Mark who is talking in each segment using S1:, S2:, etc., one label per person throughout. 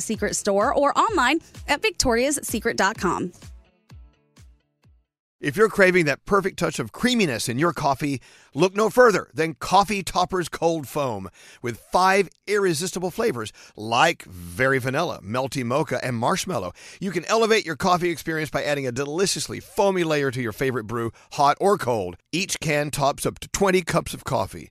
S1: Secret store or online at victoriassecret.com.
S2: If you're craving that perfect touch of creaminess in your coffee, look no further than Coffee Topper's Cold Foam with five irresistible flavors like very vanilla, melty mocha, and marshmallow. You can elevate your coffee experience by adding a deliciously foamy layer to your favorite brew, hot or cold. Each can tops up to 20 cups of coffee.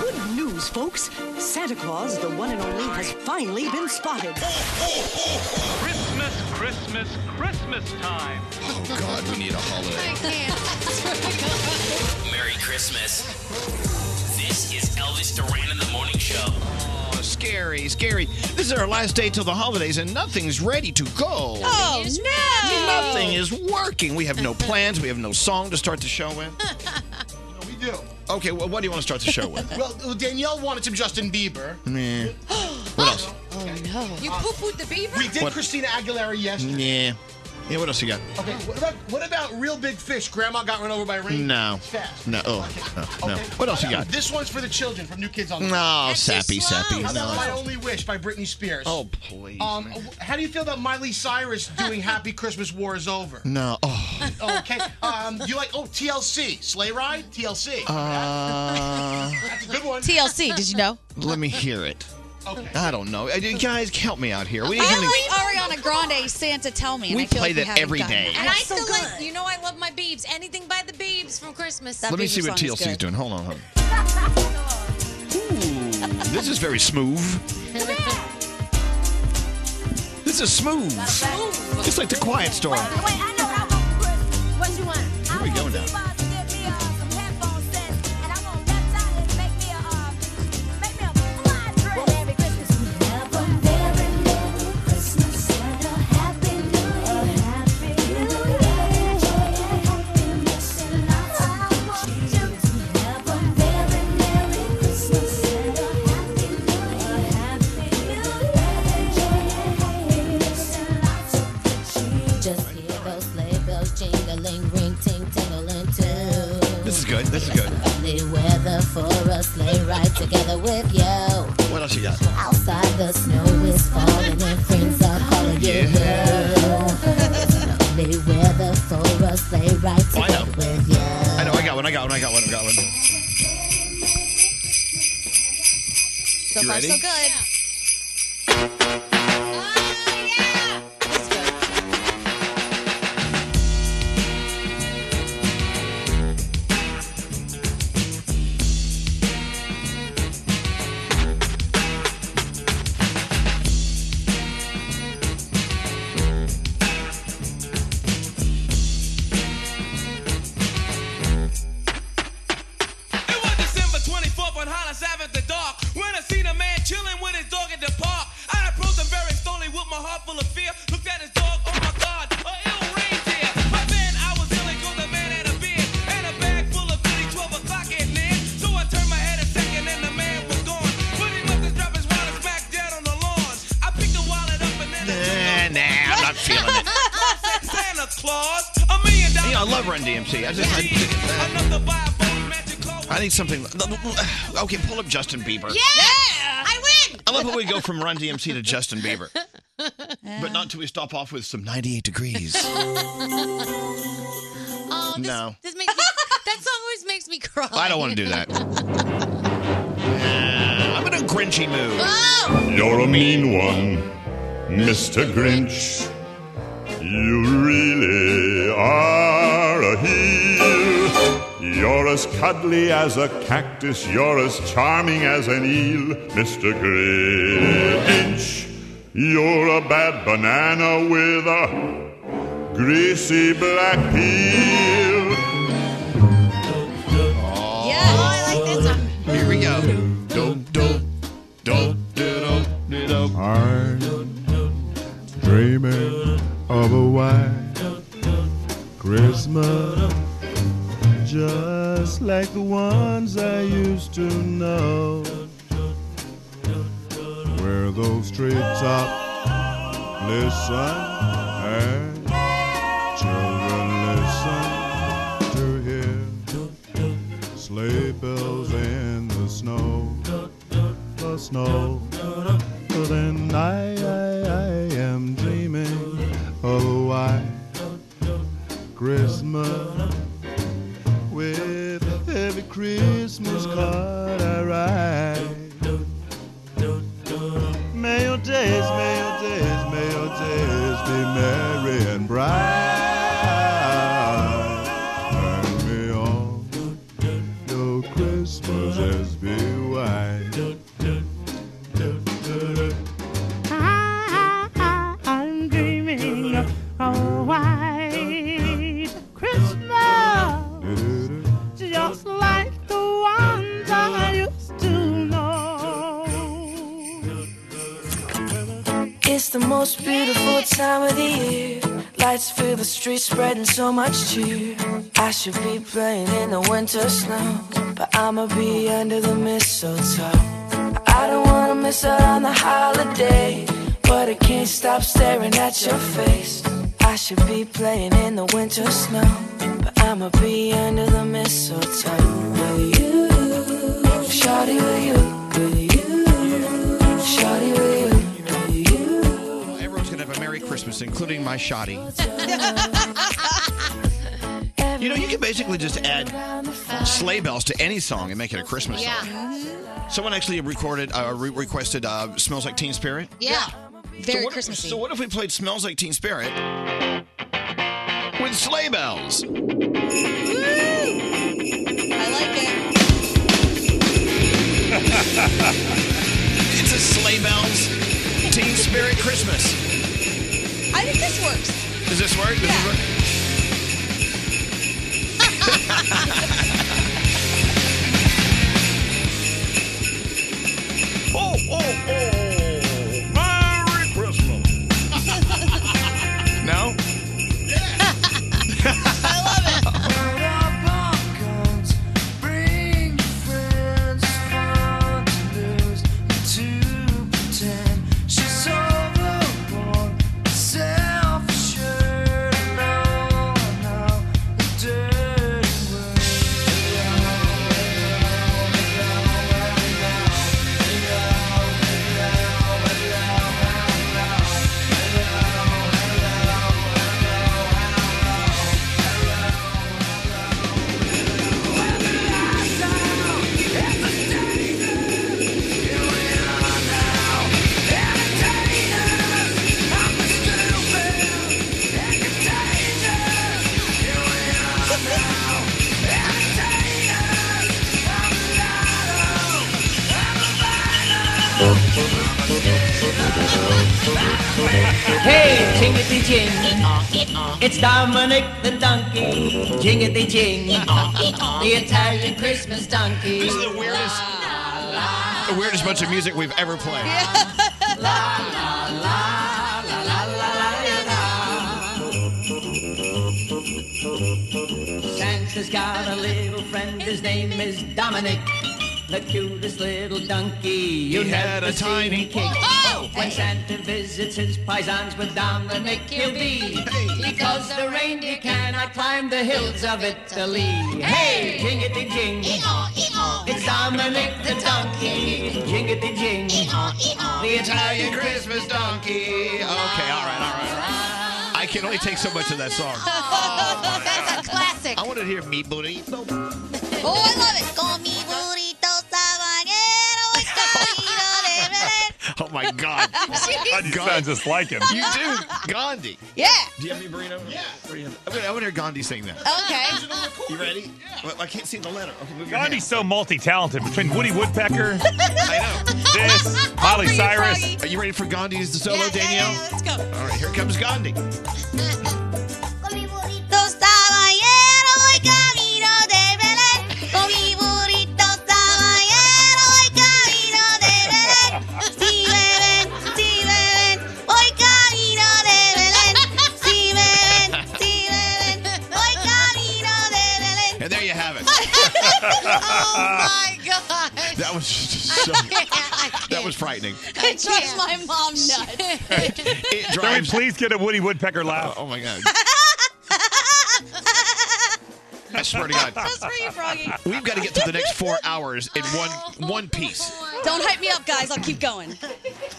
S3: Good news, folks. Santa Claus, the one and only, has finally been spotted.
S4: Christmas, Christmas, Christmas time.
S5: Oh God, we need a holiday. Merry Christmas. This is Elvis Duran in the morning show.
S6: Oh, scary, scary. This is our last day till the holidays, and nothing's ready to go.
S7: Oh, no.
S6: Nothing is working. We have no plans. We have no song to start the show with.
S8: We do.
S6: Okay, well, what do you want to start the show with?
S8: Well, Danielle wanted some Justin Bieber.
S6: Meh. What else?
S7: Oh, no. You poo pooed the beaver?
S8: Uh, We did
S6: What-
S8: Christina Aguilera yesterday.
S6: Yeah. Yeah. What else you got?
S8: Okay, what about, what about Real Big Fish? Grandma got run over by a reindeer.
S6: No.
S8: Fast.
S6: No. Oh, no, no. What else you got?
S8: This one's for the children from New Kids on the Block.
S6: No,
S7: That's too
S6: sappy,
S7: slow.
S6: sappy.
S8: How about My
S6: No.
S8: Only Wish by Britney Spears?
S6: Oh, please.
S8: Um,
S6: man.
S8: how do you feel about Miley Cyrus doing Happy Christmas War is Over?
S6: No. Oh.
S8: Okay. Um, you like, oh, TLC. Sleigh Ride? TLC.
S6: Uh,
S8: That's a good one.
S7: TLC, did you know?
S6: let me hear it.
S8: okay.
S6: I don't know. Uh, you Guys, help me out here. We, need something-
S7: I like Ariana Grande, Santa Tell Me. and
S6: We
S7: I feel
S6: play
S7: like
S6: that
S7: haven't
S6: every
S7: gotten
S6: day.
S7: it.
S9: And I still like, you know, I love my Beebs. Anything by the Beebs from Christmas.
S7: That
S6: let me
S7: Bieber
S6: see what
S7: song is
S6: TLC's
S7: good.
S6: doing. Hold on, hold on. Ooh, this is very smooth. This is smooth. It's like the Quiet Storm. Here we go now.
S9: Just hear those sleigh bells jingling, ring ting tingling too.
S6: This is good. This is good.
S9: Lovely weather for a sleigh ride together with you.
S6: What else you got?
S9: Outside the snow is falling and friends are calling you girl. Lovely weather for a sleigh ride
S6: Oh, I know.
S9: together with you.
S6: I know. I got one. I got one. I got one. I got one.
S7: So
S6: You
S7: far,
S6: ready?
S7: so good.
S9: It was December 24th on Hollis Avenue, the dark, when I seen a man chilling with his dog in the park. I approached him very slowly with my heart full of fear. Looked at his dog, oh my God, a ill reindeer. My man, I was ill and the man had a beard and a bag full of goodies, 12 o'clock at night. So I turned my head a second and the man was gone. But he must have dropped his wallet smack dead on the lawn. I picked the wallet up and then
S2: Eh,
S9: I
S2: nah, I'm not feeling it.
S9: I said, Santa Claus, a million dollars.
S2: Yeah, I love Run DMC. I just, I, I need something. Okay, pull up Justin Bieber.
S1: I win.
S2: I love how we go from Run DMC to Justin Bieber, but not until we stop off with some 98 degrees.
S1: oh, this,
S2: No.
S1: this makes me, that song always makes me cry.
S2: I don't want to do that. Nah, I'm in a grinchy mood.
S10: You're a mean one, Mr. Grinch. You really are a heel. You're as cuddly as a cactus, you're as charming as an eel, Mr. Grinch. You're a bad banana with a greasy black peel.
S1: Oh,
S2: Here we go.
S10: I'm dreaming of a white Christmas, just like the ones I used to know, where those treetops listen and children listen to hear sleigh bells in the snow, the snow. But then I, I, I am dreaming of a white Christmas with every Christmas card I write. May your days, may your days, may your days be merry and bright. And may all your Christmases be white.
S4: I'm dreaming of a white Christmas, just like the ones I used to know.
S11: It's the most beautiful time of the year. Lights fill the streets, spreading so much cheer. I should be playing in the winter snow, but I'ma be under the mistletoe. I don't wanna miss out on the holiday, but I can't stop staring at your face. I should be playing in the winter snow, but I'ma be under the mistletoe. Will you, shawty, will you, will you, shawty, will you?
S2: Everyone's gonna have a Merry Christmas, including my shoddy. You know, you can basically just add sleigh bells to any song and make it a Christmas song.
S1: Yeah.
S2: Someone actually recorded, uh, re- requested uh, "Smells Like Teen Spirit."
S1: Yeah.
S2: so
S1: Very
S2: what
S1: Christmassy.
S2: If, so what if we played "Smells Like Teen Spirit" with sleigh bells? it's a sleigh bells, Teen Spirit Christmas.
S12: I think this works.
S2: Does this work? Does this work?
S8: Oh, oh, oh. Merry Christmas.
S2: No?
S11: Self-assured, no, no, dirty
S9: Hey, jingity jing, it's Dominic the donkey. Jingity jing, the Italian Christmas donkey.
S2: This is the weirdest. The weirdest bunch of music we've ever played.
S9: Santa's got a little friend, his name is Dominic. The cutest little donkey you
S2: He had
S9: never
S2: a tiny-
S9: seen. Oh, when Santa visits his paisans with Dominic, he'll be because the reindeer cannot climb the hills of Italy. Hey, jingity jing, it's Dominic the donkey. Jingity jing, the Italian Christmas donkey.
S2: Okay, all right, all right. I can only take so much of that song.
S13: Oh, that's a classic.
S2: I want to hear me booty.
S7: Oh, I love it. Con mi burrito sabanero y camino
S2: Oh my God.
S7: You
S14: sound just like him.
S2: You do, Gandhi.
S7: de- Yeah.
S2: Do you have any burrito? Yeah. I want to hear Gandhi sing that.
S7: Okay.
S2: You ready? Well, I can't see the letter. Okay, move your hand.
S14: Gandhi's so multi-talented between Woody Woodpecker,
S2: I know.
S14: this, Miley Cyrus.
S2: Are you ready for Gandhi's solo, Danielle? let's go. All right, here comes Gandhi.
S7: Burrito sabanero y camino de Belén. Con mi burrito sabanero y camino de Belén. Si Belén, si Belén, voy camino de Belén. Si Belén, si Belén, voy camino de Belén.
S2: And there you have it.
S7: oh my god.
S2: That was just so, that was frightening.
S7: It drives my mom nuts.
S14: Can we please get a Woody Woodpecker laugh?
S2: Oh, my God. I swear to God.
S7: That's for you, Froggy.
S2: We've got to get through the next four hours in one one piece.
S1: Don't hype me up, guys. I'll keep going.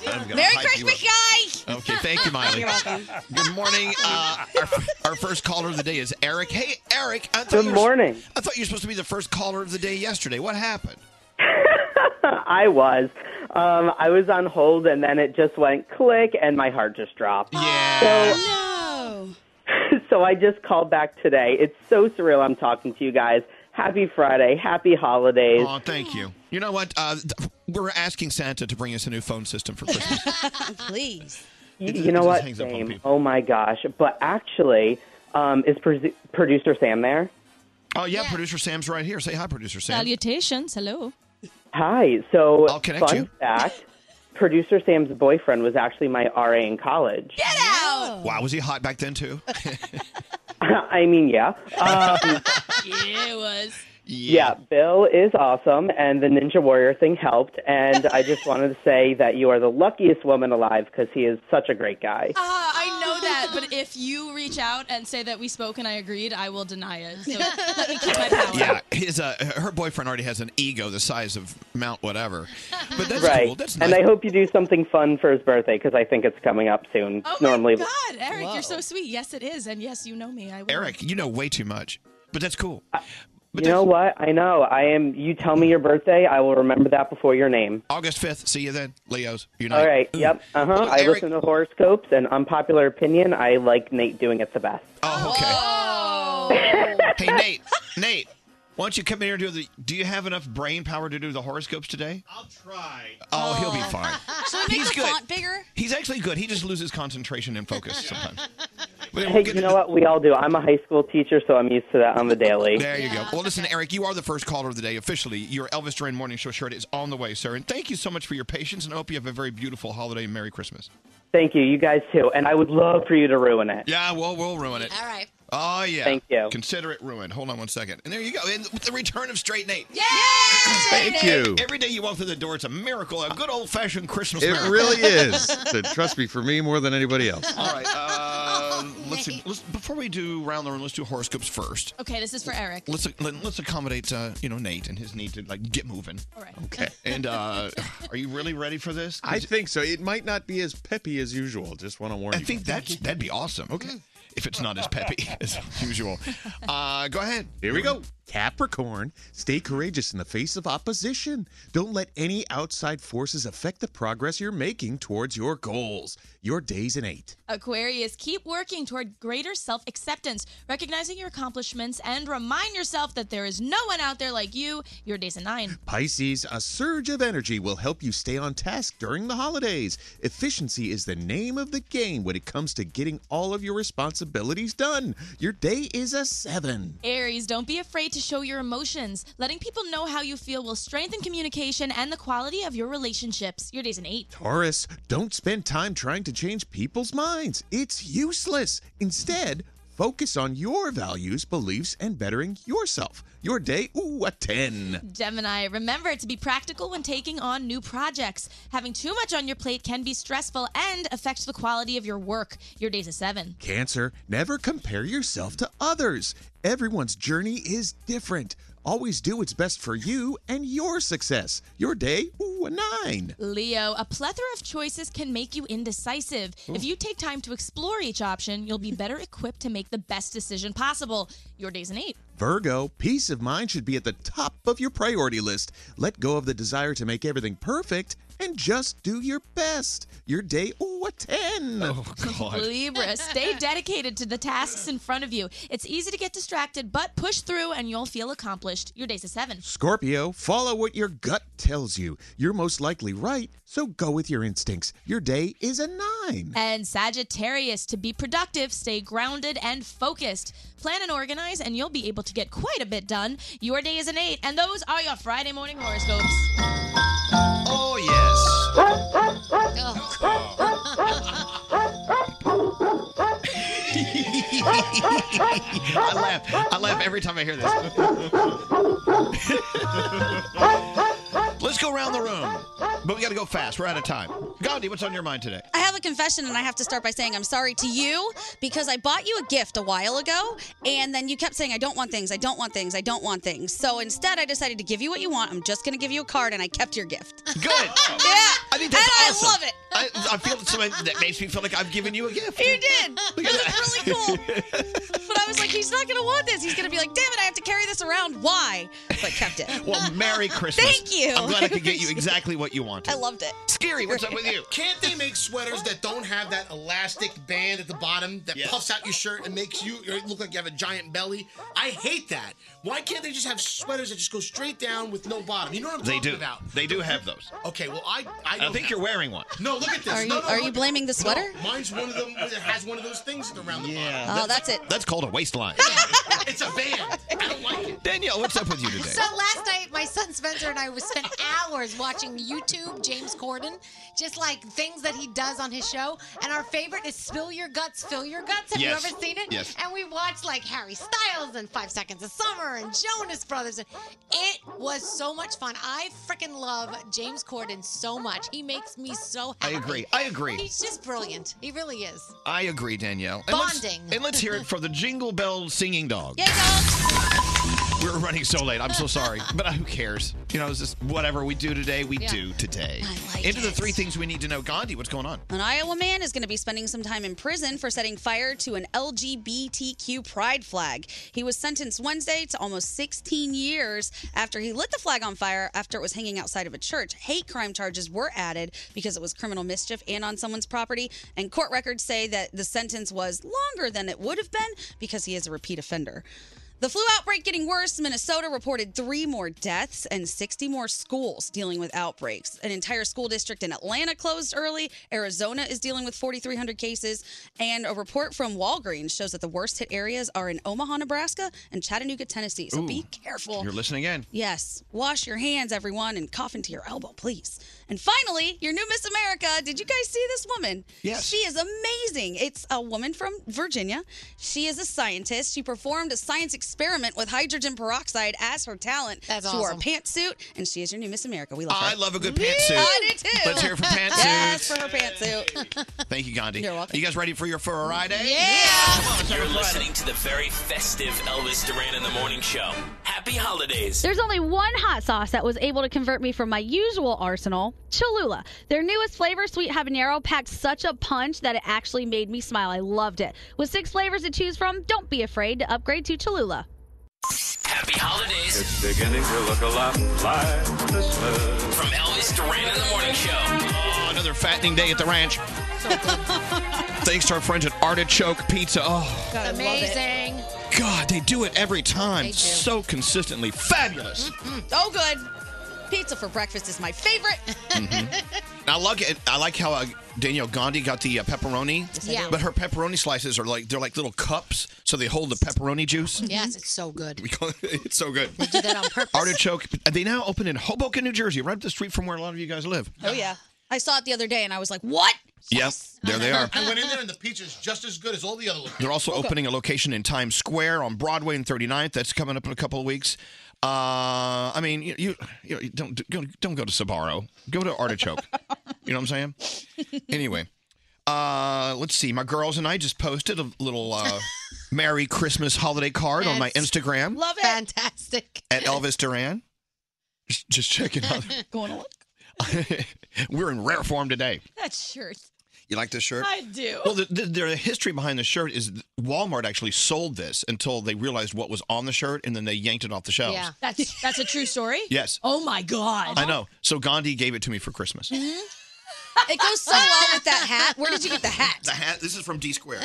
S2: I'm gonna
S1: Merry
S2: hype you
S1: Christmas, guys.
S2: up. Okay, thank you, Miley.
S1: You're welcome.
S2: Good morning. Uh, our, our first caller of the day is Eric. Hey, Eric. I thought
S15: Good
S2: you were-
S15: morning.
S2: I thought you were supposed to be the first caller of the day yesterday. What happened?
S15: I was. Um, I was on hold, and then it just went click, and my heart just dropped. Yeah. So, so I just called back today. It's so surreal. I'm talking to you guys. Happy Friday. Happy holidays.
S2: Oh, thank you. You know what? Uh, th- we're asking Santa to bring us a new phone system for Christmas.
S1: Please.
S15: You, you know what, Dame? Oh my gosh! But actually, um, is produ- producer Sam there?
S2: oh yeah, producer Sam's right here. Say hi, producer Sam.
S16: Salutations. Hello.
S15: Hi. So, I'll
S2: connect
S15: fun
S2: you.
S15: fact: producer Sam's boyfriend was actually my RA in college.
S16: Oh,
S15: Oh.
S2: Wow, was he hot back then too?
S15: I mean, yeah. Um,
S16: yeah, it was.
S15: Yeah. Bill is awesome, and the Ninja Warrior thing helped. And I just wanted to say that you are the luckiest woman alive because he is such a great guy.
S16: Ah, I know that, but if you reach out and say that we spoke and I agreed, I will deny it. So let me keep my power.
S2: yeah, his uh, her boyfriend already has an ego the size of Mount whatever. But that's
S15: right.
S2: cool. That's nice.
S15: and I hope you do something fun for his birthday because I think it's coming up soon.
S16: Oh
S15: Normally,
S16: my God, Eric, you're so sweet. Yes, it is, and yes, you know me. I will.
S2: Eric, you know way too much, but that's cool.
S15: you know what? I know. I am. You tell me your birthday, I will remember that before your name.
S2: August fifth. See you then, Leos. Unite.
S15: All right. Yep. Uh huh. I
S2: Eric-
S15: listen to horoscopes and unpopular opinion. I like Nate doing it the best.
S2: hey Nate, Nate, why don't you come in here and do the? Do you have enough brain power to do the horoscopes today? I'll try. Oh, he'll be fine.
S1: Should I make
S2: He's
S1: the
S2: good.
S1: font bigger?
S2: He's actually good. He just loses concentration and focus sometimes. But we'll
S15: Hey,
S2: get
S15: you
S2: to
S15: know what? We all do. I'm a high school teacher, so I'm used to that on the daily.
S2: There you go. Well, listen, Eric, you are the first caller of the day officially. Your Elvis Duran Morning Show shirt is on the way, sir. And thank you so much for your patience, and I hope you have a very beautiful holiday and Merry Christmas.
S15: Thank you. You guys too. And I would love for you to ruin it.
S2: Yeah, Oh, well, we'll ruin it. All right. Oh, yeah.
S15: Thank you.
S2: Consider it ruined. Hold on one second. And there you go. And the return of Straight Nate.
S16: Yeah!
S2: Thank
S14: you.
S2: Every day you walk through the door, it's a miracle, a good old fashioned Christmas
S14: It
S2: miracle.
S14: really is. So trust me, for me more than anybody else.
S2: All right. Uh, let's see. Let's, before we do round the room, let's do horoscopes first.
S16: Okay, this is for Eric.
S2: Let's let, let's accommodate uh, you know Nate and his need to like get moving.
S16: All right.
S2: Okay. And uh, are you really ready for this?
S14: I think so. It might not be as peppy as usual. Just want to warn
S2: I
S14: you.
S2: think that's Mm. that'd be awesome. Okay. If it's not as peppy as usual. Uh, go ahead.
S14: Here we go. Capricorn, stay courageous in the face of opposition. Don't let any outside forces affect the progress you're making towards your goals. Your day's an eight.
S16: Aquarius, keep working toward greater self acceptance, recognizing your accomplishments, and remind yourself that there is no one out there like you. Your day's a nine.
S14: Pisces, a surge of energy will help you stay on task during the holidays. Efficiency is the name of the game when it comes to getting all of your responsibilities done. Your day is a seven.
S16: Aries, don't be afraid to show your emotions. Letting people know how you feel will strengthen communication and the quality of your relationships. Your day's an eight.
S14: Taurus, don't spend time trying to change people's minds. It's useless. Instead, focus on your values, beliefs, and bettering yourself. Your day, ooh, a 10.
S16: Gemini, remember to be practical when taking on new projects. Having too much on your plate can be stressful and affect the quality of your work. Your day's a seven.
S14: Cancer, never compare yourself to others. Everyone's journey is different. Always do what's best for you and your success. Your day, ooh, a 9.
S16: Leo, a plethora of choices can make you indecisive. If you take time to explore each option, you'll be better equipped to make the best decision possible. Your day's an eight.
S14: Virgo, peace of mind should be at the top of your priority list. Let go of the desire to make everything perfect and just do your best. Your day, ooh, a 10. Oh,
S16: Libra, stay dedicated to the tasks in front of you. It's easy to get distracted, but push through and you'll feel accomplished. Your day's a seven.
S14: Scorpio, follow what your gut tells you. You're most likely right, so go with your instincts. Your day is a 9.
S16: And Sagittarius, to be productive, stay grounded and focused. Plan and organize, and you'll be able to get quite a bit done. Your day is an eight, and those are your Friday morning horoscopes.
S8: Oh, yes.
S2: I laugh. I laugh every time I hear this. Let's go around the room, but we got to go fast. We're out of time. Gandhi, what's on your mind today?
S1: I have a confession, and I have to start by saying I'm sorry to you because I bought you a gift a while ago, and then you kept saying, I don't want things, I don't want things, I don't want things. So instead, I decided to give you what you want. I'm just going to give you a card, and I kept your gift.
S2: Good.
S1: yeah.
S2: I think that's
S1: and
S2: awesome.
S1: I love it.
S2: I, I feel it's something that makes me feel like I've given you a gift.
S1: You did. It was really cool. But I was like, he's not going to want this. He's going to be like, damn it, I have to carry this around. Why? But kept it.
S2: Well, Merry Christmas.
S1: Thank you.
S2: I'm glad I could get you exactly what you wanted.
S1: I loved it.
S2: Scary, what's up with you?
S8: Can't they make sweaters that don't have that elastic band at the bottom that puffs out your shirt and makes you you look like you have a giant belly? I hate that. Why can't they just have sweaters that just go straight down with no bottom? You know what I'm
S2: They
S8: talking
S2: do.
S8: about?
S2: They do have those.
S8: Okay, well I I,
S2: I
S8: don't
S2: think
S8: have-
S2: you're wearing one.
S8: No, look at this.
S1: Are you-
S8: no, no,
S1: are
S8: look
S1: you
S8: at-
S1: blaming the sweater?
S8: No, mine's one of them that has one of those things around the bottom.
S1: Oh, that's it.
S2: That's called a waistline.
S8: It's a band. I don't like it.
S2: Danielle, what's up with you today?
S17: So last night, my son Spencer and I was spent hours watching YouTube James Corden, just like things that he does on his show. And our favorite is "Spill Your Guts, Fill Your Guts." Have
S18: Yes.
S17: you ever seen it?
S18: Yes.
S17: And we watched like Harry Styles and Five Seconds of Summer and Jonas Brothers. It was so much fun. I freaking love James Corden so much. He makes me so
S2: I
S17: happy.
S2: agree. I agree.
S17: He's just brilliant. He really is.
S2: I agree, Danielle. And let's-
S17: Bonding.
S2: and let's hear it for the Jingle Bell Singing Dog. We're running so late. I'm so sorry. But who cares? You know, it's just whatever we do today, we
S1: Yeah.
S2: do today.
S1: I like
S2: Into the
S1: it.
S2: three things we need to know. Gandhi, what's going on?
S1: An Iowa man is going to be spending some time in prison for setting fire to an LGBTQ pride flag. He was sentenced Wednesday to almost 16 years after he lit the flag on fire after it was hanging outside of a church. Hate crime charges were added because it was criminal mischief and on someone's property. And court records say that the sentence was longer than it would have been because he is a repeat offender. The flu outbreak getting worse. Minnesota reported three more deaths and 60 more schools dealing with outbreaks. An entire school district in Atlanta closed early. Arizona is dealing with 4,300 cases. And a report from Walgreens shows that the worst hit areas are in Omaha, Nebraska, and Chattanooga, Tennessee. So
S2: Ooh.
S1: be careful.
S2: You're listening in.
S1: Yes, wash your hands, everyone, and cough into your elbow, please. And finally, your new Miss America. Did you guys see this woman?
S9: Yes.
S1: She is amazing. It's a woman from Virginia. She is a scientist. She performed a science experiment with hydrogen peroxide as her talent. That's she wore a
S17: awesome.
S1: pantsuit, and she is your new Miss America. We love her.
S2: I love a good pantsuit.
S1: I do too.
S2: Let's hear it for pantsuits.
S1: Yes, for her pantsuit.
S2: Thank you, Gandhi.
S1: You're welcome.
S2: Are you guys ready for your Friday?
S5: You're listening to the very festive Elvis Duran in the Morning Show. Happy holidays.
S19: There's only one hot sauce that was able to convert me from my usual arsenal, Cholula. Their newest flavor, sweet habanero, packed such a punch that it actually made me smile. I loved it. With six flavors to choose from, don't be afraid to upgrade to Cholula.
S4: Happy holidays
S18: It's beginning to look a lot like Christmas.
S4: from Elvis Duran in the Morning Show.
S2: Oh, another fattening day at the ranch. Thanks to our friends at Artichoke Pizza. Oh,
S17: Amazing.
S2: God, they do it every time so consistently. Fabulous.
S12: Mm, Oh, good. Pizza for breakfast is my favorite.
S2: Mm-hmm. I like it. I like how uh, Danielle Gandhi got the uh, pepperoni.
S17: I Yeah. do.
S2: But her pepperoni slices are like they're like little cups, so they hold the pepperoni juice.
S17: Yes, it's so good.
S2: We call it- it's so good.
S17: Do that on purpose.
S2: Artichoke. They now open in Hoboken, New Jersey, right up the street from where a lot of you guys live.
S12: Oh yeah. I saw it the other day and I was like, what?
S2: Yes, there they are.
S8: I went in there and the pizza's just as good as all the other ones.
S2: They're also
S8: Okay.
S2: opening a location in Times Square on Broadway and 39th. That's coming up in a couple of weeks. Uh, I mean, you, you, you know, don't do- go, don't go to Sabaro. Go to Artichoke. you know what I'm saying? Anyway, uh, let's see. My girls and I just posted a little uh, Merry Christmas holiday card on my
S17: That's-
S2: Instagram
S17: Love it. Fantastic.
S2: at Elvis Duran. Just, just checking out.
S12: Going on.
S2: We're in rare form today.
S16: That shirt.
S2: You like this shirt?
S16: I do.
S2: Well, the, the, the history behind the shirt is th- Walmart actually sold this until they realized what was on the shirt, and then they yanked it off the shelves.
S16: That's that's a true story.
S2: Yes.
S16: Oh my god.
S2: I know. So Gandhi gave it to me for Christmas.
S12: Mm-hmm. It goes so well with that hat. Where did you get the Oh. hat?
S2: The hat. This is from D Square.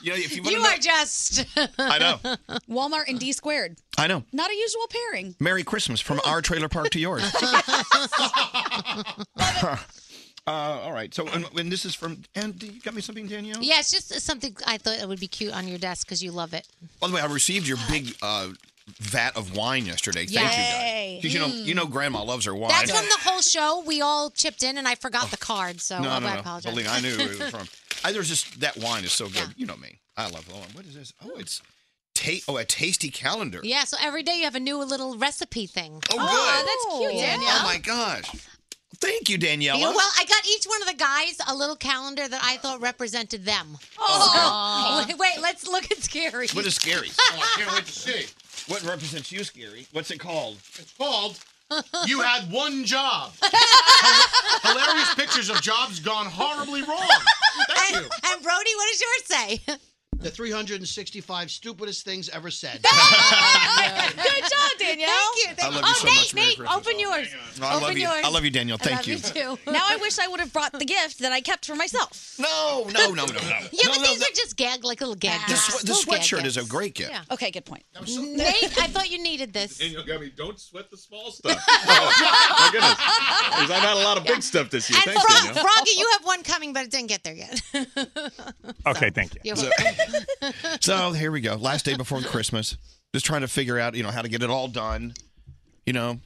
S2: You know, if you, wanna
S12: you
S2: know-
S12: are just.
S2: I know.
S12: Walmart and D squared.
S2: I know.
S12: Not a usual pairing.
S2: Merry Christmas from our trailer park to yours. uh, all right. So, and, and this is from. And you got me something, Danielle.
S17: Yeah, it's just something I thought it would be cute on your desk because you love it.
S2: By the way, I received your big uh, vat of wine yesterday. Thank
S17: Yay.
S2: you, guys. Because you know,
S17: Mm.
S2: you know, Grandma loves her wine.
S17: That's from the whole show. We all chipped in, and I forgot the card, so
S2: Oh.
S17: oh,
S2: no,
S17: I,
S2: no, no.
S17: apologize.
S2: Believe- I knew where it was from. I, there's just that wine is so good. You know me. I love the wine. What is this? Oh, it's ta- oh a tasty calendar.
S17: yeah, so every day you have a new little recipe thing.
S2: Oh,
S17: good. That's cute, Danielle.
S2: Oh my gosh. Thank you, Daniela.
S17: Yeah, well, I got each one of the guys a little calendar that I thought represented them.
S2: Oh.
S17: So- wait, wait, let's look at Scary.
S2: what is scary? Oh,
S8: I can't wait to see.
S2: What represents you, Scary? What's it called?
S8: It's called You Had One Job. Hilarious pictures of jobs gone horribly wrong. Thank you.
S17: And Brody, what does yours say?
S20: The 365 stupidest things ever said.
S17: Good job, Danielle. Thank you.
S20: I love you
S17: oh,
S20: so
S17: Nate,
S20: much. Merry
S17: Nate,
S20: Christmas.
S17: open yours.
S2: No, I
S17: open
S2: love you.
S17: yours.
S2: I love you, Danielle. Thank you.
S12: now I wish I would have brought the gift that I kept for myself.
S2: No, no, no, no, no.
S17: Yeah,
S2: no,
S17: but
S2: no,
S17: these are just gag, like little gag.
S2: the,
S17: gifts.
S2: swe- the
S17: Little gag
S2: sweatshirt
S17: gifts.
S2: is a great gift.
S17: Yeah.
S12: Okay, good point.
S17: Nate, I thought you needed this.
S14: Daniel got me. Don't sweat the small stuff. oh, my goodness. 'Cause I've had a lot of big stuff this year.
S17: And
S14: Thanks,
S17: Frog,
S14: Danielle.
S17: Froggy, you have one coming, but it didn't get there yet.
S2: Okay, thank
S17: You're
S2: So,
S17: welcome.
S2: so here we go. Last day before Christmas. Just trying to figure out, you know, how to get it all done. You know,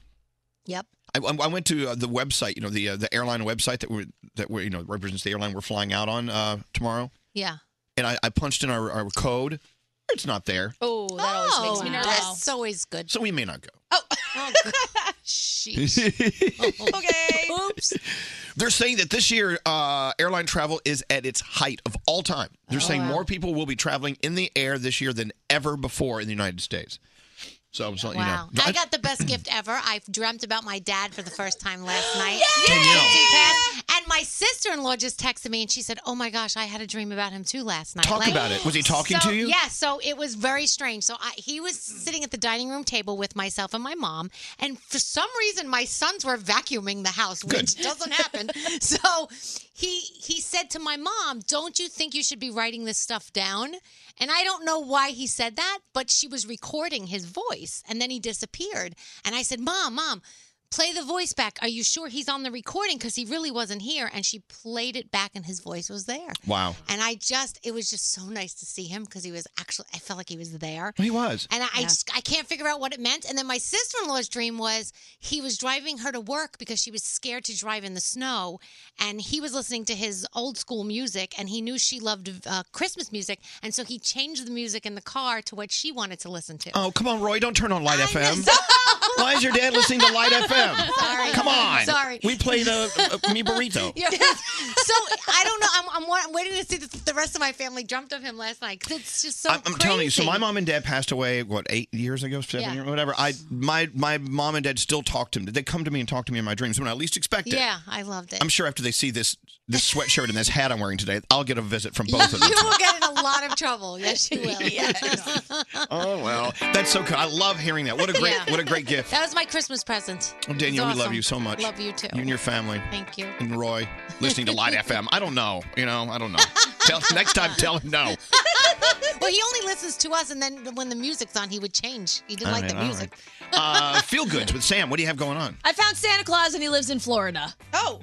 S17: Yep.
S2: I, I went to uh, the website, you know, the uh, the airline website that we that we you know represents the airline we're flying out on uh, tomorrow,
S17: Yeah.
S2: and I, I punched in our, our code. It's not there,
S17: Oh, that
S12: always makes me nervous.
S17: That's always good. Oh.
S2: so we may not go.
S12: okay.
S17: Oops.
S2: They're saying that this year uh, airline travel is at its height of all time.
S17: Oh,
S2: They're saying more people will be traveling in the air this year than ever before in the United States. So I'm just letting
S17: Wow.
S2: you know.
S17: I got the best gift ever. I dreamt about my dad for the first time last night.
S2: Danielle.
S17: Since he passed. And my sister in law just texted me and she said, Oh my gosh, I had a dream about him too last night.
S2: Talk about it. Was he talking
S17: so-
S2: to you?
S17: Yeah, so it was very strange. So I, he was sitting at the dining room table with myself and my mom. And for some reason, my sons were vacuuming the house, which doesn't happen. so he he said to my mom, Don't you think you should be writing this stuff down? And I don't know why he said that, but she was recording his voice and then he disappeared. And I said, Mom, mom, play the voice back. Are you sure he's on the recording? Because he really wasn't here. And she played it back and his voice was there.
S2: Wow.
S17: And I just, it was just so nice to see him because he was actually, I felt like he was there.
S2: He was.
S17: And I, I, just, I can't figure out what it meant. And then my sister in law's dream was he was driving her to work because she was scared to drive in the snow. And he was listening to his old school music and he knew she loved uh, Christmas music. And so he changed the music in the car to what she wanted to listen to.
S2: Oh, come on, Roy. Don't turn on Light FM. Why is your dad listening to Light FM?
S17: Sorry.
S2: Come on.
S17: Sorry.
S2: We played a, a me burrito.
S17: You're right. so I don't know. I'm, I'm, wa- I'm waiting to see the, the rest of my family jumped of him last night 'cause it's just so.
S2: I'm, I'm telling you. So my
S17: crazy.
S2: mom and dad passed away. What eight years ago, seven
S17: Yeah.
S2: years, whatever. I my my mom and dad still talk to me. They come to me and talk to me in my dreams when I least expect it.
S17: Yeah, I loved it.
S2: I'm sure after they see this this sweatshirt and this hat I'm wearing today, I'll get a visit from both of them.
S17: You will get in a lot of trouble. Yes, you will.
S2: Oh well, that's so cool. I love hearing that. What a great
S17: Yeah.
S2: what a great gift.
S17: That was my Christmas present.
S2: Oh, Daniel,
S17: It's
S2: we love
S17: awesome.
S2: you so much.
S17: Love you too.
S2: You and your family.
S17: Thank you.
S2: And Roy, listening to Light FM. I don't know. You know, I don't know. Tell, next time, tell him no.
S17: well, he only listens to us, and then when the music's on, he would change. He didn't
S2: All
S17: like
S2: right,
S17: the
S2: all
S17: music.
S2: right. Uh, feel goods with Sam. What do you have going on?
S16: I found Santa Claus and he lives in Florida. Oh,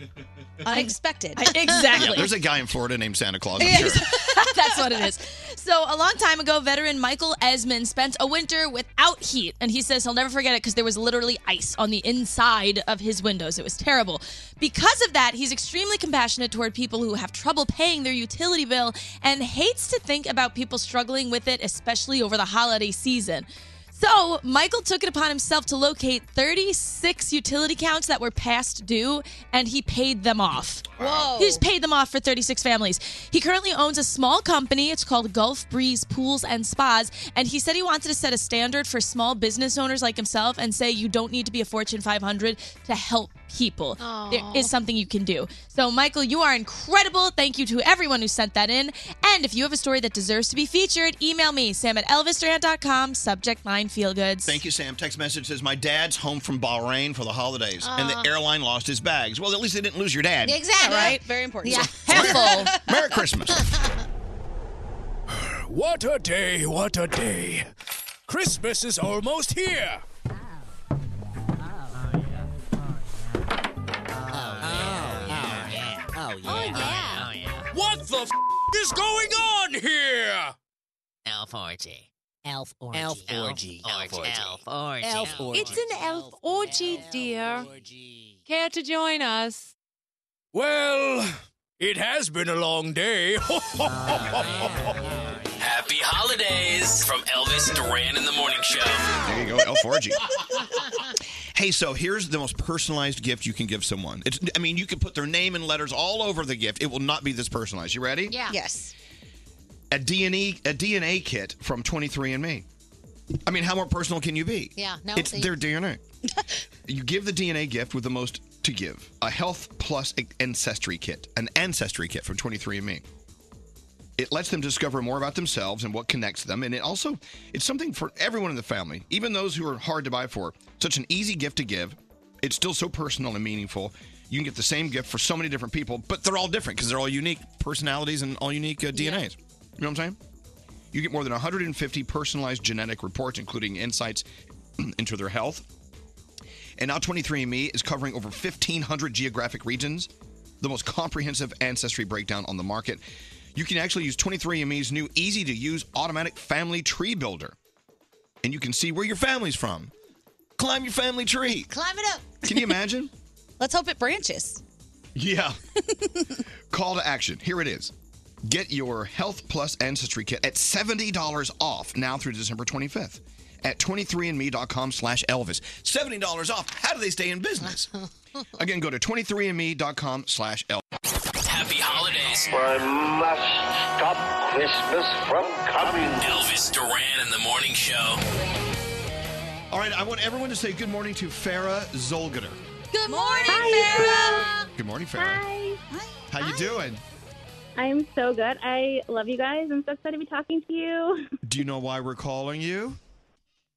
S16: unexpected.
S2: Yeah,
S16: exactly.
S2: there's a guy in Florida named Santa Claus. I'm
S16: Yeah,
S2: sure.
S16: That's what it is. So, a long time ago, veteran Michael Esmond spent a winter without heat, and he says he'll never forget it because there was literally ice on the inside of his windows. It was terrible. Because of that, he's extremely compassionate toward people who have trouble paying their utility bill and hates to think about people struggling with it, especially over the holiday season. So, Michael took it upon himself to locate 36 utility counts that were past due, and he paid them off. Whoa. He just paid them off for 36 families. He currently owns a small company. It's called Gulf Breeze Pools and Spas. And he said he wanted to set a standard for small business owners like himself and say you don't need to be a Fortune 500 to help people. There
S17: Aw.
S16: is something you can do. So, Michael, you are incredible. Thank you to everyone who sent that in. And if you have a story that deserves to be featured, email me, sam at elvisduran.com, subject line feel goods.
S2: Thank you, Sam. Text message says, My dad's home from Bahrain for the holidays, and
S16: Aw.
S2: the airline lost his bags. Well, at least they didn't lose your dad.
S17: Exactly.
S16: Right? Very important.
S17: Yeah.
S2: Merry Christmas.
S21: What a day, what a day. Christmas is almost here.
S9: Oh, yeah. Oh, yeah. Oh, yeah.
S21: What the f is going on here?
S9: Elf orgy. Elf orgy.
S22: Elf orgy.
S9: Elf orgy. Elf orgy.
S22: Elf orgy. It's an elf orgy, dear. Care to join us?
S21: Well, it has been a long day.
S9: Oh,
S4: Happy holidays from Elvis Duran in the morning show.
S2: There you go, Elf Orgy. Hey, so here's the most personalized gift you can give someone. It's, I mean, you can put their name and letters all over the gift. It will not be this personalized. You ready?
S17: Yeah. Yes.
S2: A DNA, a DNA kit from 23andMe. I mean, how more personal can you be?
S17: Yeah. No.
S2: it's
S17: they-
S2: their DNA. you give the DNA gift with the most to give a Health Plus Ancestry Kit, an ancestry kit from 23andMe. It lets them discover more about themselves and what connects them, and it also it's something for everyone in the family, even those who are hard to buy for. Such an easy gift to give. It's still so personal and meaningful. You can get the same gift for so many different people, but they're all different because they're all unique personalities and all unique uh, DNAs. You know what I'm saying? You get more than 150 personalized genetic reports, including insights into their health. And now 23andMe is covering over 1,500 geographic regions, the most comprehensive ancestry breakdown on the market. You can actually use 23andMe's new easy to use automatic family tree builder. And you can see where your family's from. Climb your family tree.
S17: Climb it up.
S2: Can you imagine?
S1: Let's hope it branches.
S2: Yeah. Call to action. Here it is. Get your Health Plus Ancestry Kit at $70 off now through December 25th at 23andme.com slash Elvis. $70 off. How do they stay in business? Again, go to 23andme.com slash Elvis.
S4: Happy holidays. I must stop Christmas from coming. Elvis Duran in the morning show.
S2: All right, I want everyone to say good morning to Farah Zolgater.
S16: Good morning,
S23: Hi,
S2: Good morning, Farah. How you doing?
S23: I'm so good. I love you guys. I'm so excited to be talking to you.
S2: Do you know why we're calling you?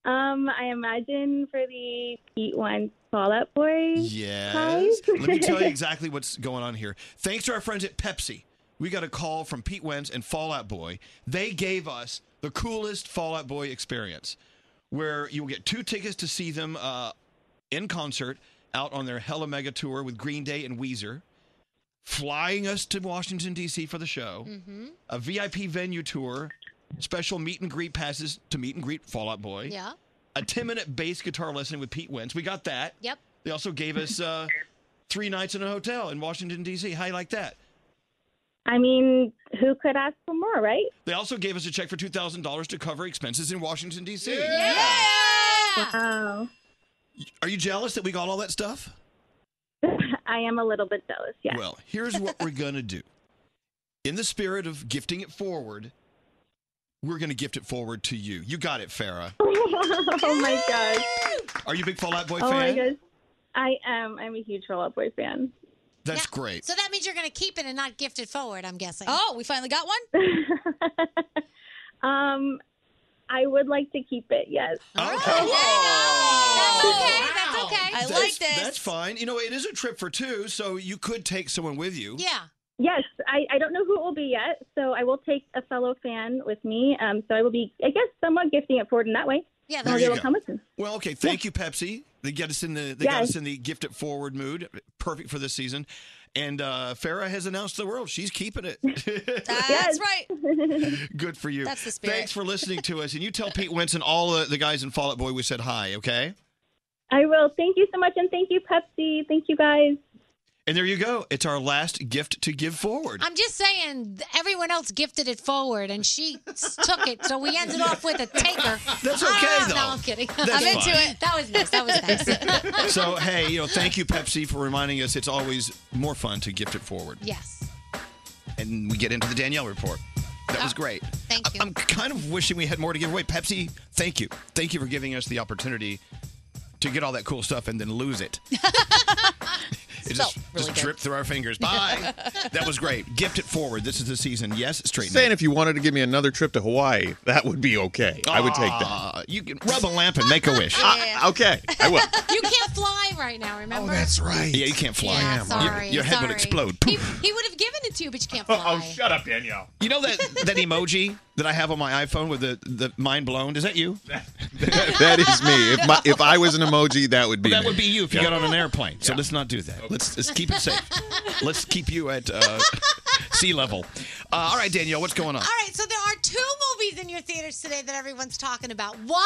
S23: Um, I imagine for the Pete One Fall Out Boy.
S2: Yes.
S23: Hi.
S2: Let me tell you exactly what's going on here. Thanks to our friends at Pepsi, we got a call from Pete Wentz and Fallout Boy. They gave us the coolest Fallout Boy experience, where you'll get two tickets to see them uh, in concert out on their Hella Mega tour with Green Day and Weezer, flying us to Washington D.C. for the show, a VIP venue tour, special meet and greet passes to meet and greet Fallout Boy
S17: Yeah.
S2: a 10 minute bass guitar lesson with Pete Wentz. We got that.
S17: Yep.
S2: They also gave us uh, three nights in a hotel in Washington, D.C. How you like that?
S23: I mean, who could ask for more, right?
S2: They also gave us a check for
S23: um,
S2: $2,000 to cover expenses in Washington, D.C.
S23: Wow.
S2: Are you jealous that we got all that stuff?
S23: I am a little bit jealous. Yeah.
S2: Well, here's what we're going to do. In the spirit of gifting it forward, we're going to gift it forward to you. You got it, Farah.
S23: oh my gosh.
S2: Are you a big Fallout Boy
S23: oh
S2: fan?
S23: my gosh. I am. I'm a huge Fall Out Boy fan.
S2: That's great.
S17: So that means you're going to keep it and not gift it forward, I'm guessing.
S1: Oh, we finally got one?
S23: Um, I would like to keep it. Yes.
S17: That's okay.
S1: I
S2: That's-
S1: like this.
S2: That's fine. You know, it is a trip for two, so you could take someone with you.
S17: Yeah.
S23: Yes, I, I don't know who it will be yet, so I will take a fellow fan with me. Um, so I will be, I guess, somewhat gifting it forward in that way.
S17: Yeah,
S2: There
S23: they
S2: you
S23: will
S2: go.
S23: come with me.
S2: Well, okay. Thank you, Pepsi. They got us in the they got
S23: Yes.
S2: us in the gift it forward mood. Perfect for this season. And uh, Farah has announced to the world she's keeping it.
S1: That's right.
S2: Good for you.
S1: That's the spirit.
S2: Thanks for listening to us. And you tell Pete Wentz and all the, the guys in Fall Out Boy we said hi, okay?
S23: I will. Thank you so much, and thank you, Pepsi. Thank you, guys.
S2: And there you go. It's our last gift to give forward.
S17: I'm just saying, th- everyone else gifted it forward, and she s- took it, so we ended off with a taker.
S2: That's okay,
S17: Ah,
S2: though.
S17: No, I'm kidding.
S2: That's I'm into fine. it.
S17: That was nice. That was nice.
S2: so, hey, you know, thank you, Pepsi, for reminding us it's always more fun to gift it forward.
S17: yes.
S2: And we get into the Danielle report. That was great.
S17: Oh, Thank
S2: you. I'm kind of wishing we had more to give away. Pepsi, thank you. Thank you for giving us the opportunity to get all that cool stuff and then lose it. It just, just dripped through our fingers. Bye. that was great. Gift it forward. This is the season. Yes, straighten
S14: Saying if you wanted to give me another trip to Hawaii, that would be okay. I would take
S2: Ah,
S14: that.
S2: You can rub a lamp and make a wish.
S14: Ah, okay, I will.
S17: You can't fly right now, remember? Oh, that's
S2: Yeah, you can't fly.
S17: Yeah, sorry,
S2: your, your head would
S17: sorry.
S2: explode.
S17: He, he would have given it to you, but you can't fly.
S2: Oh, shut up, Danielle. You know that, that emoji that I have on my iPhone with the, the mind blown? Is that you?
S14: that is me. If my, if I was an emoji, that would be
S2: Well, that
S14: me.
S2: would be you if you
S14: Yeah.
S2: got on an airplane. So let's not do that. Let's, let's keep it safe. let's keep you at uh, sea level. Uh, all right, Danielle, what's going on?
S17: All right, so there are two movies in your theaters today that everyone's talking about. One,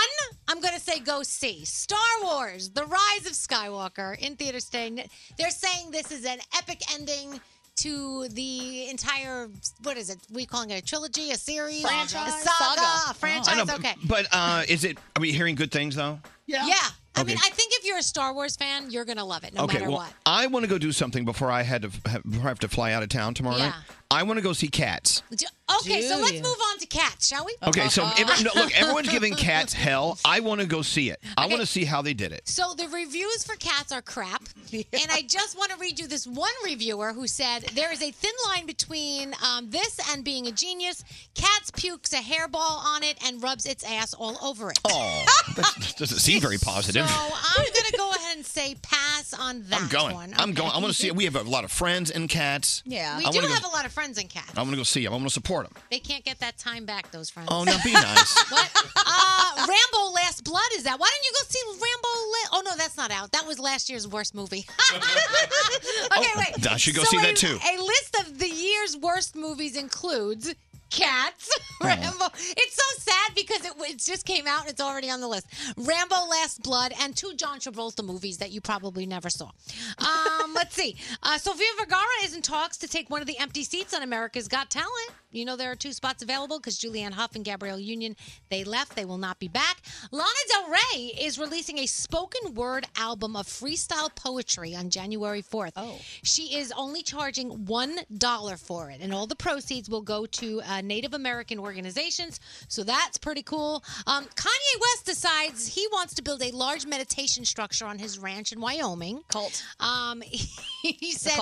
S17: I'm going to say go see Star Wars The Rise of Skywalker in theaters today. They're saying this is an epic ending to the entire, what is it? We calling it a trilogy, a series?
S1: Franchise?
S17: A saga.
S1: Saga.
S17: A franchise,
S2: Oh, I know,
S17: okay.
S2: But uh, is it? Are we hearing good things though?
S17: Yeah. Yeah. I
S2: Okay.
S17: mean, I think if you're a Star Wars fan, you're going to love it no
S2: okay.
S17: matter
S2: Well,
S17: what.
S2: I want to go do something before I had to have, before I have to fly out of town tomorrow night.
S17: Yeah.
S2: I want to go see Cats.
S17: Do- Uh-huh. Okay, so let's move on to Cats, shall we?
S2: Okay, so every, no, look, everyone's giving Cats hell. I want to go see it. I want to see how they did it.
S17: So the reviews for cats are crap. And I just want to read you this one reviewer who said there is a thin line between um, this and being a genius. Cats pukes a hairball on it and rubs its ass all over it.
S2: Oh, that doesn't seem very positive.
S17: So I'm going to go ahead and say pass on that
S2: I'm going.
S17: one.
S2: I'm
S17: Okay.
S2: going. I want to see it. We have a lot of friends in Cats.
S17: Yeah. We
S2: I
S17: do
S2: wanna go-
S17: have a lot of friends in cats.
S2: I want to go see them. I want to support them.
S17: They can't get that time back, those friends.
S2: Oh, now be nice.
S17: What? Uh, Rambo Last Blood is that? Why didn't you go see Rambo? La- oh no, that's not out. That was last year's worst movie. okay,
S2: Oh.
S17: wait.
S2: I should go
S17: So
S2: see
S17: a-
S2: that, too.
S17: A list of the year's worst movies includes. Cats,
S2: Oh.
S17: Rambo. It's so sad because it, it just came out and it's already on the list. Rambo, Last Blood, and two John Travolta movies that you probably never saw. Um, let's see. Uh, Sofia Vergara is in talks to take one of the empty seats on America's Got Talent. You know there are two spots available because Julianne Hough and Gabrielle Union they left. They will not be back. Lana Del Rey is releasing a spoken word album of freestyle poetry on January fourth. Oh. She is only charging one dollar for it, and all the proceeds will go to uh, Native American organizations. So that's pretty cool. Um, Kanye West decides he wants to build a large meditation structure on his ranch in Wyoming. Cult. Um, he said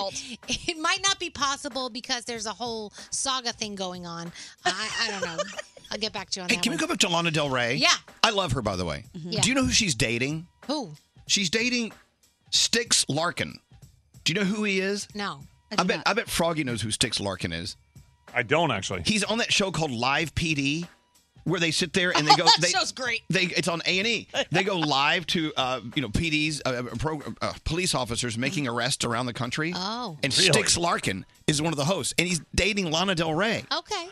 S17: it might not be possible because there's a whole saga thing going on. I, I don't know. I'll get back to you on
S2: Hey,
S17: that.
S2: can we
S17: one.
S2: go back to Lana Del Rey?
S17: Yeah.
S2: I love her, by the way.
S17: Yeah.
S2: Do you know who she's dating?
S17: Who?
S2: She's dating Styx Larkin. Do you know who he is?
S17: No.
S2: I, bet I bet Froggy knows who Styx Larkin is. I don't actually. He's on that show called Live PD, where they sit there and they go.
S1: that
S2: they,
S1: show's great.
S2: They it's on A and E. They go live to uh, you know PDs, uh, uh, pro, uh, police officers making arrests around the country.
S17: Oh.
S2: and
S17: Really?
S2: Styx Larkin is one of the hosts, and he's dating Lana Del Rey.
S17: Okay.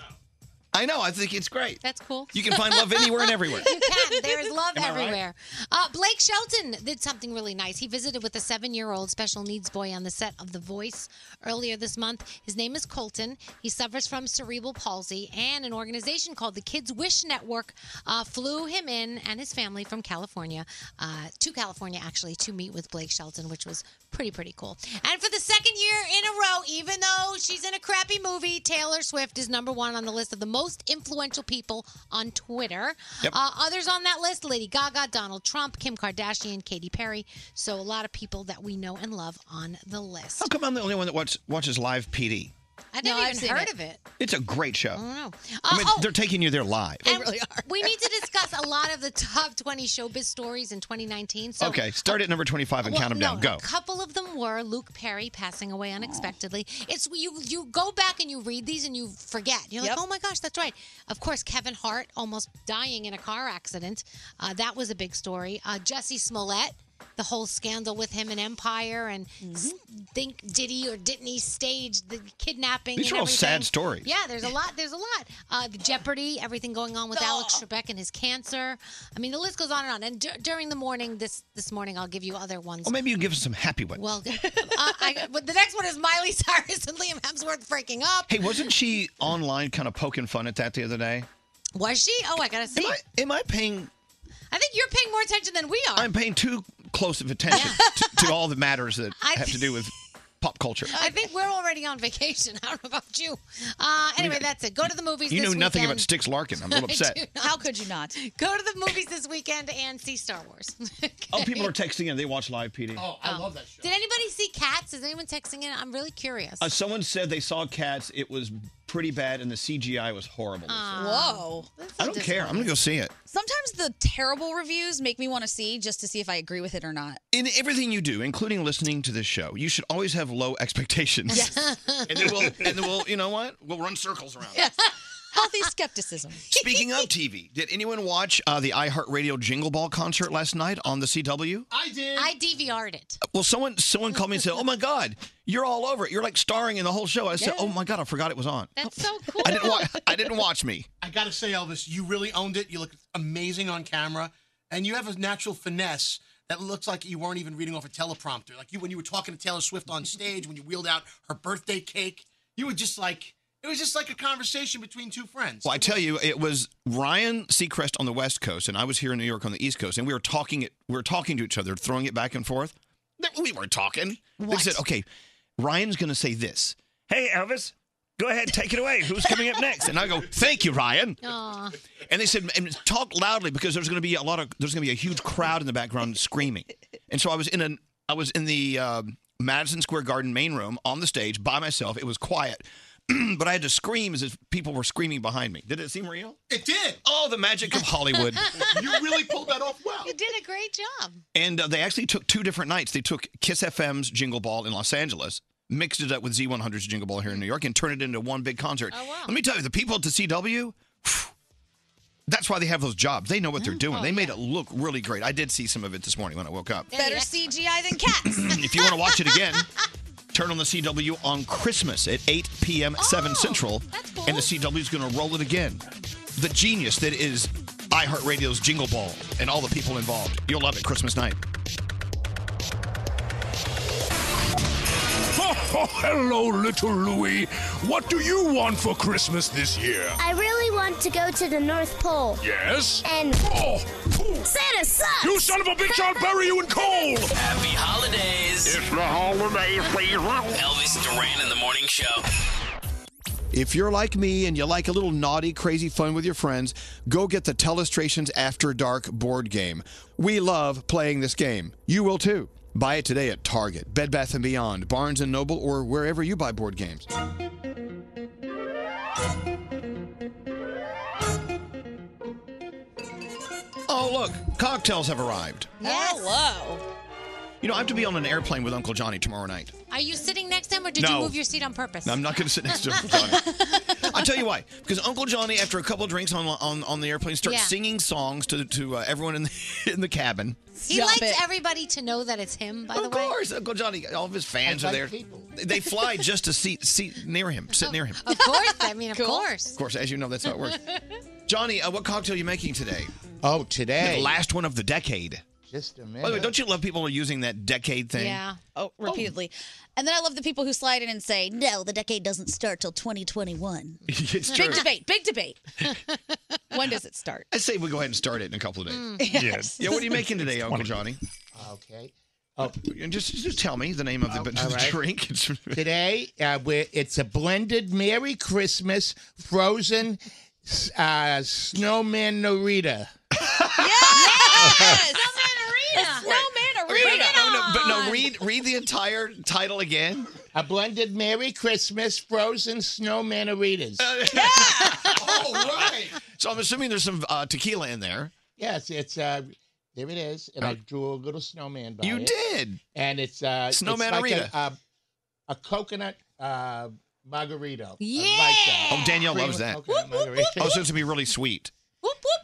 S2: I know. I think it's great.
S17: That's cool.
S2: You can find love anywhere and everywhere.
S17: you can. There is love
S2: Am I right?
S17: everywhere. Uh, Blake Shelton did something really nice. He visited with a seven year old special needs boy on the set of The Voice earlier this month. His name is Colton. He suffers from cerebral palsy, and an organization called the Kids Wish Network uh, flew him in and his family from California uh, to California, actually, to meet with Blake Shelton, which was pretty, pretty cool. And for the second year in a row, even though she's in a crappy movie, Taylor Swift is number one on the list of the most influential people on Twitter.
S24: Yep.
S17: Uh, others on that list Lady Gaga, Donald Trump, Kim Kardashian, Katy Perry. So a lot of people that we know and love on the list.
S2: How come I'm the only one that watch, watches live PD?
S17: I've never even heard of it.
S2: It's a great show.
S17: I don't know. Uh,
S2: Oh. I mean,
S17: oh,
S2: they're taking you there live.
S17: and we need to discuss a lot of the top 20 showbiz stories in 2019. So
S2: okay, start at number 25 and
S17: Well,
S2: count them
S17: no,
S2: down. Go.
S17: A couple of them were Luke Perry passing away unexpectedly. It's you you go back and you read these and you forget. You're like, oh my gosh, that's right. Of course, Kevin Hart almost dying in a car accident. Uh, that was a big story. Uh, Jesse Smollett. The whole scandal with him and Empire, and s- think did he or didn't he stage the kidnapping?
S2: These
S17: and
S2: are all sad
S17: everything.
S2: stories.
S17: Yeah, there's a lot. There's a lot. Uh, the Jeopardy, everything going on with Alex Trebek and his cancer. I mean, the list goes on and on. And dur- during the morning, this this morning, I'll give you other ones.
S2: Or maybe you can give us some happy ones.
S17: Well, uh, I, but the next one is Miley Cyrus and Liam Hemsworth breaking up.
S2: hey, wasn't she online kind of poking fun at that the other day?
S17: Was she? Oh, I gotta see. Am
S2: I, am I paying?
S17: I think you're paying more attention than we are.
S2: I'm paying too close of attention to, to all the matters that
S17: I-
S2: have to do with pop culture.
S17: I think we're already on vacation. I don't know about you. Uh, anyway, that's it. Go to the movies.
S2: You
S17: this
S2: know nothing
S17: weekend.
S2: about Stix Larkin. I'm a little
S17: I
S2: upset.
S17: do not. How could you not? Go to the movies this weekend and see Star Wars.
S2: Oh, people are texting in. They watch live PD.
S8: Oh, I love that show.
S17: Did anybody see Cats? Is anyone texting in? I'm really curious.
S2: Uh, someone said they saw Cats. It was pretty bad, and the CGI was horrible.
S17: Oh,
S1: Whoa.
S2: I don't care. I'm gonna go see it.
S1: Sometimes the terrible reviews make me want to see just to see if I agree with it or not.
S2: In everything you do, including listening to this show, you should always have low expectations. and then we'll, and then we'll, you know what? We'll run circles around. it.
S1: Healthy skepticism.
S2: Speaking of TV, did anyone watch uh, the iHeartRadio Jingle Ball concert last night on the CW?
S8: I did.
S17: I DVR'd it.
S2: Well, someone someone called me and said, "Oh my God, you're all over it. You're like starring in the whole show." I said,
S8: Yeah.
S2: "Oh my God, I forgot it was on.
S17: That's so cool.
S2: I didn't watch. I didn't watch me."
S8: I gotta say, Elvis, you really owned it. You look amazing on camera, and you have a natural finesse that looks like you weren't even reading off a teleprompter. Like you when you were talking to Taylor Swift on stage, when you wheeled out her birthday cake, you were just like it was just like a conversation between two friends.
S2: Well, I tell you, it was Ryan Seacrest on the West Coast, and I was here in New York on the East Coast, and we were talking it. We were talking to each other, throwing it back and forth. Th- We were talking. They said, "Okay, Ryan's going to say this." Hey, Elvis, go ahead, take it away. Who's coming up next? And I go, "Thank you, Ryan."
S17: Aw.
S2: And they said, and talk loudly because there's going to be a lot of there's going to be a huge crowd in the background screaming. And so I was in an I was in the um Madison Square Garden main room on the stage by myself. It was quiet, but I had to scream as if people were screaming behind me. Did it seem real?
S8: It did.
S2: Oh, the magic of Hollywood.
S8: you really pulled that off well.
S17: You did a great job.
S2: and uh, they actually took two different nights. They took Kiss FM's Jingle Ball in Los Angeles. Mixed it up with Z100's Jingle Ball here in New York and turned it into one big concert.
S17: Oh, wow.
S2: Let me tell you, the people at the CW, that's why they have those jobs. They know what
S17: Mm.
S2: they're doing.
S1: Oh,
S2: they made it look really great. I did see some of it this morning when I woke up.
S1: Better CGI than cats.
S2: if you want to watch it again, turn on the CW on Christmas at 8 p.m.
S17: Oh,
S2: 7 Central, and the CW is going to roll it again. The genius that is iHeartRadio's Jingle Ball and all the people involved. You'll love it Christmas night.
S21: Oh, hello, little Louie. What do you want for Christmas this year?
S25: I really want to go to the North Pole.
S21: Yes?
S25: And
S21: oh,
S25: Santa sucks.
S21: You son of a bitch, I'll bury you in coal!
S4: Happy holidays. It's the holiday season. Elvis Duran in the morning show.
S2: If you're like me and you like a little naughty, crazy fun with your friends, go get the Telestrations After Dark board game. We love playing this game. You will too. Buy it today at Target, Bed Bath & Beyond, Barnes & Noble, or wherever you buy board games. Oh, look, cocktails have arrived.
S17: Hello.
S2: You know, I have to be on an airplane with Uncle Johnny tomorrow night.
S17: Are you sitting next to him or did
S2: No.
S17: you move your seat on purpose?
S2: No, I'm not going to sit next to him. Johnny. I I'll tell you why. Because Uncle Johnny, after a couple of drinks on on, on the airplane, starts
S17: Yeah.
S2: singing songs to to uh, everyone in the, in the cabin.
S17: He likes everybody to know that it's him, by the
S2: Of
S17: way.
S2: course, Uncle Johnny, all of his fans
S17: I
S2: are
S17: like
S2: there. They- They fly just to see seat near him,
S1: Oh.
S2: sit near him.
S17: Of course. I mean, of course.
S2: Of course, as you know, that's how it works. Johnny, uh, what cocktail are you making today?
S24: Oh, today.
S2: The last one of the decade.
S24: Just a minute.
S2: By the way, don't you love people are using that decade thing?
S1: Yeah. Oh, repeatedly. And then I love the people who slide in and say, no, the decade doesn't start till 2021.
S2: it's true.
S1: Big debate. Big debate. when does it start?
S2: I say we go ahead and start it in a couple of days.
S1: Mm. Yes.
S2: Yeah, what are you making today, Uncle Johnny?
S24: Okay.
S2: Oh. Just, just tell me the name of the,
S24: All
S2: the
S24: right.
S2: drink.
S24: Today, uh, we're, it's a blended Merry Christmas frozen uh, snowman Norita.
S1: Yes!
S24: snowman
S2: Okay, no, no, no, but no, read read the entire title again.
S24: A blended Merry Christmas frozen snowman Noritas.
S2: Uh, All right. So I'm assuming there's some uh, tequila in there.
S24: Yes, it's uh there it is, and I
S2: Oh.
S24: drew a little snowman. By
S2: You
S24: it.
S2: did.
S24: and it's uh it's
S2: Snowman
S24: like
S2: Arita.
S24: a, a, a coconut uh margarito.
S2: Yeah.
S24: I
S2: Oh,
S24: like that.
S2: Danielle
S24: Cream
S2: loves
S24: of
S2: that.
S24: coconut margarita.
S2: Oh, so it's gonna be really sweet.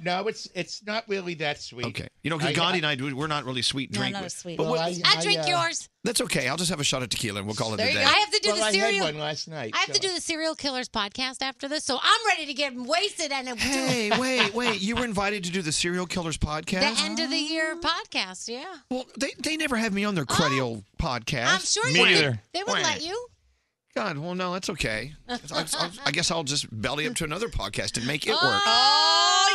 S24: No, it's it's not really that sweet.
S2: Okay. You know, 'cause
S24: I-
S2: Gandhi and I, we're not really sweet
S24: No,
S2: drink.
S24: not a sweet.
S2: But
S24: Well,
S2: we-
S24: I- I drink I, uh, yours.
S2: That's okay. I'll just have a shot of tequila and we'll call it
S17: There
S2: a
S17: you
S2: day.
S17: go. I have to do
S24: well,
S17: the
S24: I
S17: cereal-
S24: had one last night.
S17: I have to do the serial killers podcast after this, so I'm ready to get wasted and do
S2: Hey, wait, wait. You were invited to do the Serial Killers
S17: the
S2: podcast?
S17: end of the year podcast. Yeah,
S2: Well, they, they never have me on their cruddy old podcast.
S17: Oh, I'm sure they would- They would let you.
S2: God, well, no, that's okay. I, I- I guess I'll just belly up to another podcast and make it work.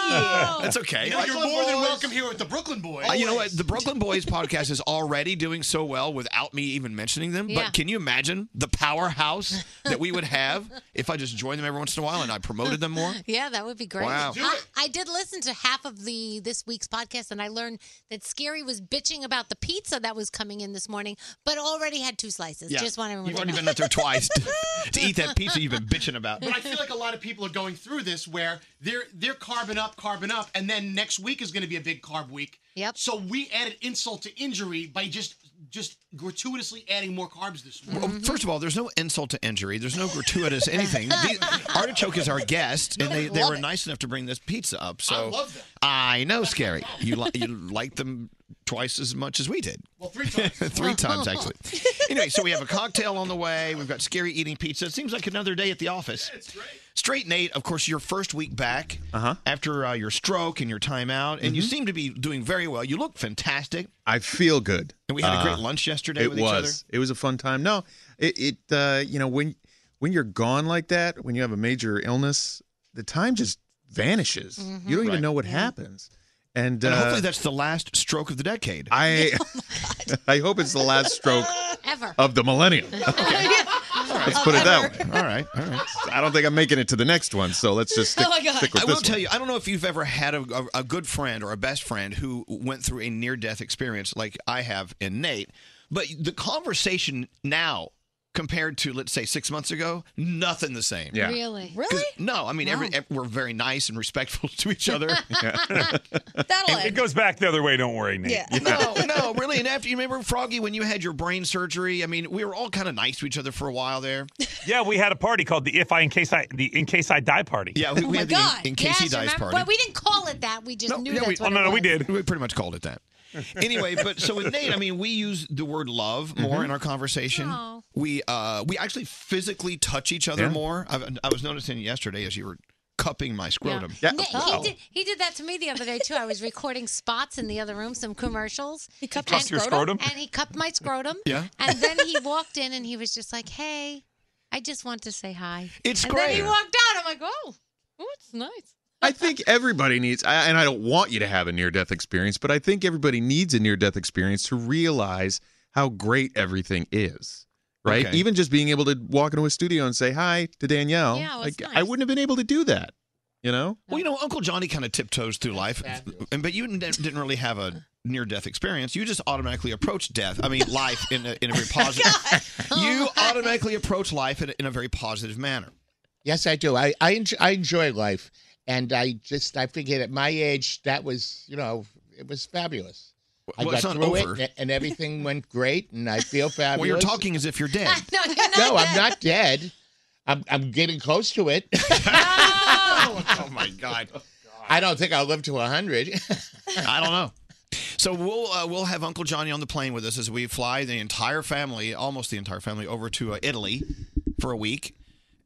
S8: Oh,
S2: That's okay.
S8: You know,
S2: I-
S8: you're more than welcome here with the Brooklyn Boys.
S2: Uh, you know what? The Brooklyn Boys podcast is already doing so well without me even mentioning them.
S8: Yeah.
S2: But can you imagine the powerhouse that we would have if I just joined them every once in a while and I promoted them more?
S17: Yeah, that would be great.
S2: Wow. Do
S17: I,
S2: it.
S17: I did listen to half of the this week's podcast, and I learned that Scary was bitching about the pizza that was coming in this morning, but already had two slices. Just want everyone
S2: You've
S17: to
S2: already
S17: know.
S2: been up there twice to, to eat that pizza you've been bitching about.
S8: But I feel like a lot of people are going through this where they're they're carbon up, carbon up, and then next week is going to be a big carb week. Yep. So we added insult to injury by just just gratuitously adding more carbs this week.
S2: Well, First of all, there's no insult to injury. There's no gratuitous anything. The- Artichoke is our guest, and they, they
S8: Love
S2: were
S8: it.
S2: nice enough to bring this pizza up. So
S8: I love them.
S2: I know, Scary. You li- you like them twice as much as we did.
S8: Well, three times.
S2: three times actually. Anyway, so we have a cocktail on the way. We've got Scary eating pizza. It seems like another day at the office. Straight Nate, of course, your first week back
S14: Uh-huh.
S2: after uh, your stroke and your time out, and you
S14: Mm-hmm.
S2: seem to be doing very well. You look fantastic.
S14: I feel good.
S2: And we had a great
S14: Uh,
S2: lunch yesterday
S14: It
S2: with each
S14: was.
S2: other.
S14: It was a fun time. No, it, it uh, you know when when you're gone like that, when you have a major illness, the time just vanishes. You don't even know what happens. And,
S2: Mm-hmm. And
S14: uh,
S2: hopefully that's the last stroke of the decade.
S14: I I hope it's the last stroke
S17: Ever.
S14: of the millennium. Let's put it that way.
S2: All right, all right.
S14: I don't think I'm making it to the next one, so let's just stick, stick with
S2: Oh, I will
S14: this
S2: tell
S14: one.
S2: you, I don't know if you've ever had a, a, a good friend or a best friend who went through a near death experience like I have in Nate, but the conversation now compared to let's say six months ago, nothing the same.
S1: Really?
S2: 'Cause-
S1: Really?
S2: No, I mean every, ev- we're very nice and respectful to each other.
S1: That'll
S26: It goes back the other way. Don't worry, Nate.
S1: Yeah.
S2: no, no, really. And after you remember Froggy when you had your brain surgery, I mean we were all kind of nice to each other for a while there.
S26: Yeah, we had a party called the "If I in case I the in case I die party."
S2: Yeah,
S17: Oh
S2: we, we had the in, in case he
S17: Yes,
S2: dies
S17: remember-
S2: party.
S17: But we didn't call it that. We just knew
S2: yeah,
S17: that's
S2: we-
S17: what
S2: oh, no,
S17: it
S2: no,
S17: was.
S2: we did. We pretty much called it that. anyway, but so with Nate, I mean, we use the word love more
S14: Mm-hmm.
S2: in our conversation.
S17: Aw.
S2: We uh we actually physically touch each other
S14: Yeah.
S2: more. I, I was noticing yesterday as you were cupping my scrotum.
S17: Nick, he,
S14: Oh.
S17: did, he did that to me the other day too. I was recording spots in the other room, some commercials. He
S26: cupped your Cupped your scrotum? scrotum?
S17: and he cupped my scrotum.
S26: Yeah.
S17: and then he walked in and he was just like, "Hey, I just want to say hi."
S2: It's
S17: and Then he
S14: great.
S17: walked out. I'm like, "Oh, oh, it's nice."
S14: I think everybody needs, I- and I don't want you to have a near death experience, but I think everybody needs a near death experience to realize how great everything is. Right?
S2: Okay.
S14: Even just being able to walk into a studio and say hi to Danielle,
S2: Yeah, well,
S14: like
S2: it's
S14: I wouldn't have been able to do that. You know?
S2: Well, you know, Uncle Johnny kind of tiptoes through life, and but you n- didn't really have a near death experience. You just automatically approach death. I mean, life in a, in a very positive.
S17: Oh
S2: you automatically approach life in a, in a very positive manner.
S24: Yes, I do. I I enjoy, I enjoy life, and I just I figured at my age that was you know it was fabulous. I
S2: Well,
S24: got
S2: it's not
S24: through
S2: over.
S24: it, and everything went great, and I feel fabulous.
S2: Well, you're talking as if you're dead.
S24: no, I'm not dead. I'm, I'm getting close to it.
S2: oh my god.
S24: I don't think I'll live to 100.
S2: I don't know. So we'll uh, we'll have Uncle Johnny on the plane with us as we fly the entire family, almost the entire family, over to uh, Italy for a week,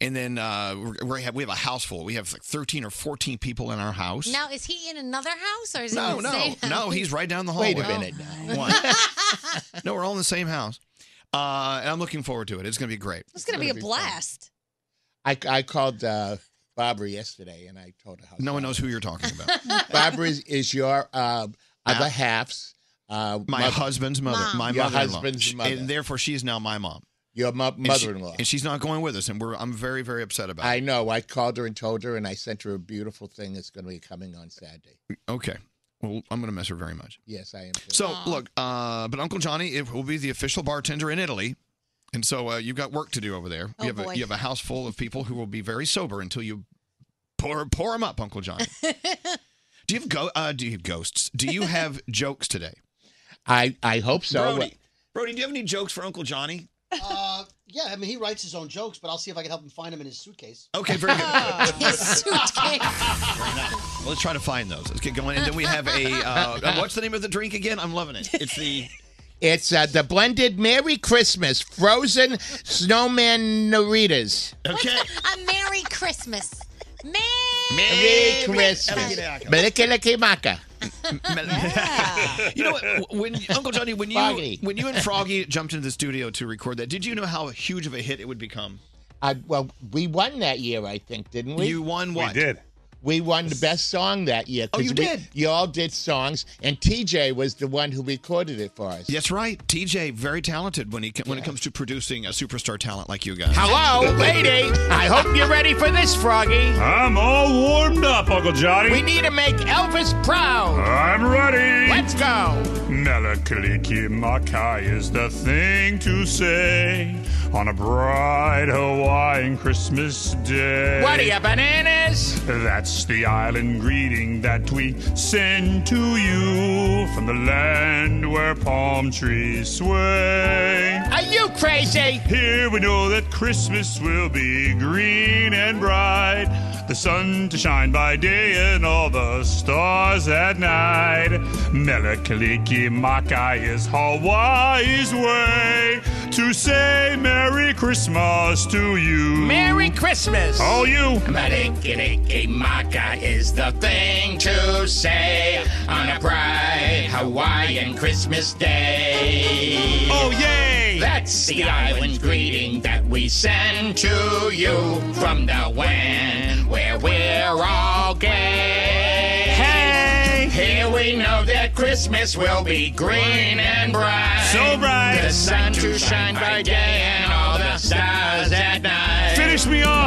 S2: and then uh, we're, we have we have a house full. We have like thirteen or fourteen people in our house.
S17: Now, is he in another house or is he
S2: No,
S17: in the same
S2: no, no.
S17: house?
S2: He's right down the hallway.
S24: Wait a minute.
S2: One. no, we're all in the same house, uh, and I'm looking forward to it. It's going to be great.
S1: It's going to be a blast.
S24: I, I called uh, Barbara yesterday and I told her how.
S2: No one knows who you're talking about.
S24: Barbara is, is your uh, other half's. Uh,
S2: My
S24: mother-
S2: husband's mother, my
S24: your
S2: mother-in-law,
S24: husband's
S2: She-
S24: mother.
S2: and therefore she is now my mom.
S24: Your mo-
S2: And she-
S24: mother-in-law.
S2: and she's not going with us, and we're I'm very very upset about.
S24: I know. I called her and told her, and I sent her a beautiful thing that's going to be coming on Saturday.
S2: it. Okay, well I'm going to miss her very much.
S24: Yes, I am. too.
S2: So look, uh, but Uncle Johnny it will be the official bartender in Italy, and so uh, you've got work to do over there.
S24: Oh,
S2: you have
S24: boy.
S2: a you have a house full of people who will be very sober until you pour pour them up, Uncle Johnny. do you have go? Uh, do you have ghosts? Do you have jokes today?
S24: I I hope so.
S2: Brody, Brody, do you have any jokes for Uncle Johnny?
S20: Uh, yeah, I mean, he writes his own jokes, but I'll see if I can help him find them in his suitcase.
S2: Okay, very good.
S20: his suitcase.
S2: Well, let's try to find those. Let's get going. And then we have a uh, uh, what's the name of the drink again? I'm loving it. It's the
S24: It's uh, the blended Merry Christmas frozen snowman Noritas.
S2: Okay.
S17: a Merry Christmas. Merry,
S24: Merry Christmas. Meliki maka.
S2: you know what? When Uncle Johnny, when you
S24: Froggy.
S2: when you and Froggy jumped into the studio to record that, did you know how huge of a hit it would become?
S24: Uh, well, we won that year, I think, didn't we?
S2: You won We what? did.
S24: We won the best song that year.
S2: Oh,
S24: 'cause
S2: you
S24: we-
S2: did?
S24: You all did songs, and TJ was the one who recorded it for us.
S2: That's right. TJ, very talented when he when it comes to producing a superstar talent like you guys.
S24: Hello, lady. I hope you're ready for this, Froggy.
S26: I'm all warmed up, Uncle Johnny.
S24: We need to make Elvis proud.
S26: I'm ready.
S24: Let's go.
S26: Malakaliki is the thing to say on a bright Hawaiian Christmas day.
S24: What are you, bananas?
S26: That's the island greeting that we send to you from the land where palm trees sway.
S24: Are you crazy?
S26: Here we know that Christmas will be green and bright. The sun to shine by day and all the stars at night. Melakaliki Makai is Hawaii's way to say Merry Christmas to you.
S24: Merry Christmas.
S26: All you.
S24: Maliki maka is the thing to say on a bright Hawaiian Christmas day.
S26: Oh, yay!
S24: That's the island greeting that we send to you from the land where we're all gay. Hey! Here we know that Christmas will be green and bright.
S26: So bright.
S24: The sun to shine by day and all the stars at night.
S26: Finish me off.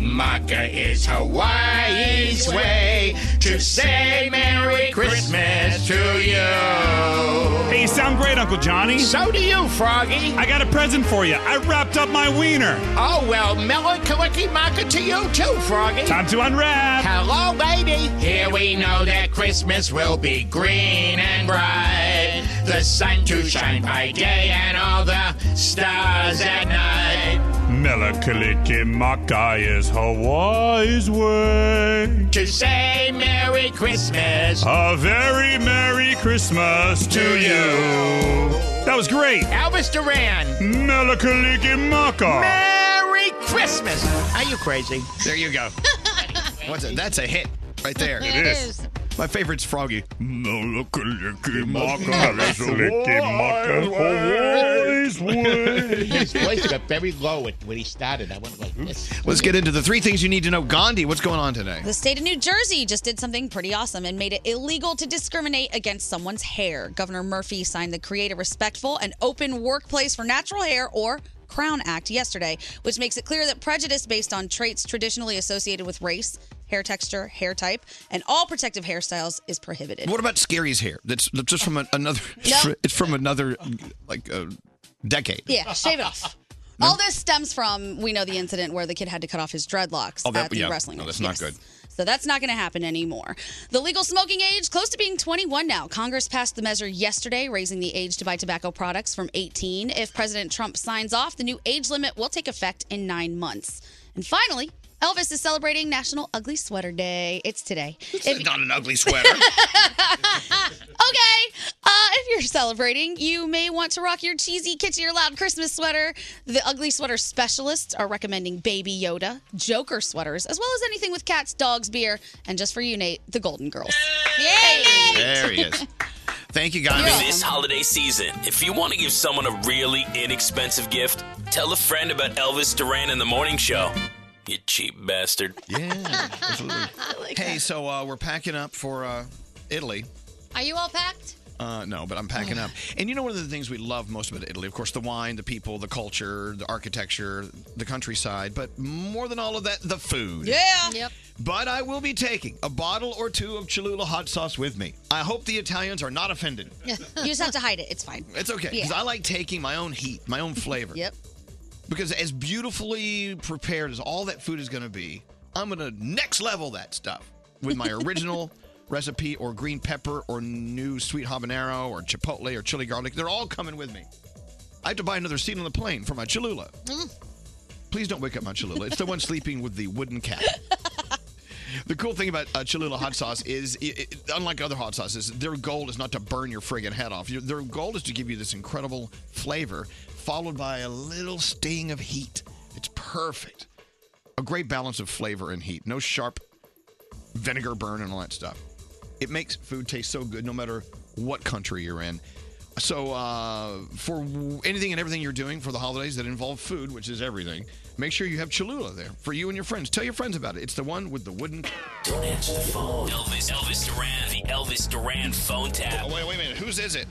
S24: Maka is Hawaii's way to say Merry Christmas to you.
S26: Hey, you sound great, Uncle Johnny.
S24: So do you, Froggy.
S26: I got a present for you. I wrapped up my wiener.
S24: Oh, well, Melakaliki Maka to you too, Froggy.
S26: Time to unwrap.
S24: Hello, baby. Here we know that Christmas will be green and bright. The sun to shine by day and all the stars at night.
S26: Melakalikimaka is Hawaii's way.
S24: To say Merry Christmas.
S26: A very Merry Christmas to you. That was great.
S24: Elvis Duran.
S26: Melakalikimaka.
S24: Merry Christmas. Are you crazy?
S2: There you go. What's it? That's a hit right there.
S26: It It is.
S2: My favorite's Froggy.
S24: His voice got very low at- when he started. I went like this.
S2: Let's get into the three things you need to know. Gandhi, what's going on today?
S1: The state of New Jersey just did something pretty awesome and made it illegal to discriminate against someone's hair. Governor Murphy signed the Create a Respectful and Open Workplace for Natural Hair or Crown Act yesterday, which makes it clear that prejudice based on traits traditionally associated with race, hair texture, hair type, and all protective hairstyles is prohibited.
S2: What about Scary's hair? That's that's just from an, another.
S1: No.
S2: It's from another like uh, decade.
S1: Yeah, shave it off. All this stems from we know the incident where the kid had to cut off his dreadlocks
S2: Oh, that,
S1: at the
S2: yeah.
S1: wrestling.
S2: No,
S1: match.
S2: that's
S1: Yes.
S2: not good.
S1: So that's not going to happen anymore. The legal smoking age, close to being 21 now. Congress passed the measure yesterday, raising the age to buy tobacco products from 18. If President Trump signs off, the new age limit will take effect in nine months. And finally, Elvis is celebrating National Ugly Sweater Day. It's today. If-
S2: It's not an ugly sweater.
S1: okay. Uh, if you're celebrating, you may want to rock your cheesy, kitschy, or loud Christmas sweater. The ugly sweater specialists are recommending Baby Yoda, Joker sweaters, as well as anything with cats, dogs, beer, and just for you, Nate, the Golden Girls.
S2: there he is. Thank you, guys.
S5: This holiday season, if you want to give someone a really inexpensive gift, tell a friend about Elvis Duran and the Morning Show. You cheap bastard.
S2: Yeah. Absolutely. hey, so uh, we're packing up for uh, Italy.
S27: Are you all packed?
S2: Uh, no, but I'm packing up. And you know, one of the things we love most about Italy, of course, the wine, the people, the culture, the architecture, the countryside, but more than all of that, the food.
S27: Yep.
S2: But I will be taking a bottle or two of Cholula hot sauce with me. I hope the Italians are not offended.
S1: you just have to hide it. It's fine.
S2: It's okay, because
S1: Yeah.
S2: I like taking my own heat, my own flavor.
S1: Yep.
S2: Because as beautifully prepared as all that food is going to be, I'm going to next level that stuff with my original recipe or green pepper or new sweet habanero or chipotle or chili garlic. They're all coming with me. I have to buy another seat on the plane for my Cholula.
S1: Mm.
S2: Please don't wake up my Cholula. It's the one sleeping with the wooden cap. The cool thing about uh, Cholula hot sauce is, it, it- unlike other hot sauces, their goal is not to burn your friggin' head off. Your, their goal is to give you this incredible flavor, followed by a little sting of heat. It's perfect. A great balance of flavor and heat. No sharp vinegar burn and all that stuff. It makes food taste so good no matter what country you're in. So, uh, for w- anything and everything you're doing for the holidays that involve food, which is everything, make sure you have Cholula there for you and your friends. Tell your friends about it. It's the one with the wooden.
S5: Don't answer the phone. Elvis, Elvis Duran, the Elvis Duran phone tap.
S2: Oh, wait, wait a minute. Whose is it?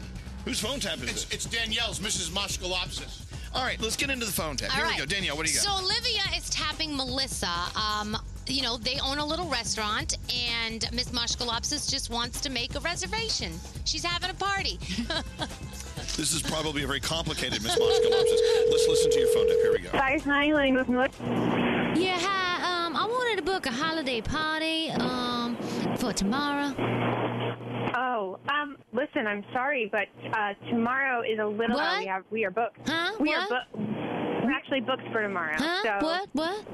S2: Whose phone tap is it?
S28: It's Danielle's Mrs. Moschkolopsis.
S2: All right, let's get into the phone tap.
S27: All
S2: Here
S27: right,
S2: we go. Danielle, what do you got?
S27: So Olivia is tapping Melissa. Um, you know, they own a little restaurant, and Miss Moshkolopsis just wants to make a reservation. She's having a party.
S2: This is probably a very complicated Miss Moskalopsis. Let's listen to your phone tap. Here we go.
S18: Hi, Highland with Melissa.
S17: Yeah, hi. Um, I wanted to book a holiday party um, for tomorrow.
S18: Oh, um, listen, I'm sorry, but uh, tomorrow is a little.
S17: What?
S18: Uh, we have we are booked. Huh? We are
S17: What?
S18: booked. We're actually booked for tomorrow.
S17: Huh?
S18: So
S17: What? What?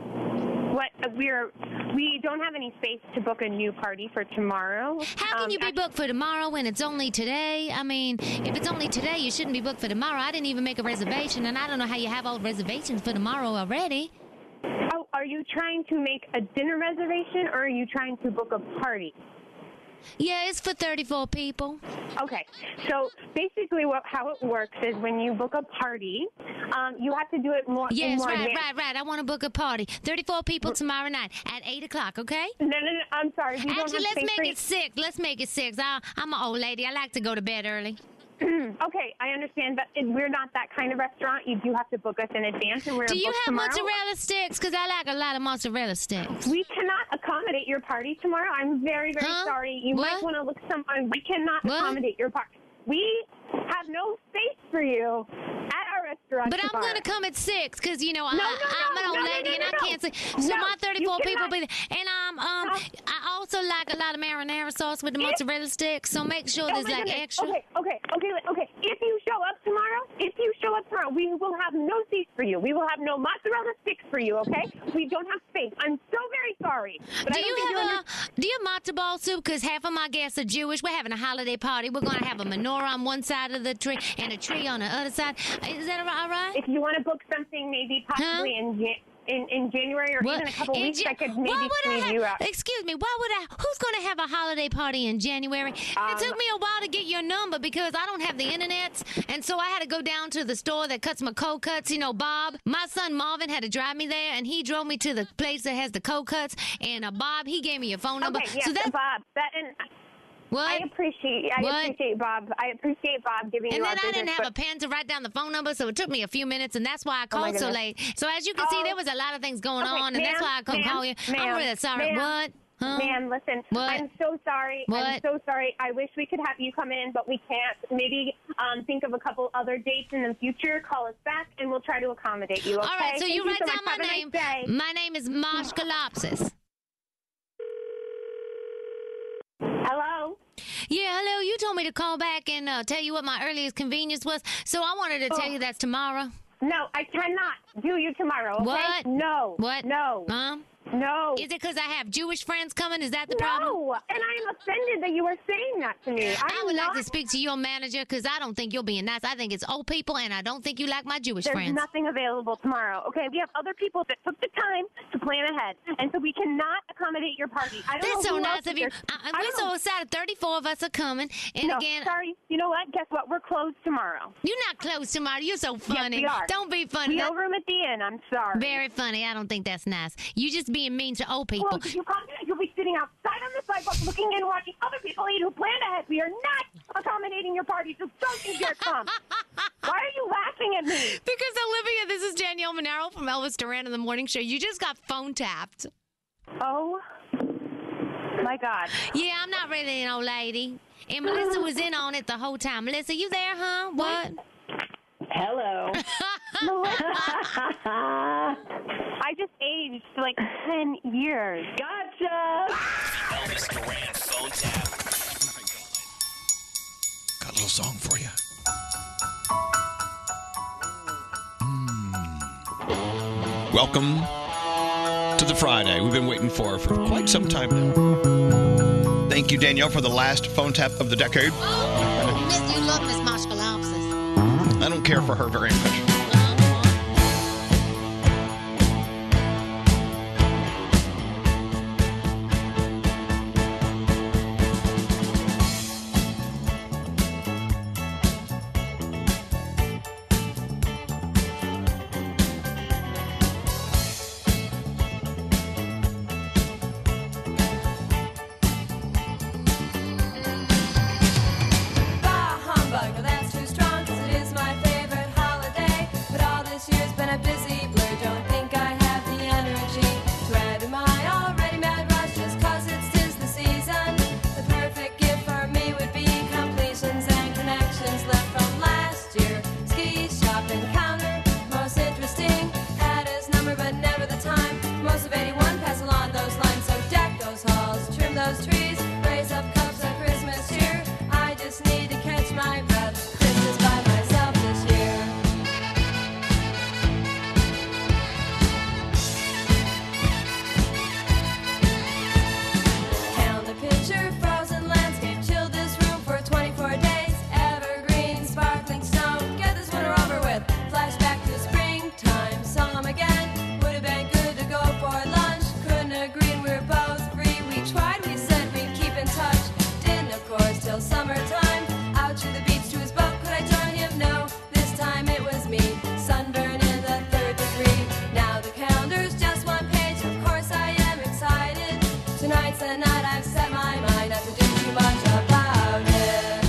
S18: What? uh, We're we don't have any space to book a new party for tomorrow.
S17: How
S18: Um,
S17: can you be booked for tomorrow when it's only today? I mean, if it's only today, you shouldn't be booked for tomorrow. I didn't even make a reservation, and I don't know how you have all reservations for tomorrow already.
S18: Oh, are you trying to make a dinner reservation or are you trying to book a party?
S17: Yeah, it's for 34 people.
S18: Okay, so basically, what how it works is when you book a party, um, you have to do it more. in Mm.
S17: Yes,
S18: more
S17: right,
S18: advance.
S17: right, right. I want to book a party. 34 people tomorrow night at 8 o'clock, okay?
S18: No, no, no. I'm sorry. We
S17: Actually,
S18: don't have
S17: let's
S18: space
S17: make
S18: for you.
S17: it 6. Let's make it 6. I, I'm an old lady. I like to go to bed early.
S18: okay, I understand, but it- we're not that kind of restaurant. You do have to book us in advance, and we're
S17: Do you
S18: booked
S17: have
S18: tomorrow.
S17: mozzarella sticks? Because I like a lot of mozzarella sticks.
S18: We cannot accommodate your party tomorrow. I'm very, very sorry. You might want to look someone. We cannot accommodate your party. We have no space for you at our restaurant.
S17: But I'm
S18: tomorrow.
S17: gonna come at six because you know I,
S18: No, no,
S17: I'm an
S18: no,
S17: old
S18: no, no,
S17: lady
S18: no,
S17: and
S18: no,
S17: I can't
S18: no.
S17: sing. So
S18: No,
S17: my
S18: you
S17: 34 people
S18: cannot.
S17: be there, and um um I also like a lot of marinara sauce with the mozzarella sticks. So make sure
S18: Oh
S17: there's
S18: my
S17: like
S18: goodness.
S17: extra.
S18: Okay, okay, okay, okay. If you show up tomorrow, if you show up tomorrow, we will have no seats for you. We will have no mozzarella sticks for you. Okay? We don't have space. I'm so very sorry. But
S17: Do
S18: I don't
S17: you
S18: think
S17: have
S18: you
S17: a do you have matzo ball soup? Because half of my guests are Jewish. We're having a holiday party. We're gonna have a menorah on one side of the tree and a tree on the other side. Is that all right?
S18: If you want to book something, maybe possibly in in Jan- in in January or even a couple
S17: in
S18: weeks,
S17: Jan-
S18: I could
S17: Why
S18: maybe
S17: would I
S18: squeeze
S17: have-
S18: you out.
S17: Excuse me. Why would I? Who's going to have a holiday party in January?
S18: Um,
S17: it took me a while to get your number because I don't have the internet, and so I had to go down to the store that cuts my cold cuts. You know, Bob. My son Marvin had to drive me there, and he drove me to the place that has the cold cuts. And uh, Bob, he gave me your phone number.
S18: Okay, yes,
S17: so that's
S18: Bob. That and
S17: what?
S18: I appreciate I
S17: What?
S18: appreciate Bob. I appreciate Bob giving
S17: and
S18: you
S17: then
S18: our
S17: I
S18: business,
S29: business,
S17: didn't have a pen to write down the phone number, so it took me a few minutes, and that's why I
S18: Oh, my
S17: called so
S18: goodness. Oh.
S17: late. So as you can see, there was a lot of things going
S18: Okay,
S17: on, and
S18: ma'am,
S17: that's why I couldn't
S18: ma'am,
S17: call you. I'm
S18: ma'am,
S17: really sorry.
S18: ma'am.
S17: What?
S18: Man, listen, I'm so sorry. I'm so sorry. I wish we could have you come in, but we can't. Maybe um, think of a couple other dates in the future. Call us back, and we'll try to accommodate you. Okay?
S17: All right, so
S18: Thank
S17: you write
S18: so
S17: down
S18: much.
S17: my
S18: Have a nice
S17: name.
S18: day.
S17: My name is Marsh Galopsis.
S18: Hello.
S17: Yeah, hello. You told me to call back and uh, tell you what my earliest convenience was, so I wanted to tell
S18: Oh.
S17: you that's tomorrow.
S18: No, I cannot do you tomorrow. Okay?
S17: What?
S18: No.
S17: What?
S18: No.
S17: Mom?
S18: No.
S17: Is it because I have Jewish friends coming? Is that the
S18: no,
S17: problem?
S18: and I am offended that you are saying that to me. I'm
S17: I would
S18: not,
S17: like to speak to your manager because I don't think you're being nice. I think it's old people, and I don't think you like my Jewish
S18: There's
S17: friends.
S18: nothing available tomorrow. Okay, we have other people that took the time to plan ahead, and so we cannot accommodate your party. I don't
S17: That's
S18: know
S17: so
S18: who
S17: nice
S18: else
S17: of you.
S18: there's-
S17: I, I-
S18: I
S17: we're
S18: don't know.
S17: so excited. Thirty-four of us are coming, and
S18: No,
S17: again,
S18: sorry. You know what? Guess what? We're closed tomorrow.
S17: You're not closed tomorrow. You're so funny.
S18: we are.
S17: Don't be funny.
S18: We have room at the inn. I'm sorry.
S17: Very funny. I don't think that's nice. You just being mean to old people.
S18: Well, you come, you'll be sitting outside on the sidewalk looking in, watching other people eat who planned ahead. We are not accommodating your party, so don't you dare come. Why are you laughing at me?
S17: Because Olivia, this is Danielle Monaro from Elvis Duran in the Morning Show. You just got phone tapped.
S18: Oh my God.
S17: Yeah, I'm not really an old lady. And Melissa was in on it the whole time. Melissa, you there, huh? What?
S30: Hello.
S18: I just aged like 10 years. Gotcha.
S5: Elvis Duran phone tap.
S2: Got a little song for you. Welcome to the Friday we've been waiting for for quite some time now. Thank you, Danielle, for the last phone tap of the decade.
S31: Miss, you love Miss Marsh Galopsis.
S2: I don't care for her very much.
S32: Bah humbug, well that's too strong 'cause it is my favorite holiday. But all this year's been a busy blur. Don't think I have the energy to add to my already mad rush just 'cause it's 'tis the season. The perfect gift for me would be completions and connections left from last year. Ski shop encounter, most interesting. Had his number, but never the time. Most of 81 pass along those lines. So deck those halls, trim those trees, raise up cups of Christmas cheer. I just need to catch my breath. Christmas by myself this year. Count the picture, frozen landscape, chill this room for 24 days. Evergreen, sparkling snow, get this winter over with. Flashback to springtime, saw him again. Would have been good to go for lunch. Couldn't agree, we were both free. We tried, we said we'd keep in touch. Didn't, of course, till summertime. Out to the beach to his boat, could I join him? No, this time it was me. Sunburn in the third degree. Now the calendar's just one page, of course I am excited. Tonight's the night I've set my mind not to do too much about it.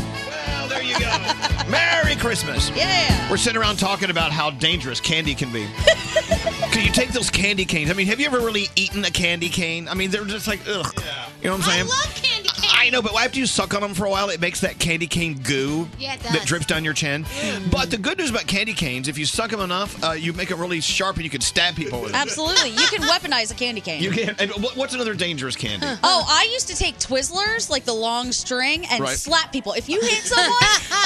S2: Well, there you go. Merry Christmas.
S30: Yeah.
S2: We're sitting around talking about how dangerous candy can be. Can you take those candy canes? I mean, have you ever really eaten a candy cane? I mean, they're just like, ugh. You know what I'm saying? I love
S31: candy
S2: canes. I know, but after you suck on them for a while, it makes that candy cane goo
S31: Yeah, it
S2: that
S31: does. Mm.
S2: drips down your chin. But the good news about candy canes, if you suck them enough, uh, you make them really sharp and you can stab people with it.
S1: Absolutely. You can weaponize a candy cane.
S2: You can. And what- what's another dangerous candy?
S1: Oh, I used to take Twizzlers, like the long string, and
S2: Right.
S1: slap people. If you hit someone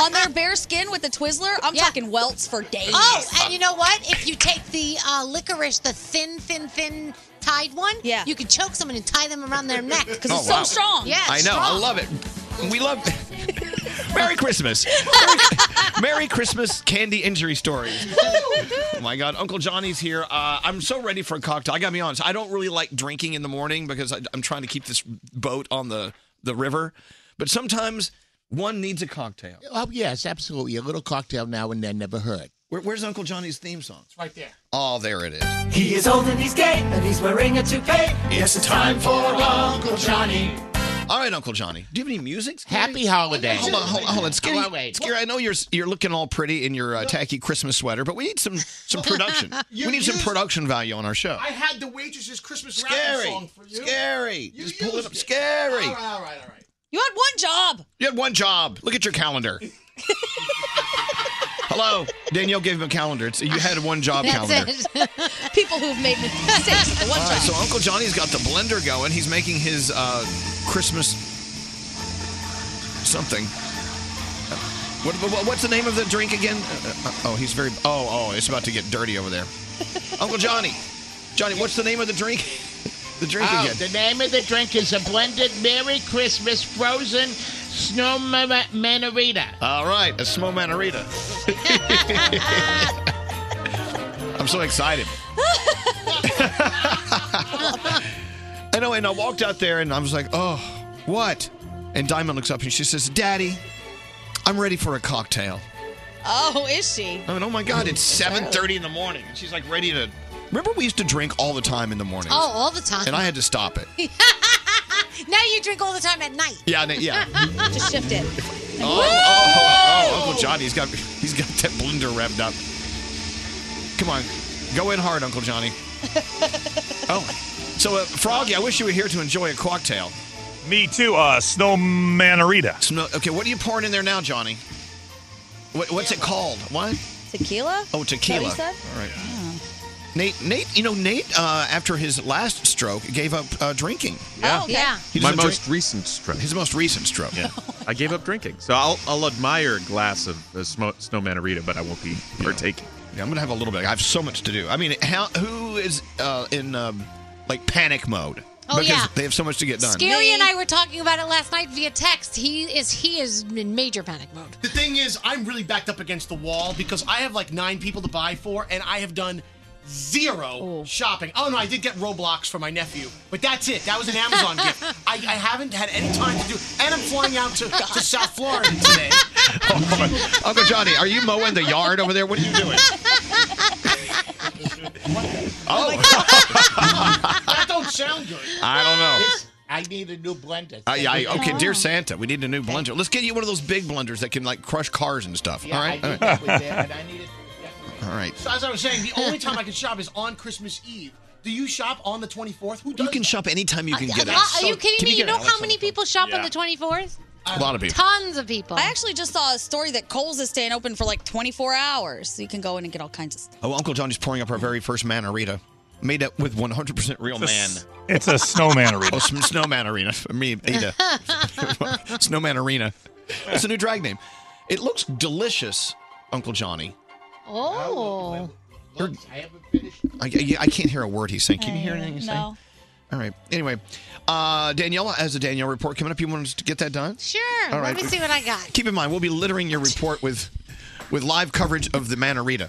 S1: on their bare skin with a Twizzler, I'm talking welts for days.
S31: Oh, and you know what? If you take the uh, licorice, the thin, thin, thin tied one, yeah. you could choke someone and tie them around their neck because
S2: Oh,
S31: it's
S2: wow.
S31: so strong. Yeah,
S2: I know. I love it. We love. Merry Christmas. Merry, Merry Christmas candy injury stories. oh my God, Uncle Johnny's here. Uh, I'm so ready for a cocktail. I gotta be honest. I don't really like drinking in the morning because I, I'm trying to keep this boat on the the river. But sometimes one needs a cocktail.
S33: Oh, yes, absolutely. A little cocktail now and then never hurt.
S2: Where, where's Uncle Johnny's theme song? It's
S33: right there.
S2: Oh, there it is.
S33: He is old and he's gay,
S2: and he's wearing a toupee.
S33: It's time for Uncle Johnny.
S2: All right, Uncle Johnny. Do you have any music?
S33: Happy holidays.
S2: Hold on, hold on, hold on. Scary,
S33: Oh, wait.
S2: Scary, I know you're you're looking all pretty in your uh, tacky Christmas sweater, but we need some some production. we
S8: You
S2: need some
S8: used-
S2: production value on our show.
S8: I had the waitress's Christmas
S2: Scary.
S8: rap song for you.
S2: Scary.
S8: You
S2: Just pull it
S8: used
S2: up. Scary.
S8: All right, all right, all right.
S1: You had one job.
S2: You had one job. Look at your calendar. Hello, Danielle gave him a calendar. It's, you had one job calendar.
S1: it. People who've made mistakes for one
S2: All right,
S1: job.
S2: so Uncle Johnny's got the blender going. He's making his uh, Christmas something. Uh, What, what, what's the name of the drink again? Uh, uh, oh, he's very. Oh, oh, it's about to get dirty over there. Uncle Johnny, Johnny, what's the name of the drink? The drink
S33: oh,
S2: again.
S33: The name of the drink is a blended Merry Christmas frozen snow ma- ma- manarita.
S2: All right, a small manarita. I'm so excited. I know, and I walked out there and I was like, oh, what? And Diamond looks up and she says, Daddy, I'm ready for a cocktail.
S1: Oh, is she?
S2: I mean, oh my God, it's 7.30 in the morning. And she's like ready to... Remember we used to drink all the time in the morning.
S17: Oh, all the time.
S2: And I had to stop it.
S17: now you drink all the time at night.
S2: Yeah, and it- yeah.
S17: Just shift it.
S2: Oh, oh, oh, Uncle Johnny's got he's got that blender revved up. Come on, go in hard, Uncle Johnny. oh, so uh, Froggy, I wish you were here to enjoy a cocktail.
S26: Me too, uh, Snowmanarita.
S2: Snow, okay, what are you pouring in there now, Johnny? What, what's it called? What?
S1: Tequila?
S2: Oh, tequila.
S1: Is that what you Oh,
S2: All right. Nate, Nate, you know Nate uh, after his last stroke gave up uh, drinking.
S1: Yeah. Oh, yeah.
S2: He
S14: My
S2: doesn't
S14: most
S2: drink-
S14: recent stroke.
S2: His most recent stroke.
S14: Yeah. I gave up drinking. So I'll, I'll admire a glass of uh, snow manarita, but I won't be partaking.
S2: Yeah, I'm gonna have a little bit. I have so much to do. I mean, how, who is uh, in um, like panic mode
S17: Oh,
S2: because
S17: yeah.
S2: they have so much to get done?
S17: Scary and I were talking about it last night via text. He is he is in major panic mode.
S8: The thing is, I'm really backed up against the wall because I have like nine people to buy for, and I have done zero shopping. Oh no, I did get Roblox for my nephew, but that's it. That was an Amazon gift. I, I haven't had any time to do, and I'm flying out to, to South Florida today.
S2: Uncle Johnny, are you mowing the yard over there? What are you doing?
S8: that don't sound good.
S2: I don't know.
S33: I need a new blender.
S2: I, I, okay, dear Santa, we need a new blender. Let's get you one of those big blenders that can like crush cars and stuff.
S33: Yeah,
S2: All
S33: I
S2: right,
S33: did
S2: All
S33: that
S2: right.
S33: with that,
S8: I needed.
S2: All right.
S8: So as I was saying, the only time I can shop is on Christmas Eve. Do you shop on the 24th? Who does
S2: You can shop anytime you can get it.
S17: Uh, are you kidding me? You know how many people shop on
S2: Yeah.
S17: the 24th?
S2: A lot of people.
S17: Tons of people.
S1: I actually just saw a story that Kohl's is staying open for like 24 hours. So you can go in and get all kinds of stuff.
S2: Oh, Uncle Johnny's pouring up our very first manarita, made up with 100% real man.
S26: It's a snowman arena.
S2: Oh, some snowman arena. Me, Ida. snowman arena. It's a new drag name. It looks delicious, Uncle Johnny.
S17: Oh.
S2: I, I, I can't hear a word he's saying. Can you hear anything he's saying?
S17: Uh, No.
S2: All right. Anyway, uh, Danielle has a Danielle report coming up. You want us to get that done?
S17: Sure.
S2: All right.
S17: Let me see what I got.
S2: Keep in mind, we'll be littering your report with with live coverage of the Manarita.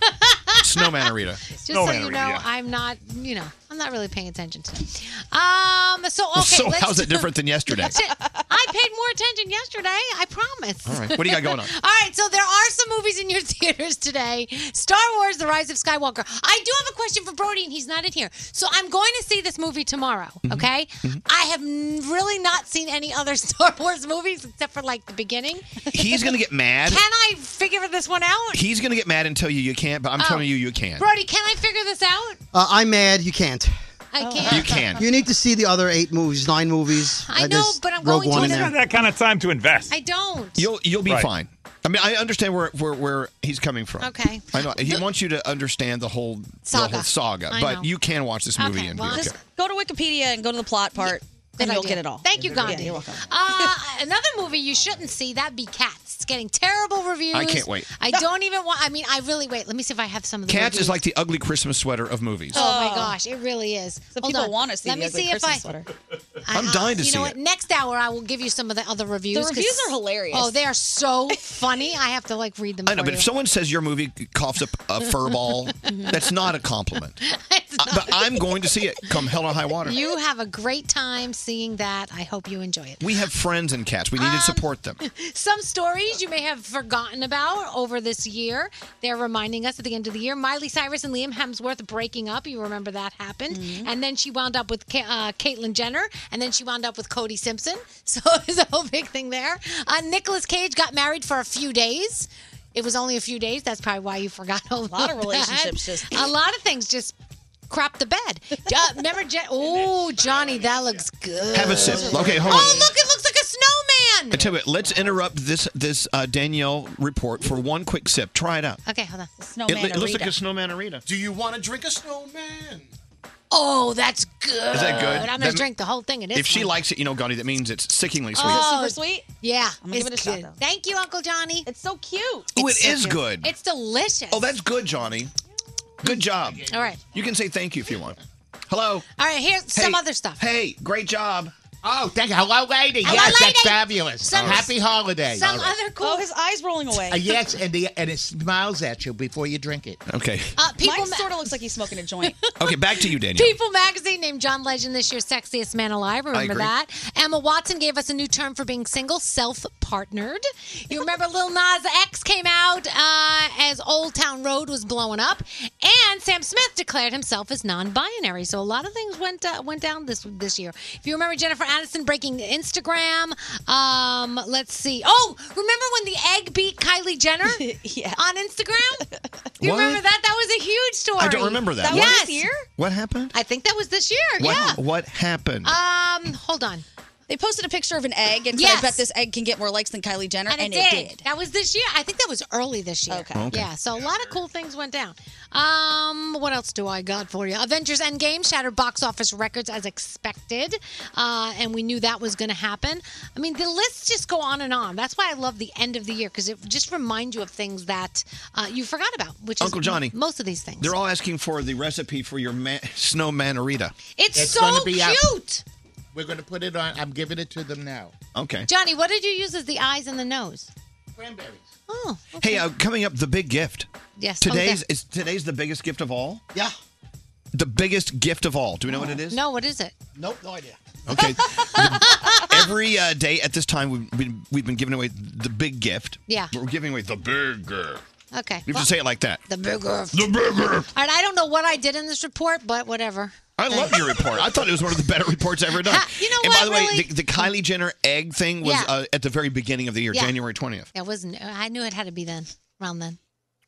S2: Snowmanarita.
S17: Just so you know, I'm not, you know, I'm not really paying attention to it. Um, so okay,
S2: so
S17: let's
S2: how's it different than yesterday?
S17: That's it. I paid more attention yesterday. I promise.
S2: All right. What do you got going on?
S17: All right. So there are some movies in your theaters today. Star Wars: The Rise of Skywalker. I do have a question for Brody, and he's not in here. So I'm going to see this movie tomorrow.
S2: Mm-hmm.
S17: Okay. I have n- really not seen any other Star Wars movies except for like the beginning.
S2: He's gonna get mad.
S17: Can I figure this one out?
S2: He's gonna get mad and tell you you can't, but I'm
S17: Oh.
S2: telling you you can.
S17: Brody, can I figure this out?
S20: Uh, I'm mad. You can't.
S17: I can't.
S2: You can.
S20: You need to see the other eight movies, nine movies.
S17: I
S20: Uh,
S17: know,
S20: there's
S17: but I'm going
S20: Rogue
S17: to
S20: One in
S17: another-
S20: there.
S26: That kind of time to invest.
S17: I don't.
S2: You'll you'll be
S26: Right.
S2: fine. I mean, I understand where where, where he's coming from.
S17: Okay.
S2: I know he wants you to understand the whole
S1: Saga.
S2: the whole saga,
S1: I
S2: but
S1: know.
S2: you can watch this movie and be okay.
S1: Just go to Wikipedia and go to the plot part, and you'll get it all.
S17: Thank you, Gandhi.
S1: Yeah, you're welcome.
S17: Uh, another movie you shouldn't see. That'd be Cats. It's getting terrible reviews.
S2: I can't wait.
S17: I don't even want. I mean, I really wait. Let me see if I have some of the
S2: Cats is
S17: reviews.
S2: like the ugly Christmas sweater of movies.
S17: Oh my gosh, it really is.
S1: So
S17: Hold
S1: people
S17: on.
S1: want to see
S17: Let
S1: the
S17: me
S1: ugly
S17: see
S1: Christmas
S17: if I.
S1: sweater.
S2: I'm dying to
S17: uh, you
S2: see
S17: know
S2: it.
S17: what? Next hour, I will give you some of the other reviews. 'cause-
S1: reviews are hilarious.
S17: Oh, they are so funny. I have to like read them.
S2: I know,
S17: for
S2: but
S17: you.
S2: if someone says your movie coughs up a fur ball, that's not a compliment.
S17: It's
S2: but I'm going to see it come hell or high water.
S17: You have a great time seeing that. I hope you enjoy it.
S2: We have friends in cats. We need
S17: Um,
S2: to support them.
S17: Some stories you may have forgotten about over this year. They're reminding us at the end of the year. Miley Cyrus and Liam Hemsworth breaking up. You remember that happened.
S1: Mm-hmm.
S17: And then she wound up with Ka- uh, Caitlyn Jenner. And then she wound up with Cody Simpson. So there's a whole big thing there. Uh, Nicholas Cage got married for a few days. It was only a few days. That's probably why you forgot a lot,
S1: of relationships just-
S17: a lot of things just crap the bed. Uh, remember, Je- oh Johnny, that looks good.
S2: Have a sip. Okay, hold on.
S17: Oh look, it looks like a snowman.
S2: I tell you what, let's interrupt this this uh, Danielle report for one quick sip. Try it out.
S17: Okay, hold on.
S2: Snowman It- it looks like Arita. a snowman arena.
S8: Do you want to drink a snowman?
S17: Oh, that's good.
S2: Is that good?
S17: I'm gonna
S2: That-
S17: drink the whole thing. It is.
S2: If she
S17: fun.
S2: likes it, you know, Gotti, that means it's sickeningly sweet.
S17: Oh,
S1: sweet.
S17: Yeah,
S1: I'm gonna give
S17: it's
S1: it a shot,
S17: good.
S1: though.
S17: Thank you, Uncle Johnny.
S1: It's so cute.
S2: Oh, it is good.
S17: It's delicious.
S2: Oh, that's good, Johnny. Good job.
S17: All right.
S2: You can say thank you if you want. Hello.
S17: All right, here's some
S2: Hey.
S17: other stuff.
S2: Hey, great job.
S33: Oh, thank you. Hello, lady.
S1: Hello,
S33: yes, that's
S1: lady.
S33: fabulous.
S1: Some-
S33: Happy holidays. All right.
S17: other
S1: cool. Oh, his eyes rolling away.
S33: Uh, yes, and the and it smiles at you before you drink it.
S2: Okay.
S17: Uh, people
S1: Mine sort of looks like he's smoking a joint.
S2: Okay, back to you, Danielle.
S17: People magazine named John Legend this year's sexiest man alive. Remember
S2: agree.
S17: that? Emma Watson gave us a new term for being single, self partnered. You remember Lil Nas X came out uh, as Old Town Road was blowing up, and Sam Smith declared himself as non binary. So a lot of things went uh, went down this this year. If you remember Jennifer Aniston breaking Instagram, um, let's see. Oh, remember when the egg beat Kylie Jenner on Instagram? You
S2: What?
S17: remember that? That was a huge story.
S2: I don't remember that. What?
S17: yes.
S2: What happened?
S17: I think that was this year.
S2: What,
S17: yeah.
S2: what happened?
S17: Um, hold on.
S1: They posted a picture of an egg and
S17: Yes.
S1: said, I bet this egg can get more likes than Kylie Jenner. And,
S17: And it, did. That was this year. I think that was early this year.
S1: Okay. Okay.
S17: Yeah. So a lot of cool things went down. Um, what else do I got for you? Avengers Endgame shattered box office records as expected, uh, and we knew that was going to happen. I mean, the lists just go on and on. That's why I love the end of the year because it just reminds you of things that uh, you forgot about, which
S2: Uncle
S17: is
S2: Johnny.
S17: m- most of these things.
S2: They're all asking for the recipe for your ma- snowmanorita.
S17: It's,
S33: It's
S17: so
S33: gonna be out.
S17: cute,
S33: We're going to put it on. I'm giving it to them now.
S2: Okay.
S17: Johnny. What did you use as the eyes and the nose?
S33: Cranberries.
S17: Oh.
S2: Hey, uh, coming up, the big gift.
S17: Yes. oh,
S2: Today's
S17: yeah.
S2: is today's the biggest gift of all.
S17: Yeah.
S2: The biggest gift of all. Do we know what it is?
S17: No, what is it?
S20: Nope, no idea.
S2: Okay. Every uh, day at this time, we've been, we've been giving away the big gift.
S17: Yeah.
S2: We're giving away the big gift.
S17: Okay.
S2: You have
S17: Well-
S2: to say it like that.
S17: The big gift.
S2: The big gift.
S17: All right, I don't know what I did in this report, but whatever.
S2: I love your report. I thought it was one of the better reports ever done.
S17: you know
S2: and by
S17: what,
S2: the way, the, the Kylie Jenner egg thing was
S17: Yeah.
S2: uh, at the very beginning of the year,
S17: Yeah.
S2: January 20th,
S17: That wasn't. I knew it had to be then, around then.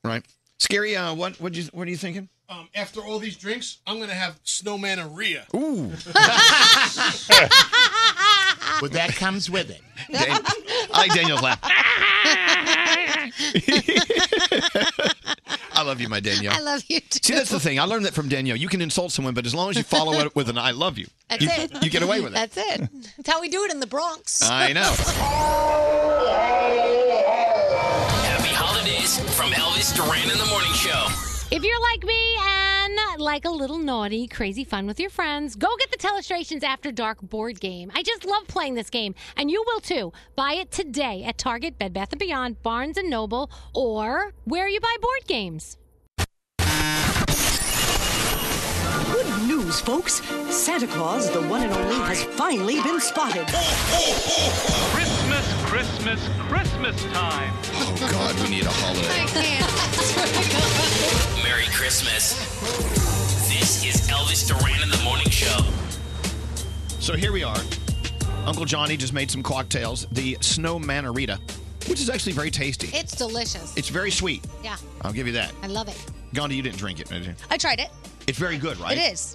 S2: right? Scary, uh, what what you what are you thinking?
S8: Um, after all these drinks, I'm gonna have snowman Rhea.
S2: Ooh.
S33: Well, that comes with it.
S2: Dan- I like Daniel's laugh. I love you, my Danielle.
S17: I love you too.
S2: See, that's the thing. I learned that from Danielle. You can insult someone, but as long as you follow it with an "I love you,"
S17: That's
S2: you,
S17: it.
S2: you get away with it.
S17: That's it. That's how we do it in the Bronx.
S2: I know.
S4: Happy holidays from Elvis Duran in the Morning Show.
S10: If you're like me and like a little naughty, crazy fun with your friends, go get the Telestrations After Dark board game. I just love playing this game, and you will too. Buy it today at Target, Bed Bath & Beyond, Barnes & Noble, or where you buy board games.
S12: Good news, folks. Santa Claus, the one and only, has finally been spotted.
S3: Christmas, Christmas, Christmas time.
S2: Oh God, we need a holiday.
S4: Merry Christmas. This is Elvis Duran in the Morning Show.
S2: So here we are. Uncle Johnny just made some cocktails. The Snow Manarita, which is actually very tasty.
S17: It's delicious.
S2: It's very sweet.
S17: Yeah,
S2: I'll give you that.
S17: I love it.
S2: Gandhi, you didn't drink it, did you?
S1: I tried it.
S2: It's very good, right?
S1: It is.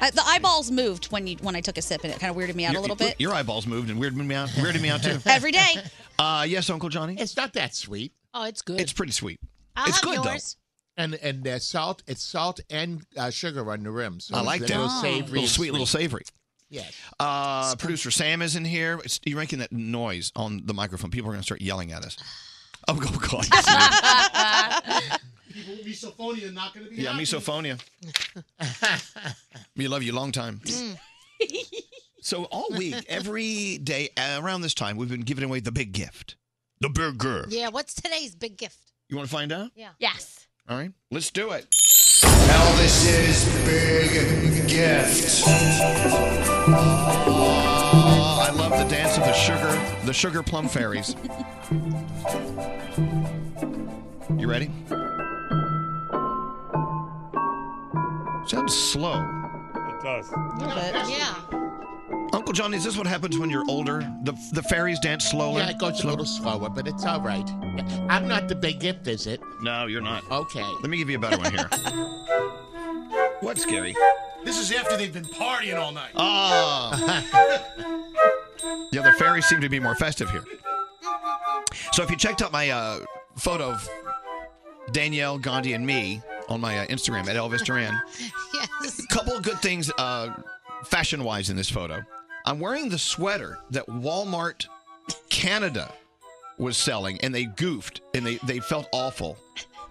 S1: I, the eyeballs moved when you when I took a sip, and it kind of weirded me out
S2: Your-
S1: a little bit.
S2: Your eyeballs moved and weirded me out. Weirded me out too.
S1: Every day.
S2: Uh, yes, Uncle Johnny.
S33: It's not that sweet.
S17: Oh, it's good.
S2: It's pretty sweet.
S17: I'll
S33: it's
S17: have
S33: good
S17: yours.
S33: though. And and uh, salt. It's salt and uh, sugar on the rim. So
S2: I
S33: it's
S2: like
S33: a
S2: that.
S33: Little savory,
S2: little
S33: and
S2: sweet, little savory.
S33: Yes.
S2: Uh, producer Sam is in here. It's- You're making that noise on the microphone. People are going to start yelling at us. Oh, go- God.
S8: People with misophonia are not gonna be.
S2: yeah,
S8: happy.
S2: misophonia. We love you long time.
S33: Mm.
S2: So all week, every day around this time, we've been giving away the big gift. The big gift.
S17: Yeah. What's today's big gift?
S2: You want to find out?
S17: Yeah.
S10: Yes.
S2: All right, let's do it.
S9: Elvis's big gift.
S2: Oh, I love the dance of the sugar, the sugar plum fairies. you ready? Sounds slow.
S26: It does.
S17: Yeah.
S2: Uncle John, is this what happens when you're older? The the fairies dance slower.
S33: Yeah, it goes a little slower, but it's all right. I'm not the big gift, is it?
S2: No, you're not.
S33: Okay.
S2: Let me give you a better one here. What's Gary?
S8: This is after they've been partying all night.
S2: Oh. yeah, the fairies seem to be more festive here. So if you checked out my uh, photo of Danielle, Gandhi, and me on my uh, Instagram at Elvis Duran,
S17: yes.
S2: a couple of good things uh, fashion wise in this photo. I'm wearing the sweater that Walmart Canada was selling, and they goofed and they, they felt awful.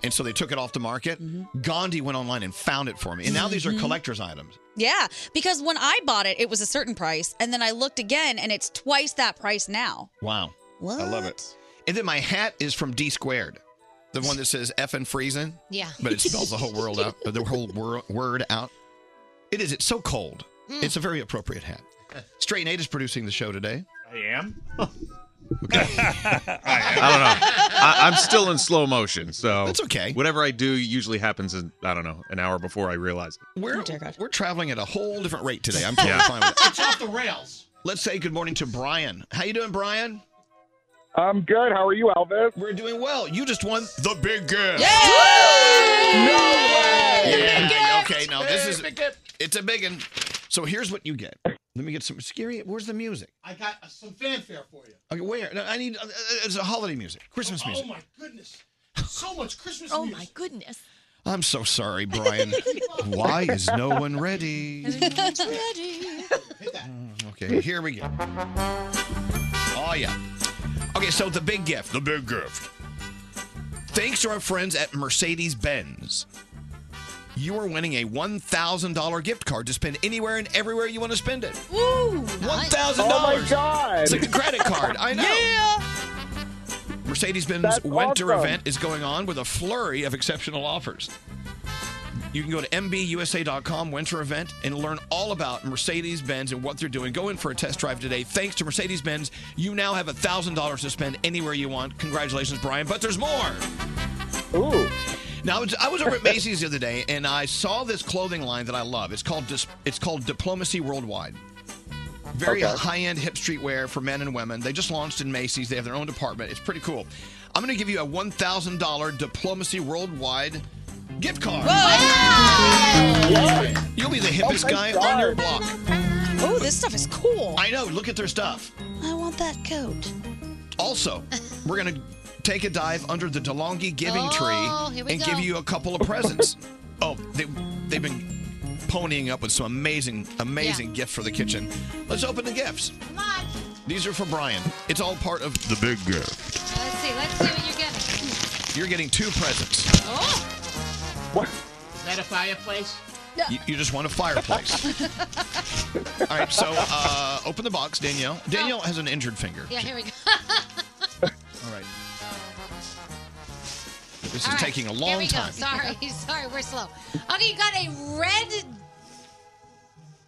S2: And so they took it off the market. Gandhi went online and found it for me. And now these are
S1: Mhm.
S2: collector's items.
S1: Yeah, because when I bought it, it was a certain price, and then I looked again, and it's twice that price now.
S2: Wow. I love it. And then my hat is from D squared, the one that says F and freezing.
S17: Yeah.
S2: But it spells the whole world out, the whole wor- word out. It is. It's so cold.
S17: Mm.
S2: It's a very appropriate hat. Straight Nate is producing the show today.
S26: I am.
S14: I don't know. I, I'm still in slow motion, so
S2: That's okay.
S14: Whatever I do usually happens in I don't know an hour before I realize it.
S2: We're we're traveling at a whole different rate today. I'm totally fine with it.
S8: It's off the rails.
S2: Let's say good morning to Brian. How you doing, Brian?
S15: I'm good. How are you, Elvis?
S2: We're doing well. You just won the big gift.
S15: No way!
S2: Yeah,
S15: Big
S2: Okay. Now this
S15: Hey,
S2: is it's a big one. So here's what you get. Let me get some scary. Where's the music?
S8: I got uh, some fanfare for you.
S2: Okay, where? No, I need uh, uh, it's a holiday music, Christmas
S8: Oh
S2: music.
S8: my goodness. So much Christmas
S16: Oh
S8: music.
S16: my goodness.
S2: I'm so sorry, Brian. Why is no one ready? Okay, here we go. Oh yeah. Okay, so the big gift. The big gift. Thanks to our friends at Mercedes Benz, you are winning a one thousand dollar gift card to spend anywhere and everywhere you want to spend it.
S15: Woo!
S2: One thousand dollars.
S15: Oh my god!
S2: It's like a credit card. I know.
S15: Yeah.
S2: Mercedes Benz
S15: That's
S2: Winter
S15: awesome.
S2: event is going on with a flurry of exceptional offers. You can go to MBUSA.com winter event and learn all about Mercedes Benz and what they're doing. Go in for a test drive today. Thanks to Mercedes Benz, you now have $1,000 to spend anywhere you want. Congratulations, Brian. But there's more.
S15: Ooh.
S2: Now, I was, I was over at Macy's the other day and I saw this clothing line that I love. It's called, Dis- it's called Diplomacy Worldwide. Very
S15: Okay.
S2: high end hip street wear for men and women. They just launched in Macy's. They have their own department. It's pretty cool. I'm going to give you a $1,000 Diplomacy Worldwide gift card. You'll be the hippest
S15: Oh,
S2: guy
S15: my
S2: on
S15: God.
S2: your block.
S1: Oh, this stuff is cool.
S2: I know. Look at their stuff.
S1: I want that coat.
S2: Also, we're going to take a dive under the DeLonghi giving
S1: Oh,
S2: tree
S1: here we
S2: and
S1: go.
S2: give you a couple of presents. oh, they, they've been ponying up with some amazing, amazing gift for the kitchen. Let's open the gifts. Come on. These are for Brian. It's all part of the big gift.
S17: Let's see. Let's see what you're getting.
S2: You're getting two presents.
S17: Oh.
S33: Is that a fireplace?
S2: You, you just want a fireplace. all right, so uh, open the box, Danielle.
S17: Oh.
S2: Danielle has an injured finger.
S17: Yeah. Here we go.
S2: All right. This is
S17: Oh. All right,
S2: taking a long
S17: Here we
S2: time.
S17: Go. Sorry, sorry, we're slow. Okay, you got a red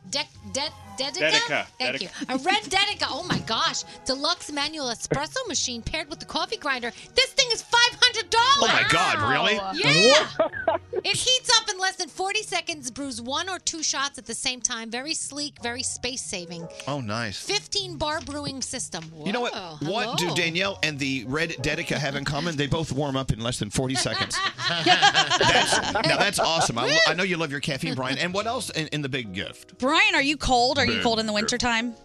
S17: de- de- dedica?
S26: Dedica,
S17: Thank
S26: dedica.
S17: you. A red dedica. Oh my gosh, deluxe manual espresso machine paired with the coffee grinder. This thing is five hundred dollars.
S2: Oh my God, really?
S17: Yeah. It heats up in less than 40 seconds, brews one or two shots at the same time. Very sleek, very space saving.
S2: Oh, nice.
S17: 15 bar brewing system.
S2: You know what?
S17: Whoa,
S2: What do
S17: hello.
S2: Danielle and the red Dedica have in common? They both warm up in less than 40 seconds. that's, now, that's awesome. I, I know you love your caffeine, Brian. And what else in, in the big gift?
S1: Brian, are you cold? Are you
S2: Big
S1: cold in the wintertime?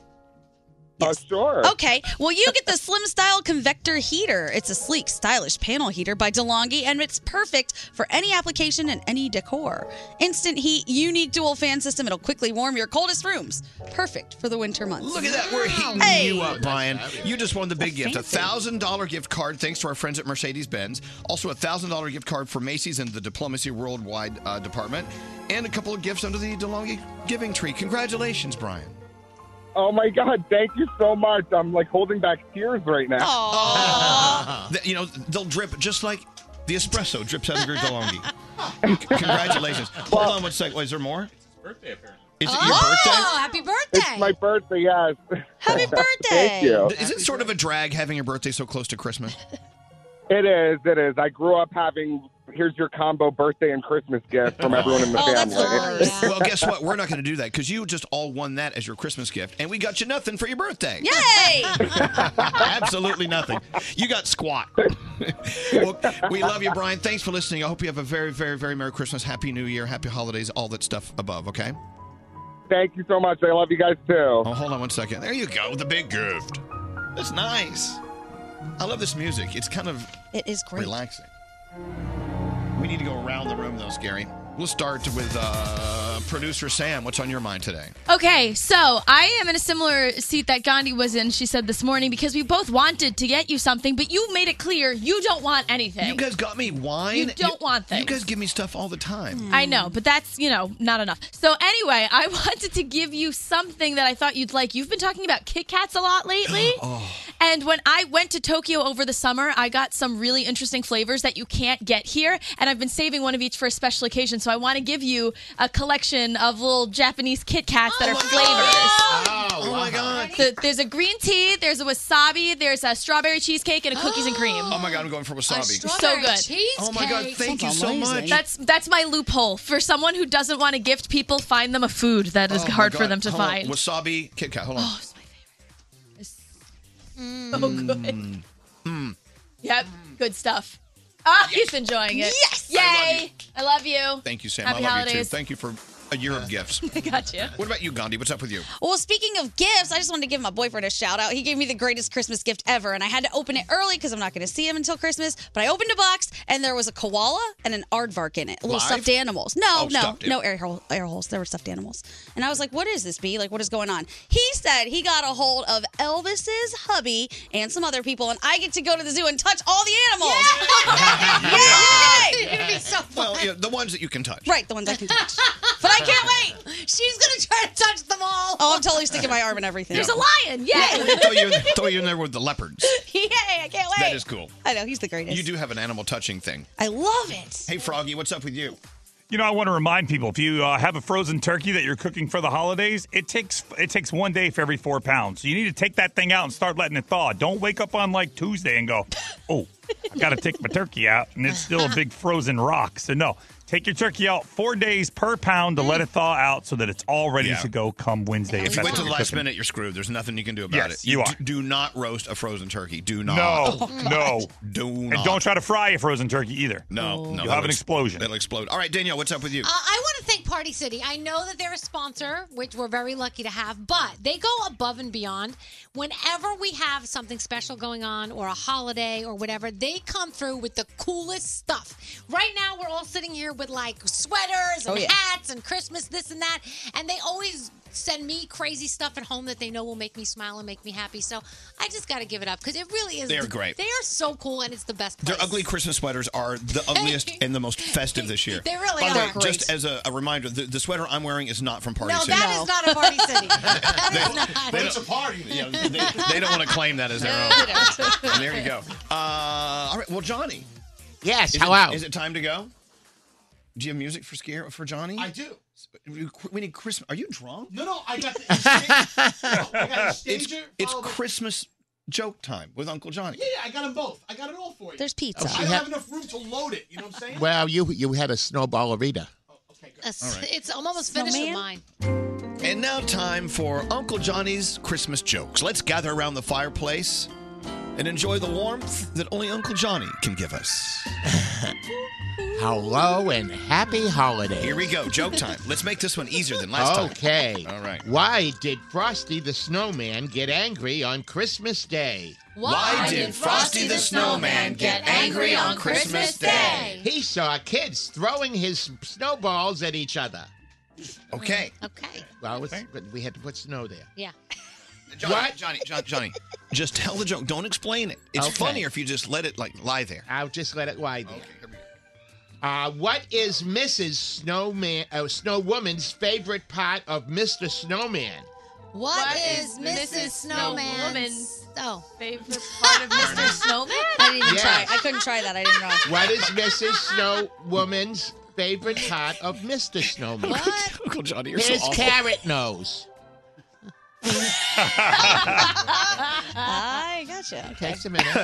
S15: Oh, sure.
S1: Okay, well, you get the Slim Style Convector Heater. It's a sleek, stylish panel heater by DeLonghi, and it's perfect for any application and any decor. Instant heat, unique dual fan system. It'll quickly warm your coldest rooms. Perfect for the winter months.
S2: Look at that. We're heating
S1: Hey.
S2: you up, Brian. You just won the big gift a
S1: fancy.
S2: $1,000 gift card thanks to our friends at Mercedes Benz. Also, a $1,000 gift card for Macy's and the Diplomacy Worldwide uh, Department. And a couple of gifts under the DeLonghi Giving Tree. Congratulations, Brian.
S15: Oh my god! Thank you so much. I'm like holding back tears right now.
S2: Th- you know, they'll drip just like the espresso drips out of your DeLonghi. Congratulations. Hold on one sec. Wait, is there more?
S25: Birthday apparently.
S2: Is it your
S1: Oh,
S2: birthday?
S1: happy
S15: It's
S1: birthday!
S15: my birthday, yes.
S1: Happy birthday!
S15: Thank you.
S2: Is it sort of a drag having your birthday so close to Christmas?
S15: It is. It is. I grew up having here's your combo birthday and Christmas gift from everyone in the
S1: Oh,
S14: Oh,
S15: family.
S2: well, guess what? We're not going to do that because you just all won that as your Christmas gift, and we got you nothing for your birthday.
S1: Yay!
S2: Absolutely nothing. You got squat. well, we love you, Brian. Thanks for listening. I hope you have a very, very, very Merry Christmas, Happy New Year, Happy Holidays, all that stuff above, okay?
S15: Thank you so much. I love you guys too. Oh,
S2: hold on one second. There you go, the big gift. That's nice. I love this music. It's kind of
S1: it is great.
S2: relaxing. We need to go around the room, though, Scary. We'll start with uh, producer Sam. What's on your mind today?
S16: Okay, so I am in a similar seat that Gandhi was in, she said this morning, because we both wanted to get you something, but you made it clear you don't want anything.
S2: You guys got me wine.
S16: You don't want
S2: You
S16: things. Hmm.
S2: guys give me stuff all the time.
S16: I know, but that's, you know, not enough. So anyway, I wanted to give you something that I thought you'd like. You've been talking about Kit Kats a lot lately.
S2: Oh,
S16: And when I went to Tokyo over the summer, I got some really interesting flavors that you can't get here. And I've been saving one of each for a special occasion. So I want to give you a collection of little Japanese Kit Kats that are flavors.
S2: Oh, my God.
S16: So there's a green tea, there's a wasabi, there's a strawberry cheesecake, and a cookies and cream.
S2: Oh my god, I'm going for wasabi.
S16: So good.
S2: Oh my god, thank you so much.
S16: That's that's my loophole. For someone who doesn't want to gift people, find them a food that is
S2: Oh my
S16: hard for
S2: God,
S16: them to
S2: hold on.
S16: find.
S2: Wasabi Kit Kat. Hold on.
S16: Oh, So good.
S2: Mm.
S16: Yep, good stuff. Ah, he's enjoying it. Yes. Yay! I love you.
S2: Thank you, Sam.
S16: Happy
S2: I love you
S16: holidays.
S2: too. Thank you for a year of gifts.
S16: I got you.
S2: What about you, Gandhi? What's up with you?
S1: Well, speaking of gifts, I just wanted to give my boyfriend a shout out. He gave me the greatest Christmas gift ever, and I had to open it early because I'm not going to see him until Christmas. But I opened a box, and there was a koala and an aardvark in it, little Live? stuffed animals. No, Oh, no, stuffed no animals. air, hole, air holes. There were stuffed animals. And I was like, what is this, B? Like, what is going on? He said he got a hold of Elvis's hubby and some other people, and I get to go to the zoo and touch all the animals. Yay!
S2: It'd be so Well, yeah, the ones that you can touch.
S1: Right, the ones I can touch. But I can't wait. She's going to try to touch them all. Oh, I'm totally sticking my arm in everything.
S2: There's a
S1: lion. Yay.
S2: throw, you in, throw you in there with the leopards.
S1: Yay, I can't wait.
S2: That is cool.
S1: I know, he's the greatest.
S2: You do have an animal touching thing.
S1: I love it.
S2: Hey, Froggy, what's up with you?
S25: You know, I want to remind people if you uh, have a frozen turkey that you're cooking for the holidays, it takes it takes one day for every four pounds. So you need to take that thing out and start letting it thaw. Don't wake up on like Tuesday and go, oh, I got to take my turkey out, and it's still a big frozen rock. So no, take your turkey out four days per pound to let it thaw out so that it's all ready
S2: Yeah.
S25: to go come Wednesday.
S2: If you
S25: that's
S2: wait
S25: what
S2: till the
S25: you're
S2: last
S25: cooking.
S2: minute, you're screwed. There's nothing you can do about
S25: Yes,
S2: it.
S25: you
S2: d-
S25: are.
S2: Do, not roast a frozen turkey. Do not. Oh,
S25: No, no,
S2: do not.
S25: and don't try to fry a frozen turkey either.
S17: Oh.
S2: No, no,
S25: you'll have an
S2: that'll ex-
S25: explosion.
S2: It'll explode. All right, Danielle, what's up with you?
S17: Uh, I want to thank Party City. I know that they're a sponsor, which we're very lucky to have, but they go above and beyond. Whenever we have something special going on or a holiday or whatever, they come through with the coolest stuff. Right now, we're all sitting here with like sweaters and
S18: Oh, yeah.
S17: hats and Christmas this and that, and they always send me crazy stuff at home that they know will make me smile and make me happy. So I just got to give it up because it really is.
S2: They're great.
S17: They are so cool, and it's the best.
S2: Their ugly Christmas sweaters are the ugliest and the most festive this year.
S17: They really
S2: By the
S17: are.
S2: way, just as a, a reminder, the, the sweater I'm wearing is not from Party
S17: no,
S2: City.
S17: that is not a Party City.
S2: They
S17: But
S2: don't-
S17: it's a
S8: party.
S2: Yeah, they, they don't want to claim that as their
S17: No,
S2: own.
S17: they don't.
S2: And there you go. Uh, all right. Well, Johnny.
S33: Yes.
S2: Is
S33: hello.
S2: It, is it time to go? Do you have music for scare for Johnny? I do. We need Christmas. Are you drunk?
S8: No, no, I got the.
S2: it's,
S8: Danger,
S2: it's
S8: follow the-
S2: Christmas joke time with Uncle Johnny.
S8: Yeah, yeah, I got them both. I got it all for you.
S1: There's
S33: pizza.
S8: I don't
S33: Yeah.
S8: have enough room to load it. You know what I'm saying?
S33: Well, you you had a snowballerita.
S17: It's I'm almost finished with mine.
S2: And now, time for Uncle Johnny's Christmas jokes. Let's gather around the fireplace and enjoy the warmth that only Uncle Johnny can give us.
S33: Hello and happy holidays.
S2: Here we go, joke time. Let's make this one easier than last time.
S33: Okay.
S2: All right.
S33: Why did Frosty the Snowman get angry on Christmas Day?
S2: Why Why did did Frosty Frosty the the Snowman Snowman get get angry angry on on Christmas Christmas Day?
S33: He saw kids throwing his snowballs at each other.
S2: Okay.
S17: Okay.
S33: Well, it's, but we had to put snow there.
S17: Yeah.
S2: Johnny, Johnny, Johnny, Johnny, just tell the joke. Don't explain it. It's
S33: Okay.
S2: funnier if you just let it like lie there.
S33: I'll just let it lie there. Okay, here we go. Uh, what is Mrs. Snowman, uh, Snow Woman's favorite part of Mr. Snowman?
S17: what is Mrs. Snowman's oh. favorite part of Mr. Snowman?
S1: I didn't even
S33: Yeah.
S1: try. I couldn't try that. I didn't know.
S33: What is Mrs. Snow Woman's favorite part of Mr. Snowman. What?
S2: Uncle Johnny,
S24: you're so
S33: His
S24: awful.
S33: carrot nose.
S1: I gotcha.
S33: Takes a minute.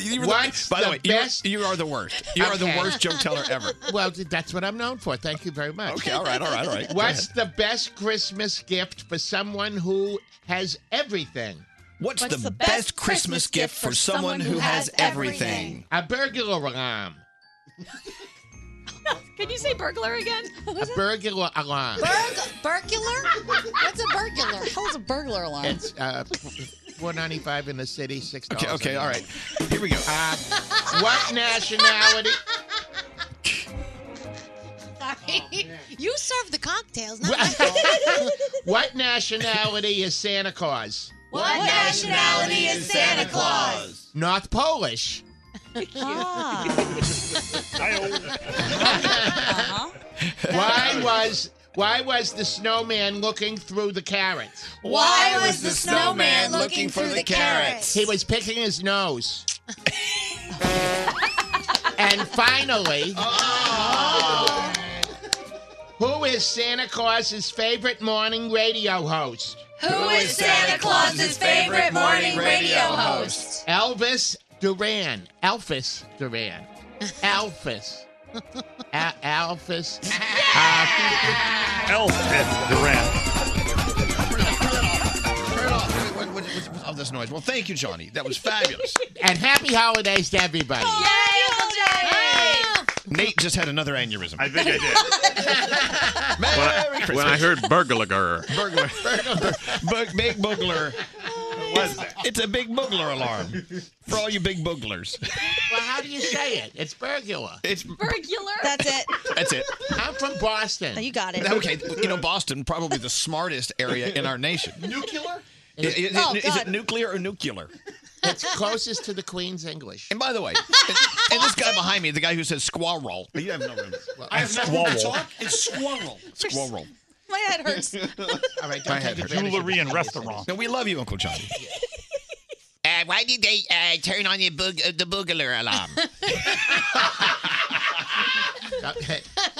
S2: You were the-
S33: What's
S2: by the,
S33: the
S2: way, you're-
S33: best-
S2: you are the worst. You are the
S33: Okay.
S2: worst joke teller ever.
S33: Well, th- that's what I'm known for. Thank you very much.
S2: Okay, all right, all right, all right. Go
S33: What's the best Christmas gift for someone who has everything?
S2: What's, the, best, Christmas gift for someone who has everything?
S33: A burglar alarm.
S16: Can you say burglar again?
S33: A burglar alarm.
S17: burglar? What's a burglar?
S1: How's a burglar alarm?
S33: It's uh, four ninety five in the city, six dollars.
S2: Okay, okay, all right.
S33: Here we go. Uh, what nationality?
S17: Sorry. you serve the cocktails, not my fault.
S33: What nationality is Santa Claus?
S17: What nationality is Santa Claus?
S33: North Polish.
S24: Ah.
S33: Why was why was the snowman looking through the carrots?
S24: Why Why was was the the snowman snowman looking looking through through the the carrots? carrots?
S33: He was picking his nose. and finally, who is Santa Claus's favorite morning radio host?
S24: Who is Santa Claus's favorite morning radio host?
S33: Elvis Duran. Elvis Duran. Elvis. Al- Alphys. Uh,
S25: Elvis Duran.
S2: What, what- what's- what's all this noise? Well, thank you, Johnny. That was fabulous.
S33: and happy holidays to everybody.
S2: Nate just had another aneurysm. I
S33: think I
S2: did. Merry
S21: When I,
S2: Christmas.
S21: when I heard burglar,
S2: burglar, burglar, bug, big boogler. It's, it's a big boogler alarm for all you big booglers.
S33: Well, how do you say it? It's burglar.
S2: It's
S1: Burglar. That's it.
S2: That's it.
S33: I'm from Boston.
S1: You got it.
S2: Okay, you know Boston, probably the smartest area in our nation.
S33: Nuclear?
S2: I- i- i- Is,
S33: Oh,
S2: it
S33: God.
S2: nuclear or nuclear?
S33: It's closest to the Queen's English.
S2: And by the way, and, and this guy behind me, the guy who says squirrel. You have no room.
S8: I have nothing to talk. It's squirrel.
S2: Squirrel.
S1: My head hurts.
S33: All right,
S2: My head hurts.
S25: Jewelry and restaurant.
S2: No, we love you, Uncle Johnny.
S24: Uh, why did they uh, turn on the, boog- uh, the boogler alarm? Uh,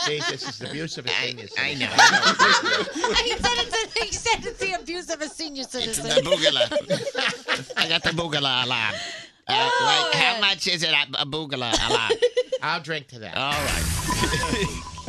S33: See, this is the abuse of a senior I,
S24: know.
S17: he, said it's a, he said it's the abuse of a senior citizen.
S24: the boogler. I got the boogler alarm. Uh, like, how much is it a, a boogler alarm?
S33: I'll drink to that.
S2: All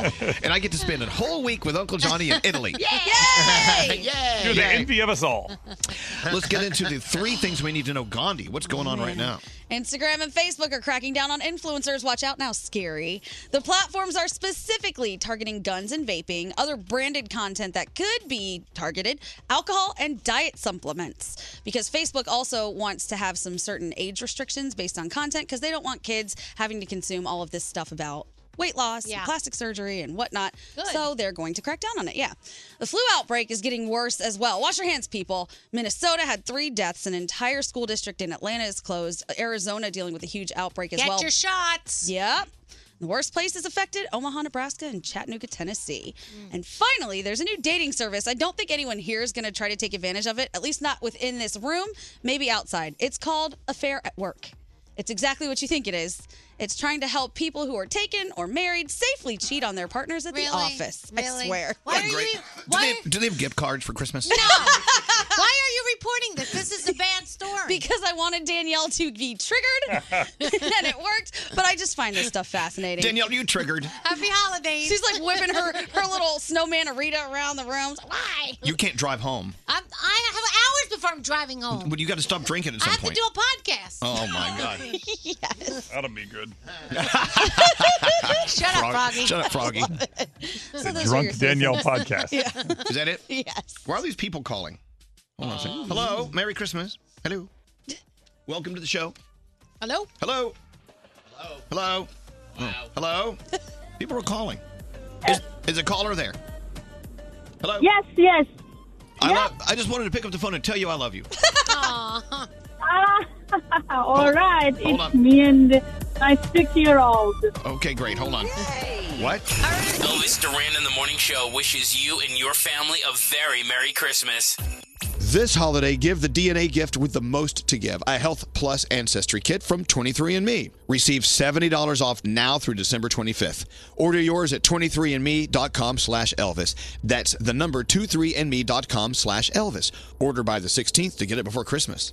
S2: right. and I get to spend a whole week with Uncle Johnny in Italy.
S24: Yay!
S25: You're the envy of us all.
S2: Let's get into the three things we need to know. Gandhi, what's going on right now?
S1: Instagram and Facebook are cracking down on influencers. Watch out now, scary. The platforms are specifically targeting guns and vaping, other branded content that could be targeted, alcohol, and diet supplements. Because Facebook also wants to have some certain age restrictions based on content because they don't want kids having to consume all of this stuff about weight loss, and
S18: Yeah.
S1: plastic surgery, and whatnot. So they're going to crack down on it. Yeah. The flu outbreak is getting worse as well. Wash your hands, people. Minnesota had three deaths. An entire school district in Atlanta is closed. Arizona dealing with a huge outbreak as
S17: Get
S1: well.
S17: your shots.
S1: Yep. The worst places affected Omaha, Nebraska, and Chattanooga, Tennessee.
S17: Mm.
S1: And finally, there's a new dating service. I don't think anyone here is going to try to take advantage of it, at least not within this room, maybe outside. It's called Affair at Work. It's exactly what you think it is. It's trying to help people who are taken or married safely cheat on their partners at the office. I
S17: Really?
S1: swear.
S17: Why are you?
S2: Do
S17: Why,
S2: they, do they have gift cards for Christmas?
S17: why are you reporting this? This is a bad story.
S1: Because I wanted Danielle to be triggered, and it worked. But I just find this stuff fascinating.
S2: Danielle, you triggered.
S1: Happy holidays. She's like whipping her, her little snowman Arita around the room. Why?
S2: You can't drive home.
S17: I'm, I have hours before I'm driving home.
S2: But you got to stop drinking at
S17: I
S2: some
S17: have
S2: point.
S17: to do a podcast.
S2: Oh, my God.
S17: yes.
S25: That'll be good.
S17: Shut up,
S2: Frog-
S17: Froggy.
S2: Shut up, Froggy.
S1: So
S25: those are Drunk your three Danielle things. podcast.
S2: Is that it?
S1: Yes.
S2: Why are these people calling? Hold on a second. Hello. Merry Christmas. Hello. Welcome to the show.
S17: Hello.
S2: Hello. Hello. Hello. Hello. People are calling. Is, is a caller there? Hello.
S5: Yes, yes.
S2: I, love, I just wanted to pick up the phone and tell you I love you.
S5: Ah, all right.
S2: hold
S5: It's
S2: on.
S5: me and my six-year-old.
S2: Okay, great. Hold on. What?
S4: Elvis Duran in the Morning Show wishes you and your family a very Merry Christmas.
S34: This holiday, give the DNA gift with the most to give a Health Plus Ancestry Kit from 23andMe. Receive $70 off now through December 25th. Order yours at 23andMe.com slash Elvis. That's the number 23andMe.com slash Elvis. Order by the 16th to get it before Christmas.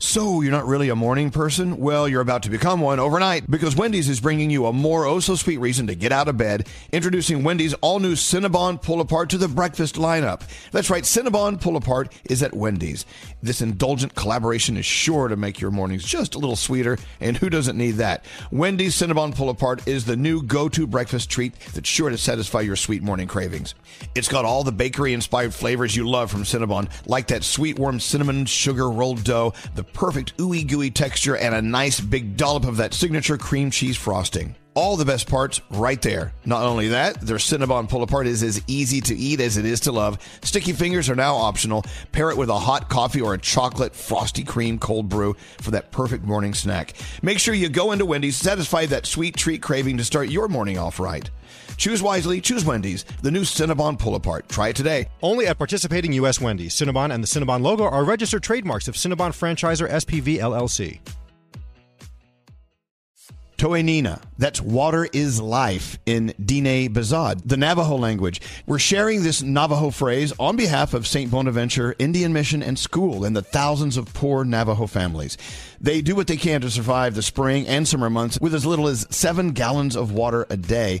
S2: So, you're not really a morning person? Well, you're about to become one overnight because Wendy's is bringing you a more oh so sweet reason to get out of bed, introducing Wendy's all new Cinnabon Pull Apart to the breakfast lineup. That's right, Cinnabon Pull Apart is at Wendy's. This indulgent collaboration is sure to make your mornings just a little sweeter, and who doesn't need that? Wendy's Cinnabon Pull Apart is the new go to breakfast treat that's sure to satisfy your sweet morning cravings. It's got all the bakery inspired flavors you love from Cinnabon, like that sweet warm cinnamon sugar rolled dough the perfect ooey gooey texture, and a nice big dollop of that signature cream cheese frosting. All the best parts right there. Not only that, their Cinnabon pull apart is as easy to eat as it is to love. Sticky fingers are now optional. Pair it with a hot coffee or a chocolate frosty cream cold brew for that perfect morning snack. Make sure you go into Wendy's, satisfy that sweet treat craving to start your morning off right. Choose wisely, choose Wendy's, the new Cinnabon pull apart. Try it today.
S35: Only at participating U.S. Wendy's. Cinnabon and the Cinnabon logo are registered trademarks of Cinnabon Franchisor SPV LLC.
S2: Toenina. That's water is life in Dine Bazad, the Navajo language. We're sharing this Navajo phrase on behalf of St. Bonaventure Indian Mission and School and the thousands of poor Navajo families. They do what they can to survive the spring and summer months with as little as seven gallons of water a day.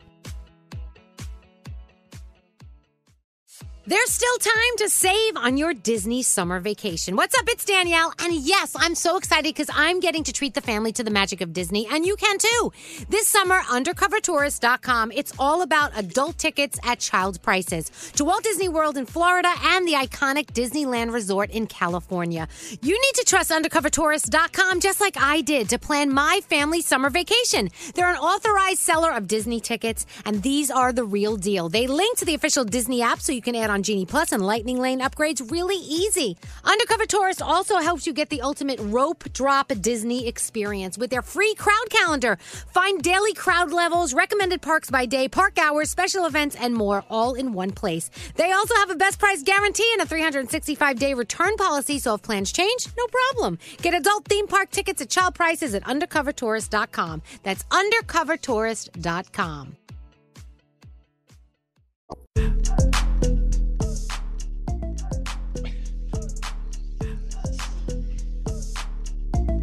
S17: There's still time to save on your Disney summer vacation. What's up? It's Danielle. And yes, I'm so excited because I'm getting to treat the family to the magic of Disney, and you can too. This summer, undercovertourist.com, it's all about adult tickets at child prices to Walt Disney World in Florida and the iconic Disneyland Resort in California. You need to trust undercovertourist.com just like I did to plan my family summer vacation. They're an authorized seller of Disney tickets, and these are the real deal. They link to the official Disney app so you can add on Genie Plus and Lightning Lane upgrades really easy. Undercover Tourist also helps you get the ultimate rope drop Disney experience with their free crowd calendar. Find daily crowd levels, recommended parks by day, park hours, special events, and more all in one place. They also have a best price guarantee and a 365 day return policy, so if plans change, no problem. Get adult theme park tickets at child prices at undercovertourist.com. That's undercovertourist.com.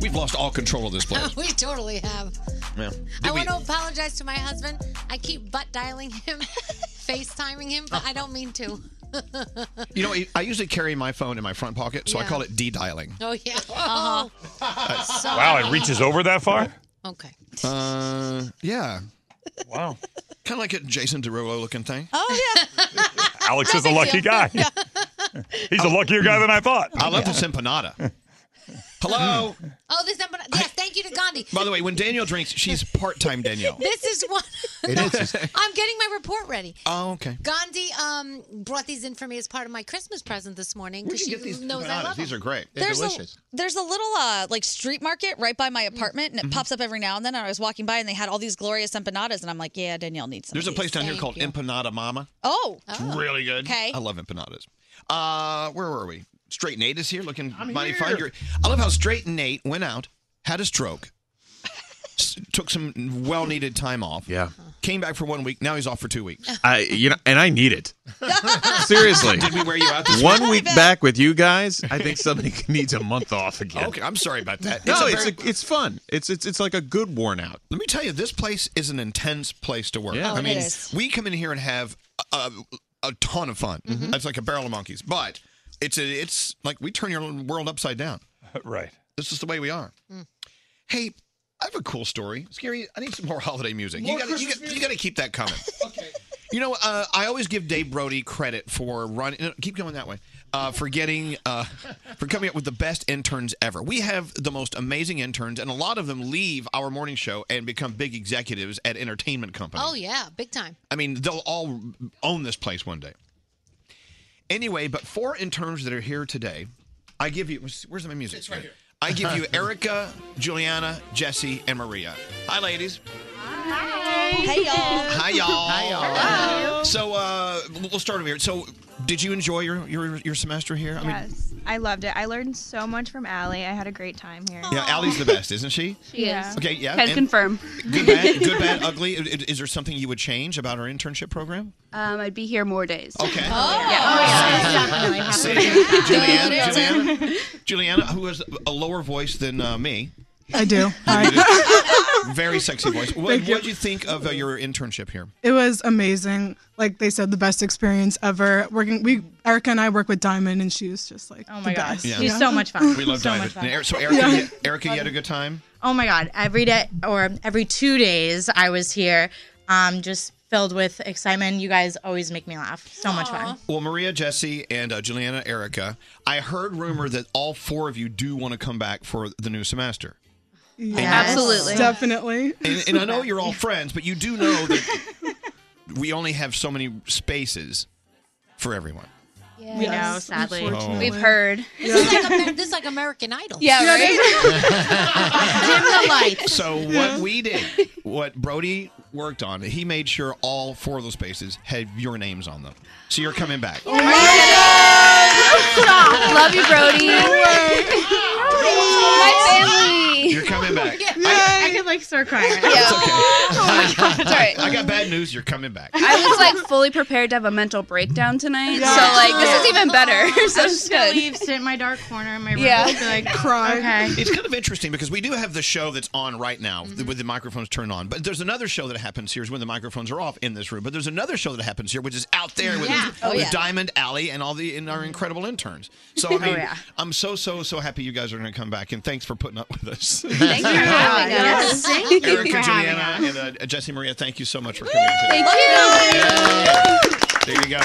S2: we've lost all control of this place.
S17: we totally have.
S2: Yeah.
S17: I
S2: Did we-
S17: want to apologize to my husband. I keep butt dialing him, FaceTiming him, but I don't mean to.
S2: you know, I usually carry my phone in my front pocket, so I
S17: Yeah.
S2: call it de-dialing.
S17: oh yeah. Uh-huh.
S2: Uh,
S17: So-
S2: over that far?
S17: Okay.
S2: Uh, yeah. Wow. kind of like a Jason Derulo looking thing.
S1: Oh
S17: yeah.
S25: Alex is a lucky guy. He's a luckier guy than I thought.
S2: I love this empanada. Hello.
S17: Oh, this number. Yes, thank you to Gandhi.
S2: By the way, when Danielle drinks, she's part-time Danielle.
S17: This is one.
S2: It is.
S17: I'm getting my report ready.
S2: Oh, okay.
S17: Gandhi um, brought these in for me as part of my Christmas present this morning because she knows I love
S2: These
S17: them.
S2: are great.
S1: there's A, there's a little uh, like street market right by my apartment,
S2: Mm-hmm.
S1: and it pops up every now and then. And I was walking by, and they had all these glorious empanadas, and I'm like, yeah, Danielle needs some.
S2: There's a
S1: of these.
S2: place down here
S1: Thank
S2: called
S1: you.
S2: Empanada Mama.
S1: Oh,
S2: It's really good.
S1: Okay.
S2: I love empanadas. Uh, where were we? Straight Nate is here looking
S1: I'm
S2: mighty
S1: here.
S2: fine. You're- I love how Straight Nate went out, had a stroke, s- took some well needed time off. Yeah. Came back for one week. Now he's off for two weeks.
S14: I you know, and I need it. Seriously.
S2: Did we wear you out this
S14: One week
S2: week?
S14: back with you guys, I think somebody needs a month off again.
S2: Okay, I'm sorry about that.
S14: No,
S2: a
S14: it's
S2: very-
S14: a, it's fun. It's it's it's like a good worn out.
S2: Let me tell you, this place is an intense place to work.
S14: Yeah. Oh,
S2: I
S14: it
S2: mean,
S14: is.
S2: we come in here and have a, a ton of fun.
S14: Mm-hmm.
S2: It's like a barrel of monkeys, but it's a, it's like we turn your world upside down.
S25: Right.
S2: This is the way we are.
S25: Mm.
S2: Hey, I have a cool story. Scary, I need some more holiday music.
S25: More
S2: you gotta, you
S25: Christmas
S2: gotta, you gotta keep that coming. okay. You know, uh, I always give Dave Brody credit for running. no, keep going that way. Uh, for getting, uh, for coming up with the best interns ever. We have the most amazing interns, and a lot of them leave our morning show and become big executives at entertainment companies.
S17: Oh yeah, big time.
S2: I mean, they'll all own this place one day. Anyway, but four interns that are here today, I give you. Where's my music? It's right here. I give you Erica, Juliana, Jesse, and Maria. Hi, ladies.
S1: Hey y'all.
S2: Hi, y'all. So uh, we'll start over here. So, did you enjoy your your, your semester here? I
S36: yes, I loved it. I learned so much from Allie. I had a great time here.
S2: mean, yeah, Allie's the best, isn't she?
S36: She is.
S2: Okay, yeah.
S36: Can
S2: and
S36: confirm.
S2: Good, bad, good, bad, ugly. I- i- Is there something you would change about our internship program?
S36: Um, I'd be here more days.
S2: Okay.
S17: Oh.
S36: Oh, Yeah.
S2: Oh, See, Juliana, Juliana, Juliana, who has a lower voice than uh, me.
S32: I do.
S2: Very sexy voice. What
S32: Thank you.
S2: did you think of uh, your internship here?
S32: It was amazing. Like they said, the best experience ever. Working, we Erica and I work with Diamond, and she was just like, oh
S36: my
S32: the
S36: gosh.
S32: best.
S36: Yeah. She's so much fun.
S2: We love
S36: So
S2: Diamond.
S36: much fun.
S2: And Eric- So Erica,
S36: Yeah.
S2: you- Erica, you had a good time.
S36: Oh my God. Every day or every two days I was here, um, just filled with excitement. You guys always make me laugh. So much fun.
S2: Well, Maria, Jesse, and uh, Juliana, Erica, I heard rumor that all four of you do want to come back for the new semester.
S32: Yeah.
S36: Yes. Absolutely.
S32: definitely.
S2: And, and I know you're all friends, but you do know that we only have so many spaces for everyone.
S36: We
S17: Yes,
S36: know, sadly.
S2: unfortunately.
S36: We've heard.
S17: This, is like Amer- this is like American Idol.
S36: Yeah, Yeah, right?
S2: So
S17: Yeah.
S2: what we did, what Brody worked on, he made sure all four of those spaces had your names on them. So you're coming back.
S9: Oh,
S36: Love you, Brody.
S2: My family. You're coming back.
S36: I, I could like start crying. Right now.
S2: Oh
S36: my God. It's all right.
S2: I got bad news. You're coming back.
S36: I was like fully prepared to have a mental breakdown tonight,
S32: Yeah.
S36: so like this is
S32: Yeah.
S36: even better. so
S32: I'm
S36: it's
S32: just
S36: good.
S32: gonna
S36: leave, sit in my dark corner in my
S32: room,
S36: yeah.
S32: be like, Cry.
S36: Okay.
S2: It's kind of interesting because we do have the show that's on right now with the microphones turned on. But there's another show that happens here is when the microphones are off in this room. But there's another show that happens here, which is out there with,
S36: Yeah. Oh,
S2: with
S36: yeah.
S2: Diamond Alley and all the and our incredible interns. So I
S36: Oh,
S2: mean,
S36: yeah.
S2: I'm so so so happy you guys are going to come back and thanks for putting up with us.
S36: Thank you for having Yeah, us. yes. Thank you
S2: Erica,
S36: for having
S2: Juliana, and uh, Jesse Maria, thank you so much for coming. Today. There you go.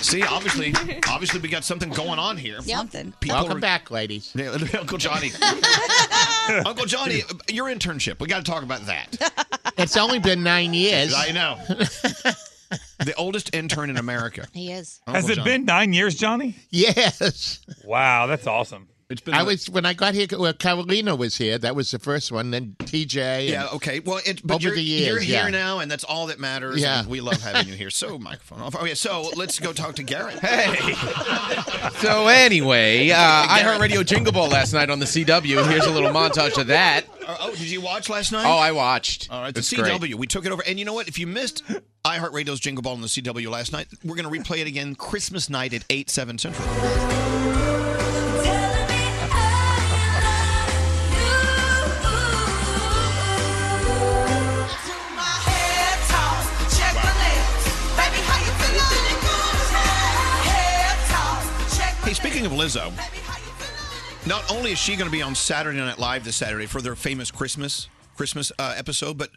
S2: See, obviously, obviously we got something going on here.
S1: Something.
S2: Welcome back, ladies. Uncle Johnny. Uncle Johnny, your internship. We got to talk about that.
S33: It's only been nine years.
S2: I know. the oldest intern in America.
S17: He is.
S25: Has it been nine years, Johnny?
S33: Yes.
S25: Wow, that's awesome.
S2: It's
S25: been
S33: I
S25: a-
S33: was when I got here. Well, Carolina was here. That was the first one. Then TJ. and-
S2: Yeah, okay. Well, it, but
S33: Over
S2: you're,
S33: the years,
S2: you're here
S33: yeah.
S2: now, and that's all that matters.
S33: Yeah.
S2: and we love having you here. So, microphone off. Oh, yeah. So, let's go talk to Garrett. Hey.
S20: So anyway, uh, I heard Radio Jingle Ball last night on the CW. Here's a little montage of that.
S2: Oh, did you watch last night?
S20: Oh, I watched.
S2: All right, the
S20: It's great.
S2: CW. We took it over. And you know what? If you missed iHeartRadio's Jingle Ball on the CW last night, we're going to replay it again Christmas night at 8, 7 central. Lizzo. Not only is she going to be on Saturday Night Live this Saturday for their famous Christmas Christmas uh, episode, but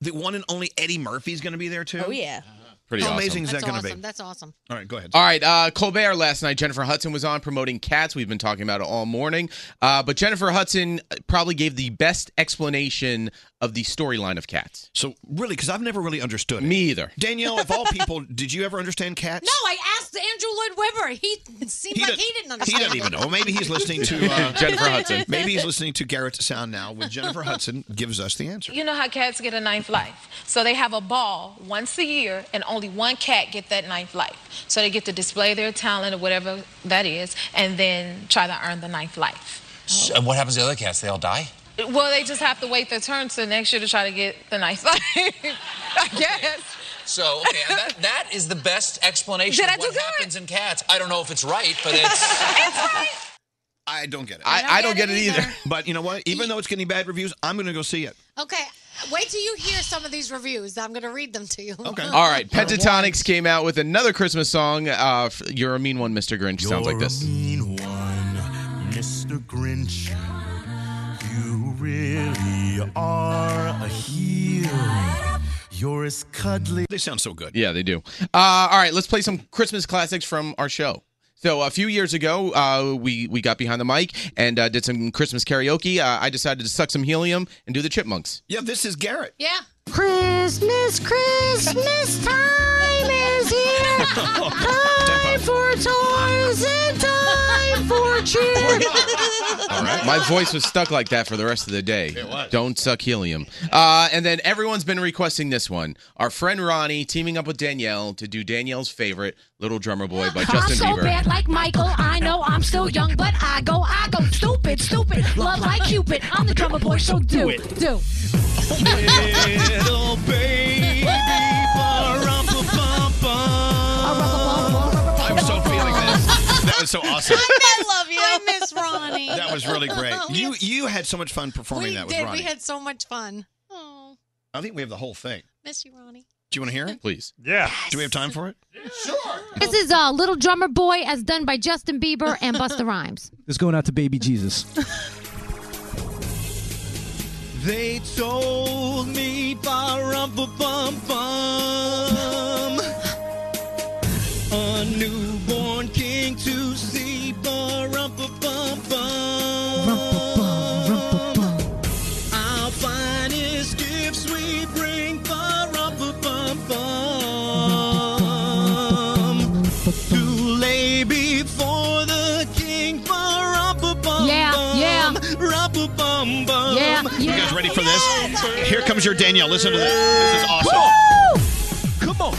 S2: the one and only Eddie Murphy is going to be there too.
S37: Oh, yeah.
S20: Pretty
S2: How
S20: awesome.
S2: amazing is
S38: That's
S2: that going to
S38: awesome.
S2: be?
S38: That's awesome.
S2: All right, go ahead.
S20: All right, uh, Colbert last night. Jennifer Hudson was on promoting cats. We've been talking about it all morning. Uh, but Jennifer Hudson probably gave the best explanation of the storyline of cats.
S2: So, really, because I've never really understood
S20: Me either.
S2: Danielle, of all people, did you ever understand cats?
S38: No, I asked Andrew Lloyd Webber. He seemed like he didn't
S2: He
S38: understand.
S2: doesn't even know. Maybe he's listening to uh,
S20: Jennifer Hudson.
S2: Maybe he's listening to Garrett Sound now, where Jennifer Hudson gives us the answer.
S12: You know how cats get a ninth life. So they have a ball once a year, and only one cat get that ninth life. So they get to display their talent or whatever that is, and then try to earn the ninth life.
S25: And what happens to the other cats? They all die?
S12: Well, they just have to wait their turn to next year to try to get the ninth life. I guess.
S25: So, okay, and that, that is the best explanation
S12: Did I
S25: of what
S12: do good?
S25: happens in cats. I don't know if it's right, but it's.
S2: I don't get it.
S20: I, I don't get it either.
S2: But you know what? Even though it's getting bad reviews, I'm going to go see it.
S38: Okay, wait till you hear some of these reviews. I'm going to read them to you. Okay.
S20: All right, Pentatonics came out with another Christmas song. Uh, f- You're a mean one, Mr. Grinch. sounds like this.
S4: Mr. Grinch, you really are a heel. You're as cuddly.
S2: They sound so good.
S20: Yeah, they do. Uh, all right, let's play some Christmas classics from our show. So a few years ago, uh, we we got behind the mic and uh, did some Christmas karaoke. Uh, I decided to suck some helium and do the Chipmunks.
S2: Yeah, this is Garrett.
S38: Yeah.
S39: Christmas, Christmas time is here. Time for toys and time for cheer.
S20: All right, my voice was stuck like that for the rest of the day.
S39: It was.
S20: Don't suck helium. Uh, and then everyone's been requesting this one. Our friend Ronnie teaming up with Danielle to do Danielle's favorite, "Little Drummer Boy" by Justin
S39: I'm so
S20: Bieber.
S39: bad like Michael. I know I'm still young, but I go, I go stupid, stupid. Love like Cupid. I'm the drummer boy, so do, it, do.
S9: Little baby
S2: I'm so feeling this. That was so awesome.
S38: I love you. I miss Ronnie.
S2: That was really great. You you had so much fun performing
S38: we
S2: that with
S38: did.
S2: Ronnie.
S38: We had so much fun. Oh,
S2: I think we have the whole thing.
S38: miss you, Ronnie.
S2: Do you want to hear it?
S20: Please.
S2: Yeah. Do we have time for it?
S17: This is uh, Little Drummer Boy as done by Justin Bieber and Busta Rhymes.
S36: It's going out to baby Jesus.
S9: They told me bum bum bum A newborn king to see bum bum bum Our finest gifts we bring bum bum bum To lay before the king ba-rum-ba-bum-bum.
S17: Yeah, yeah.
S9: Rum-ba-bum-bum.
S17: Yeah,
S2: You
S17: yeah.
S2: guys ready for this? Here comes your Danielle. Listen to this. This is awesome.
S36: Come on.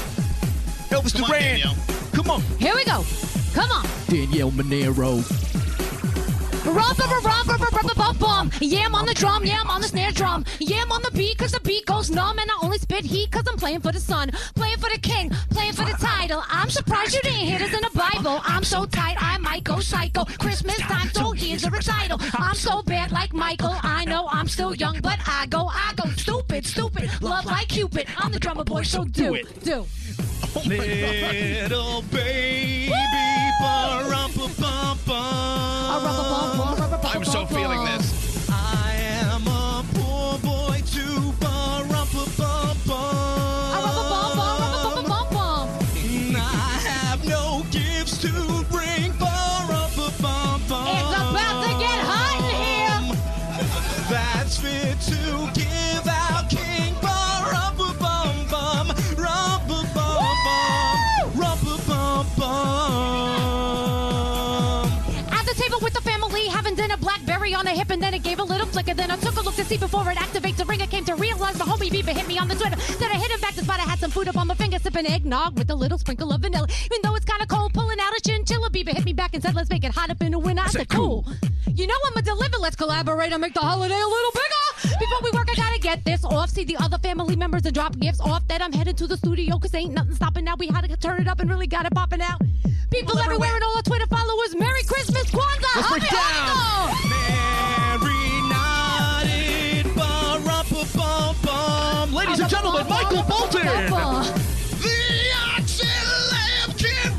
S36: Elvis
S2: Come on,
S36: Duran.
S2: Danielle.
S36: Come on.
S17: Here we go. Come on.
S36: Danielle Monero.
S17: Rum, bum, bum, bum, bum, bum, bum, bum, bum. Yeah, I'm on the drum. Yeah, I'm on the snare drum. Yeah, I'm on the beat because the beat goes numb. And I only spit heat because I'm playing for the sun. Playing for the king. Playing for the title. I'm surprised you didn't hear this in the Bible. I'm so tight, I might go psycho. Christmas time, so here's a recital. I'm so bad like Michael. I know I'm still young, but I go, I go stupid, stupid. Love like Cupid. I'm the drummer boy, so do, do.
S2: Oh
S9: Little baby ba-rum-ba-bum-bum.
S2: I'm so feeling this.
S9: I am a poor boy too ba-rum-ba-bum-bum. I have no gifts to bring ba-rum-ba-bum-bum.
S17: It's about to get hot in here.
S9: That's fit to give out king ba-rum-ba-bum-bum. Rum-ba-bum-bum. Rum-ba-bum-bum.
S17: At the table with the family, having dinner, blackberry on a hip, and then it gave a little flicker. Then I took a look to see before it activates. The ringer came to realize my homie Bieber hit me on the Twitter. Then I hit him back to spot I had some food up on my finger, sipping eggnog with a little sprinkle of vanilla. Even though it's kind of cold, pulling out a chinchilla, Bieber hit me back and said, "Let's make it hot up in the winter." I said, "Cool." You know I'ma deliver. Let's collaborate and make the holiday a little bigger. Before we work, I gotta get this off. See the other family members and drop gifts off. That I'm headed to the studio, cause ain't nothing stopping now. We had to turn it up and really got it popping out. People everywhere and all our Twitter followers, Merry Christmas, Kwanzaa,
S9: Let's break
S17: Happy Hanukkah!
S9: Ladies and gentlemen, Michael Bolton! The oxen lamb can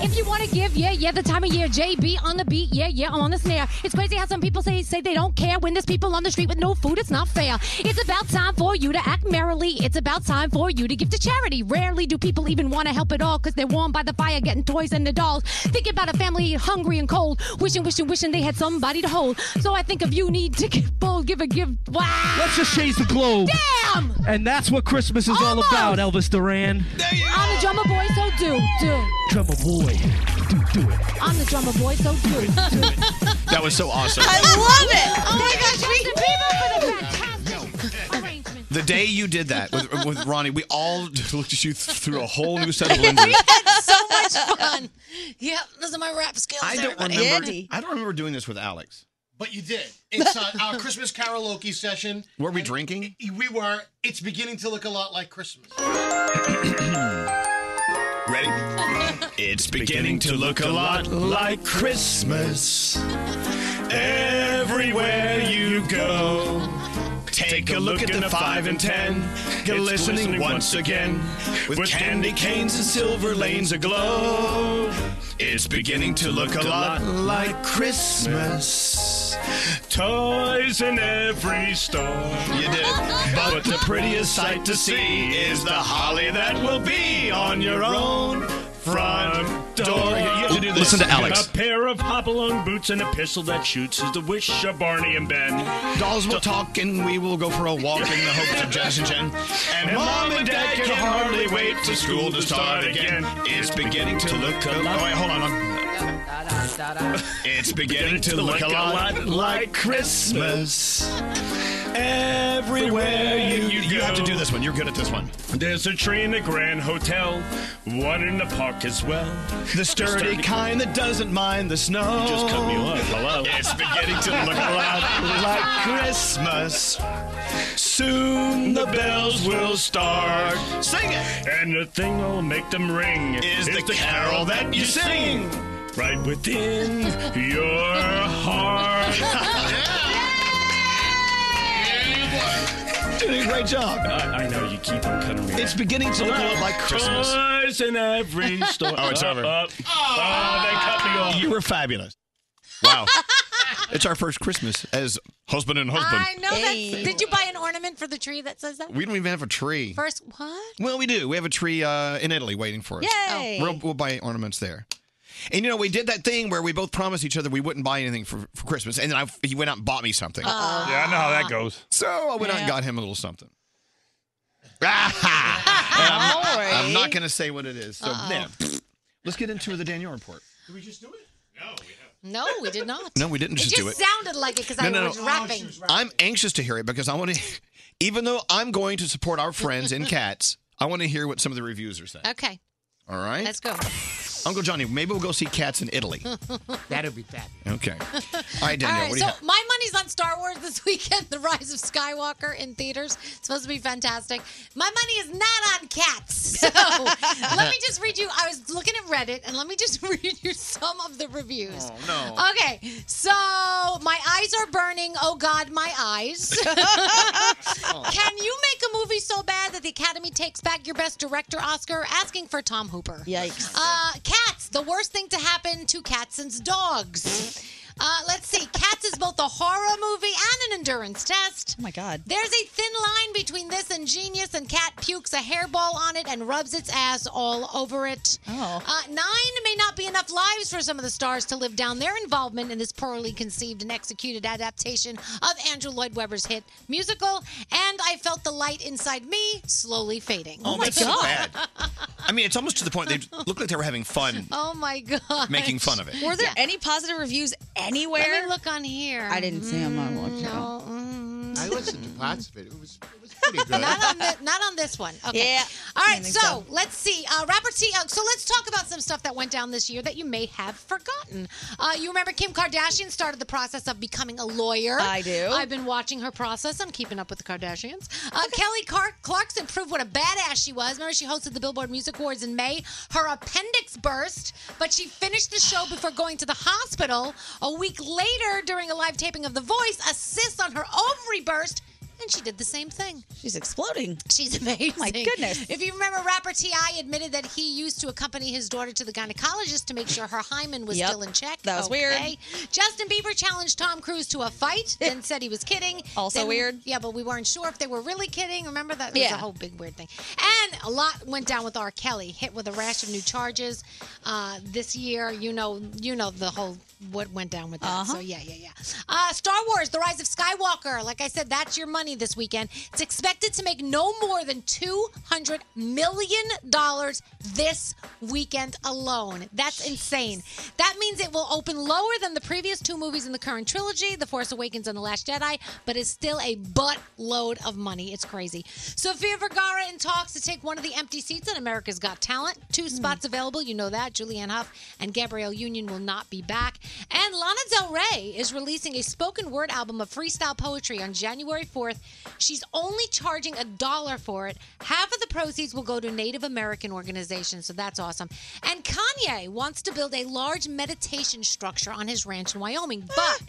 S23: if you want to give, yeah, yeah, the time of year. JB on the beat, yeah, yeah, I'm on the snare. It's crazy how some people say say they don't care when there's people on the street with no food. It's not fair. It's about time for you to act merrily. It's about time for you to give to charity. Rarely do people even want to help at all because they're warm by the fire getting toys and the dolls. Thinking about a family hungry and cold, wishing, wishing, wishing they had somebody to hold. So I think if you need to get bold, give a give. Wow.
S40: Let's just change the globe.
S23: Damn!
S40: And that's what Christmas is
S36: Uh-huh.
S40: all about, Elvis Duran.
S23: I'm the drummer boy, so do, do.
S40: Trouble boy.
S23: I'm the drummer boy, so do, do.
S2: That was so awesome.
S23: love it. Oh my gosh, Justin Bieber for the fantastic arrangement.
S2: The day you did that with, with Ronnie, we all looked at you th- through a whole new set of lenses.
S17: That's so much fun. Yeah, those are my rap skills.
S2: I don't
S17: everybody.
S2: remember. I don't remember doing this with Alex.
S24: But you did. It's uh, our Christmas karaoke session.
S2: Were we drinking?
S24: We were. It's beginning to look a lot like Christmas.
S4: Ready? It's beginning to look a lot like Christmas everywhere you go. Take a look at the 5 and 10, glistening once again, with candy canes and silver lanes aglow. It's beginning to look a lot like Christmas. Toys in every store. You did. But the prettiest sight to see is the holly that will be on your own front door. You have to do this.
S14: Listen to Alex.
S4: A pair of hopalong boots and a pistol that shoots is the wish of Barney and Ben.
S2: Dolls will talk and we will go for a walk in the hopes of Jess and Jen.
S4: And mom and dad can hardly wait for school to start again. It's beginning to look a lot. Oh, wait, hold on. It's beginning to look a lot like Christmas. Everywhere you, you,
S2: You have to do this one. You're good at this one.
S4: There's a tree in the Grand Hotel, one in the park as well.
S2: The sturdy kind that doesn't mind the snow.
S4: You just cut me off. Hello.
S2: It's beginning to look a lot like Christmas.
S4: Soon the bells will start. Sing it! And the thing will make them ring is the, carol that you sing right within your heart.
S2: Doing a great job.
S4: I, I know you keep on cutting me.
S2: It's beginning to look a lot like Christmas.
S4: Toys in every Uh, store.
S2: Oh, it's over.
S4: Up, up. Oh, they cut me off.
S2: You were fabulous. Wow. it's our first Christmas as husband and husband.
S17: I know that. Did you buy an ornament for the tree that says that?
S2: We don't even have a tree.
S17: First, what?
S2: Well, we do. We have a tree uh, in Italy waiting for us.
S17: Yay.
S2: We'll, we'll buy ornaments there. And you know, we did that thing where we both promised each other we wouldn't buy anything for, for Christmas, and then I, he went out and bought me something.
S25: Uh-oh. Yeah, I know how that goes.
S2: So I went out and got him a little something.
S9: Lori.
S2: I'm, I'm not going to say what it is. So
S17: Uh-oh.
S2: now, let's get into the Daniel report.
S24: Did we just do it?
S17: No, we did not.
S2: No, we didn't just do it.
S17: sounded like it because I
S2: No, no,
S17: was
S2: no.
S17: rapping.
S24: Oh,
S2: I'm anxious to hear it because I want to, even though I'm going to support our friends in cats, I want to hear what some of the reviews are saying.
S17: okay,
S2: All right?
S17: let's go.
S2: Uncle Johnny, maybe we'll go see cats in Italy.
S17: That'll be bad.
S2: Okay. All right, Daniel,
S17: All right,
S2: what do
S17: so
S2: you have?
S17: my money's on Star Wars this weekend, The Rise of Skywalker in theaters. It's supposed to be fantastic. My money is not on cats. So let me just read you. I was looking at Reddit, and let me just read you some of the reviews.
S9: Oh, no.
S17: Okay, so my eyes are burning. Oh, God, my eyes. Can you make a movie so bad that the Academy takes back your Best Director Oscar, asking for Tom Hooper? Yikes. Uh, cats, the worst thing to happen to cats since dogs. Uh, let's see. Cats is both a horror movie and an endurance test. Oh my God. There's a thin line between this and genius, and cat pukes a hairball on it and rubs its ass all over it. Oh. Uh, nine may not be enough lives for some of the stars to live down their involvement in this poorly conceived and executed adaptation of Andrew Lloyd Webber's hit musical. And I felt the light inside me slowly fading.
S2: Oh, that's so bad. I mean, it's almost to the point they looked like they were having fun.
S17: Oh my god!
S2: Making fun of it.
S17: Were there any positive reviews anywhere? Let me look on here.
S1: I didn't see him on
S17: Mm,
S1: Watch
S17: No.
S1: Out.
S17: mm.
S33: I listened to parts of it. It was, it was pretty good.
S17: not on this, not on this one. Okay.
S1: Yeah,
S17: All
S1: I
S17: right.
S1: think
S17: So,
S1: so.
S17: let's see. Uh, Robert T. Uh, so let's talk about some stuff that went down this year that you may have forgotten. Uh, you remember Kim Kardashian started the process of becoming a lawyer. I do. I've been watching her process. I'm keeping up with the Kardashians. Uh, Kelly Clark- Clarkson proved what a badass she was. Remember she hosted the Billboard Music Awards in May. Her appendix burst, but she finished the show before going to the hospital. A week later, during a live taping of The Voice, a cyst on her ovary burst. and she did the same thing.
S1: She's exploding.
S17: She's amazing.
S1: My goodness.
S17: If you remember, rapper T.I. admitted that he used to accompany his daughter to the gynecologist to make sure her hymen was
S1: Yep.
S17: still in check.
S1: That was
S17: Okay. Justin Bieber challenged Tom Cruise to a fight, then said he was kidding.
S1: Also
S17: Then-
S1: weird.
S17: Yeah, but we weren't sure if they were really kidding. Remember that? It was
S1: Yeah.
S17: a whole big weird thing. And a lot went down with R. Kelly, hit with a rash of new charges uh, this year. You know, you know the whole what went down with that.
S1: Uh-huh.
S17: So yeah, yeah, yeah. Uh, Star Wars: The Rise of Skywalker. Like I said, that's your money this weekend. It's expected to make no more than two hundred million dollars this weekend alone. That's insane. That means it will open lower than the previous two movies in the current trilogy, The Force Awakens and The Last Jedi, but it's still a buttload of money. It's crazy. Sofia Vergara in talks to take one of the empty seats in America's Got Talent. Two spots available. You know that. Julianne Hough and Gabrielle Union will not be back. And Lana Del Rey is releasing a spoken word album of freestyle poetry on January 4th. She's only charging a dollar for it. Half of the proceeds will go to Native American organizations, so that's awesome. And Kanye wants to build a large meditation structure on his ranch in Wyoming, but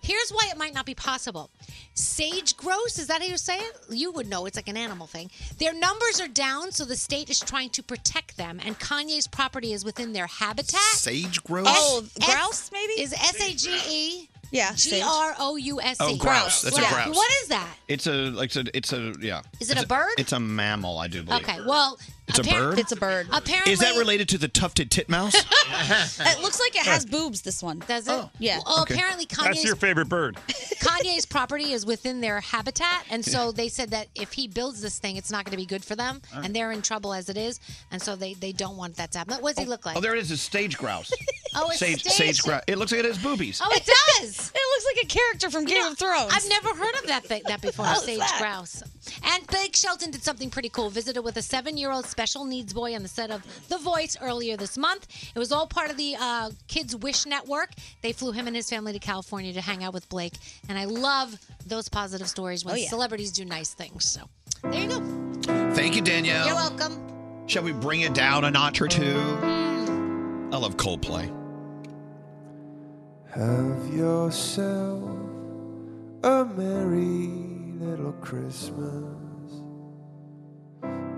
S17: here's why it might not be possible. Sage gross, is that how you say it? You would know, it's like an animal thing. Their numbers are down, so the state is trying to protect them, and Kanye's property is within their habitat.
S2: Sage gross?
S17: Oh,
S1: grouse maybe?
S17: Is S A G E?
S1: Yeah,
S17: G R O U S E.
S2: Oh, grouse. That's a
S17: Yeah.
S2: grouse.
S17: What is that?
S2: It's a like it's a, it's a yeah.
S17: Is it
S2: It's
S17: a bird?
S2: It's a mammal, I do believe.
S17: Okay. Well,
S2: It's a
S17: appar-
S2: bird? It's a
S1: bird.
S17: Apparently,
S2: Is that related to the tufted titmouse?
S1: It looks like it has boobs. This one
S17: does it?
S1: Oh, Yeah.
S17: Well, apparently
S25: That's your
S17: Kanye's,
S25: favorite bird.
S17: Kanye's property is within their habitat, and so they said that if he builds this thing, it's not going to be good for them,
S2: All right.
S17: and they're in trouble as it is, and so they, they don't want that to happen. What does he look like?
S2: Oh, there it is. It's stage grouse.
S17: Oh, it's
S2: sage,
S17: stage-
S2: sage grouse. It looks like it has boobies.
S17: Oh, it does.
S1: it looks like a character from Game of Thrones.
S17: I've never heard of that thing, that before.
S1: How's
S17: sage
S1: that?
S17: grouse. And Blake Shelton did something pretty cool. Visited with a seven-year-old special needs boy on the set of The Voice earlier this month. It was all part of the uh, Kids Wish Network. They flew him and his family to California to hang out with Blake. And I love those positive stories when
S1: Oh, yeah.
S17: celebrities do nice things. So there you go.
S2: Thank you, Danielle.
S17: Oh. You're welcome.
S2: Shall we bring it down a notch or two?
S17: Hmm.
S2: I love Coldplay.
S21: Have yourself a merry little Christmas.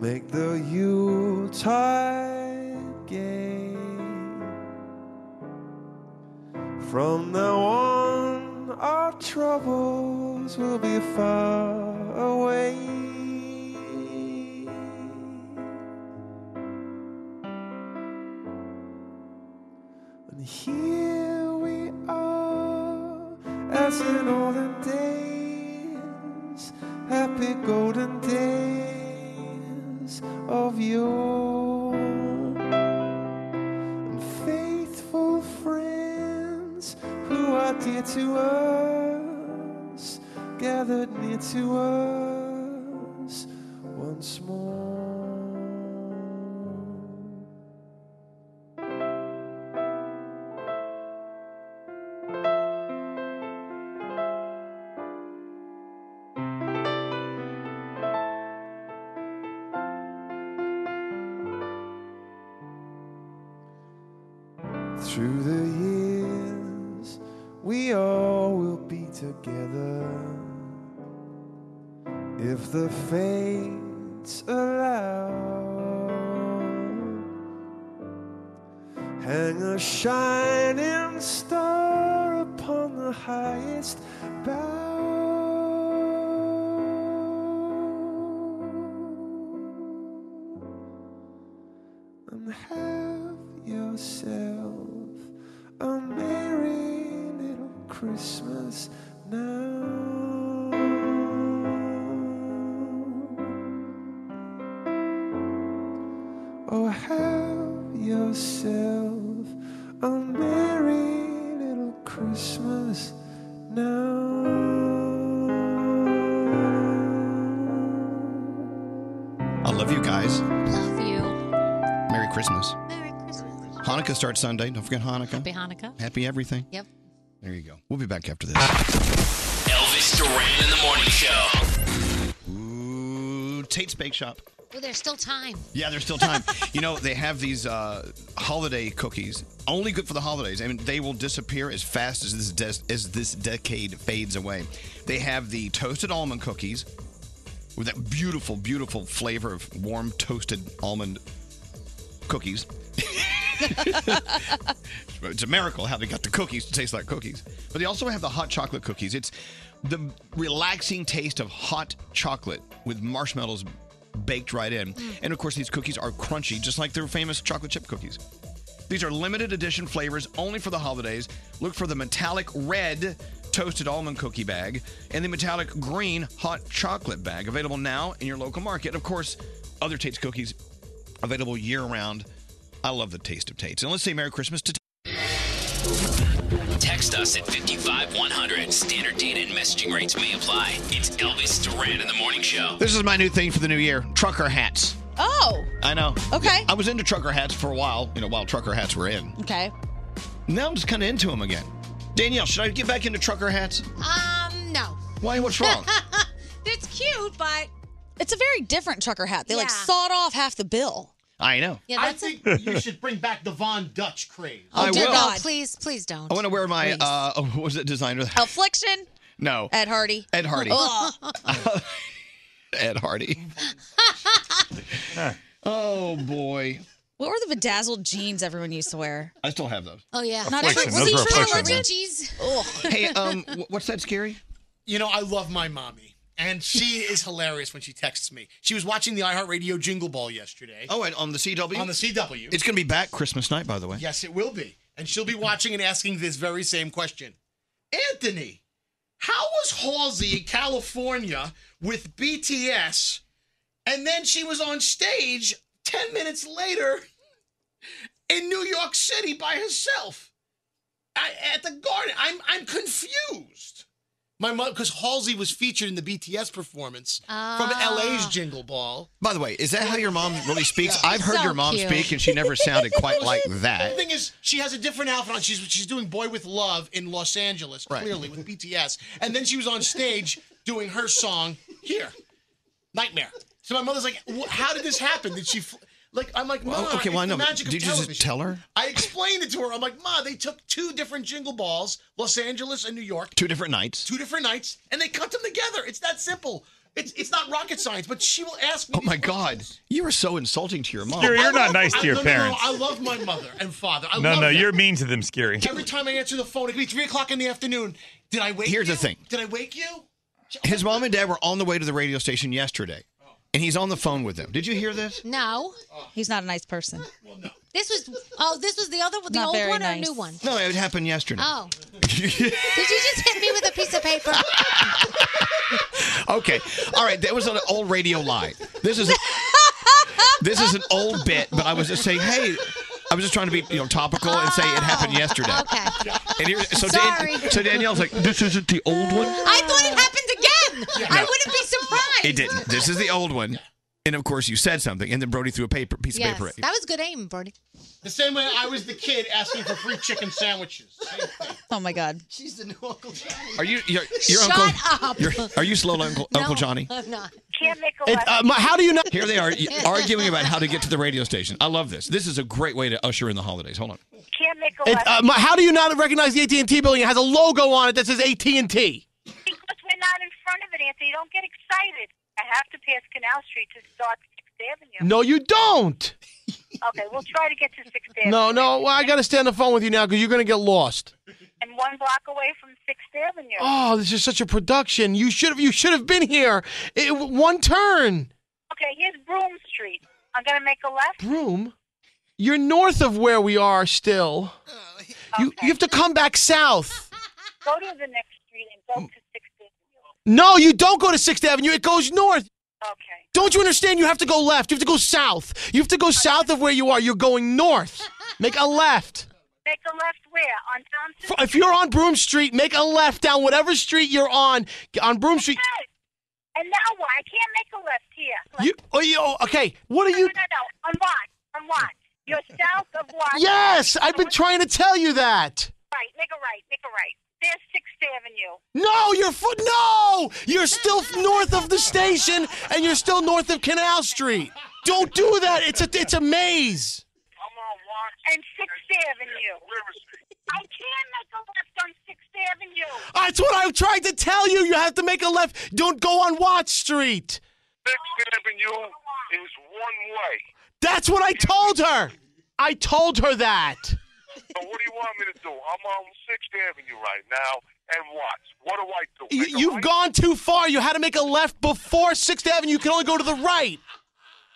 S21: Make the Yuletide gay. From now on, our troubles will be far away. And here we are, as in olden days, happy golden days of yore. And faithful friends who are dear to us, gathered near to us once more. Through the years, we all will be together. If the fates allow, hang a shining star upon the highest bough and have yourself a merry little Christmas now. Oh, have yourself a merry little Christmas now.
S2: Christmas. Hanukkah starts Sunday. Don't forget Hanukkah.
S17: Happy Hanukkah.
S2: Happy everything.
S17: Yep.
S2: There you go. We'll be back after this.
S5: Elvis Duran in the morning show.
S2: Ooh, Tate's Bake Shop.
S17: Well, there's still time.
S2: Yeah, there's still time. you know, they have these uh, holiday cookies, only good for the holidays. I mean, they will disappear as fast as this des- as this decade fades away. They have the toasted almond cookies with that beautiful, beautiful flavor of warm toasted almond cookies. it's a miracle how they got the cookies to taste like cookies. But they also have the hot chocolate cookies. It's the relaxing taste of hot chocolate with marshmallows baked right in. And of course, these cookies are crunchy, just like their famous chocolate chip cookies. These are limited edition flavors only for the holidays. Look for the metallic red toasted almond cookie bag and the metallic green hot chocolate bag available now in your local market. Of course, other Tate's cookies available year round. I love the taste of Tate's. And let's say Merry Christmas to
S5: Text us at 55100. Standard data and messaging rates may apply. It's Elvis Duran in the morning show.
S2: This is my new thing for the new year trucker hats.
S1: Oh,
S2: I know.
S1: Okay.
S2: I was into trucker hats for a while, you know, while trucker hats were in.
S1: okay.
S2: Now I'm just kind of into them again. Danielle, should I get back into trucker hats?
S17: Um, no.
S2: Why? What's wrong?
S17: It's cute, but
S1: it's a very different trucker hat. They like sawed off half the bill.
S2: I know.
S17: Yeah, that's
S8: I
S17: a-
S8: think you should bring back the Von Dutch craze.
S2: I
S33: Oh,
S2: will.
S17: No, Oh, please, please don't.
S2: I want to wear my, uh, oh, what was it, designer?
S1: Affliction.
S2: No.
S1: Ed Hardy.
S2: Ed Hardy.
S1: Ugh.
S2: Ed Hardy. oh, boy.
S1: What were the bedazzled jeans everyone used to wear?
S2: I still have those.
S1: Oh yeah,
S2: Not Affliction. everyone- Those were affliction.
S8: Hey,
S2: um, what's that, Scary?
S8: You know, I love my mommy, and she is hilarious when she texts me. She was watching the iHeartRadio Jingle Ball yesterday.
S2: Oh, and on the CW?
S8: On the CW.
S2: It's going to be back Christmas night, by the way.
S8: Yes, it will be. And she'll be watching and asking this very same question. Anthony, how was Halsey in California with BTS and then she was on stage 10 minutes later in New York City by herself? I, at the garden. I'm I'm confused. My mom because Halsey was featured in the BTS performance from LA's Jingle Ball.
S2: By the way, is that how your mom really speaks?
S8: Yeah.
S2: I've heard
S8: So
S2: your mom
S8: cute.
S2: speak, and she never sounded quite like that.
S8: The thing is, she has a different outfit on. She's she's doing "Boy with Love" in Los Angeles, clearly with BTS, and then she was on stage doing her song here, "Nightmare." So my mother's like, "Wh- "How did this happen? Did she?" Fl-? Like, I'm like, "Mom,
S2: Oh, okay, well, I
S8: it's
S2: know.
S8: the
S2: but
S8: magic
S2: Did you
S8: of television."
S2: just tell her?
S8: I explained it to her. I'm like, "Ma, they took two different Jingle Balls, Los Angeles and New York,
S2: Two different nights.
S8: two different nights, and they cut them together. It's that simple." It's, it's not rocket science, but she will ask me.
S2: Oh my God, you are so insulting to your mom.
S25: You're- you're
S8: I
S25: not
S8: love-
S25: nice to
S8: I-
S25: your
S8: no, no, no,
S25: parents.
S8: I love my mother and father. I
S25: No,
S8: love
S25: no,
S8: them.
S25: you're mean to them, Scary.
S8: Every time I answer the phone, it could be three o'clock in the afternoon. Did I wake
S2: Here's
S8: you?
S2: the thing.
S8: Did I wake you?
S2: His mom and dad were on the way to the radio station yesterday, and he's on the phone with them. Did you hear this?
S17: No.
S1: He's not a nice person.
S17: This was oh, this was the other the
S1: Not
S17: old
S1: very
S17: one or a
S1: nice.
S17: new one?
S2: No, it happened yesterday.
S17: Oh. Did you just hit me with a piece of paper?
S2: Okay, all right. That was an old radio lie. This is this is an old bit, but I was just saying, hey, I was just trying to be you know topical and say it happened yesterday.
S17: Oh, Okay.
S2: And here, so, Dan-
S17: Sorry.
S2: so Danielle's like, this isn't the old one.
S17: I thought it happened again. I
S2: No.
S17: wouldn't be surprised.
S2: It didn't. This is the old one. And of course, you said something, and then Brody threw a paper piece
S17: yes,
S2: of paper at you.
S17: that was good aim, Brody.
S8: The same way I was the kid asking for free chicken sandwiches.
S1: Oh my God.
S8: She's the new Uncle Johnny.
S2: Are you your, your
S8: Shut
S2: uncle?
S8: up.
S2: your- are you slow, Uncle, Uncle Johnny?
S17: I'm not.
S23: Can't make a
S2: It- uh, my- how do you know? Here they are arguing about how to get to the radio station. I love this. This is a great way to usher in the holidays. Hold on.
S23: Can't make a
S41: It,
S23: left
S41: uh, my, how do you not recognize the AT&T building? It has a logo on it that says AT&T.
S23: because we're not in front of it, Anthony. Don't get excited. I have to pass Canal Street to start Sixth Avenue.
S41: No, you don't.
S23: Okay, we'll try to get to Sixth Avenue.
S41: No, no. Well, I got to stay on the phone with you now because you're going to get lost.
S23: And one block away from Sixth Avenue.
S41: Oh, this is such a production. You should have. You should have been here. It, one turn.
S23: Okay, here's Broom Street. I'm gonna make a left.
S41: Broom. You're north of where we are still. You you have to come back south.
S23: Go to the next street and
S8: Hmm.
S23: go to Sixth Avenue.
S41: No, you don't go to Sixth Avenue. It goes north.
S23: Okay.
S41: Don't you understand? You have to go left. You have to go south. You have to go south of where you are. You're going north. Make a left.
S23: Make a left where? On Thompson.
S41: F- If you're on Broom Street, make a left down whatever street you're on. On Broom Street,
S23: And now what? I can't make a left here.
S41: you. Oh, you. oh, Okay. What are you?
S23: No, no, no. On what? On what? You're watch.
S8: Yes, I've been trying to tell you that.
S23: Right, make a right, make a right. There's Sixth Avenue.
S8: No, you're fo- no, you're still north of the station, and you're still north of Canal Street. Don't do that. It's a it's a maze.
S23: And Sixth Avenue. I can't make a left on Sixth Avenue.
S8: That's what I tried to tell you. You have to make a left. Don't go on Watch Street.
S9: Sixth Avenue is one way.
S8: That's what I told her. I told her that.
S9: So what do you want me to do? I'm on Sixth Avenue right now, and watch. What do I do?
S8: You, you've gone too far. You had to make a left before Sixth Avenue. You can only go to the right.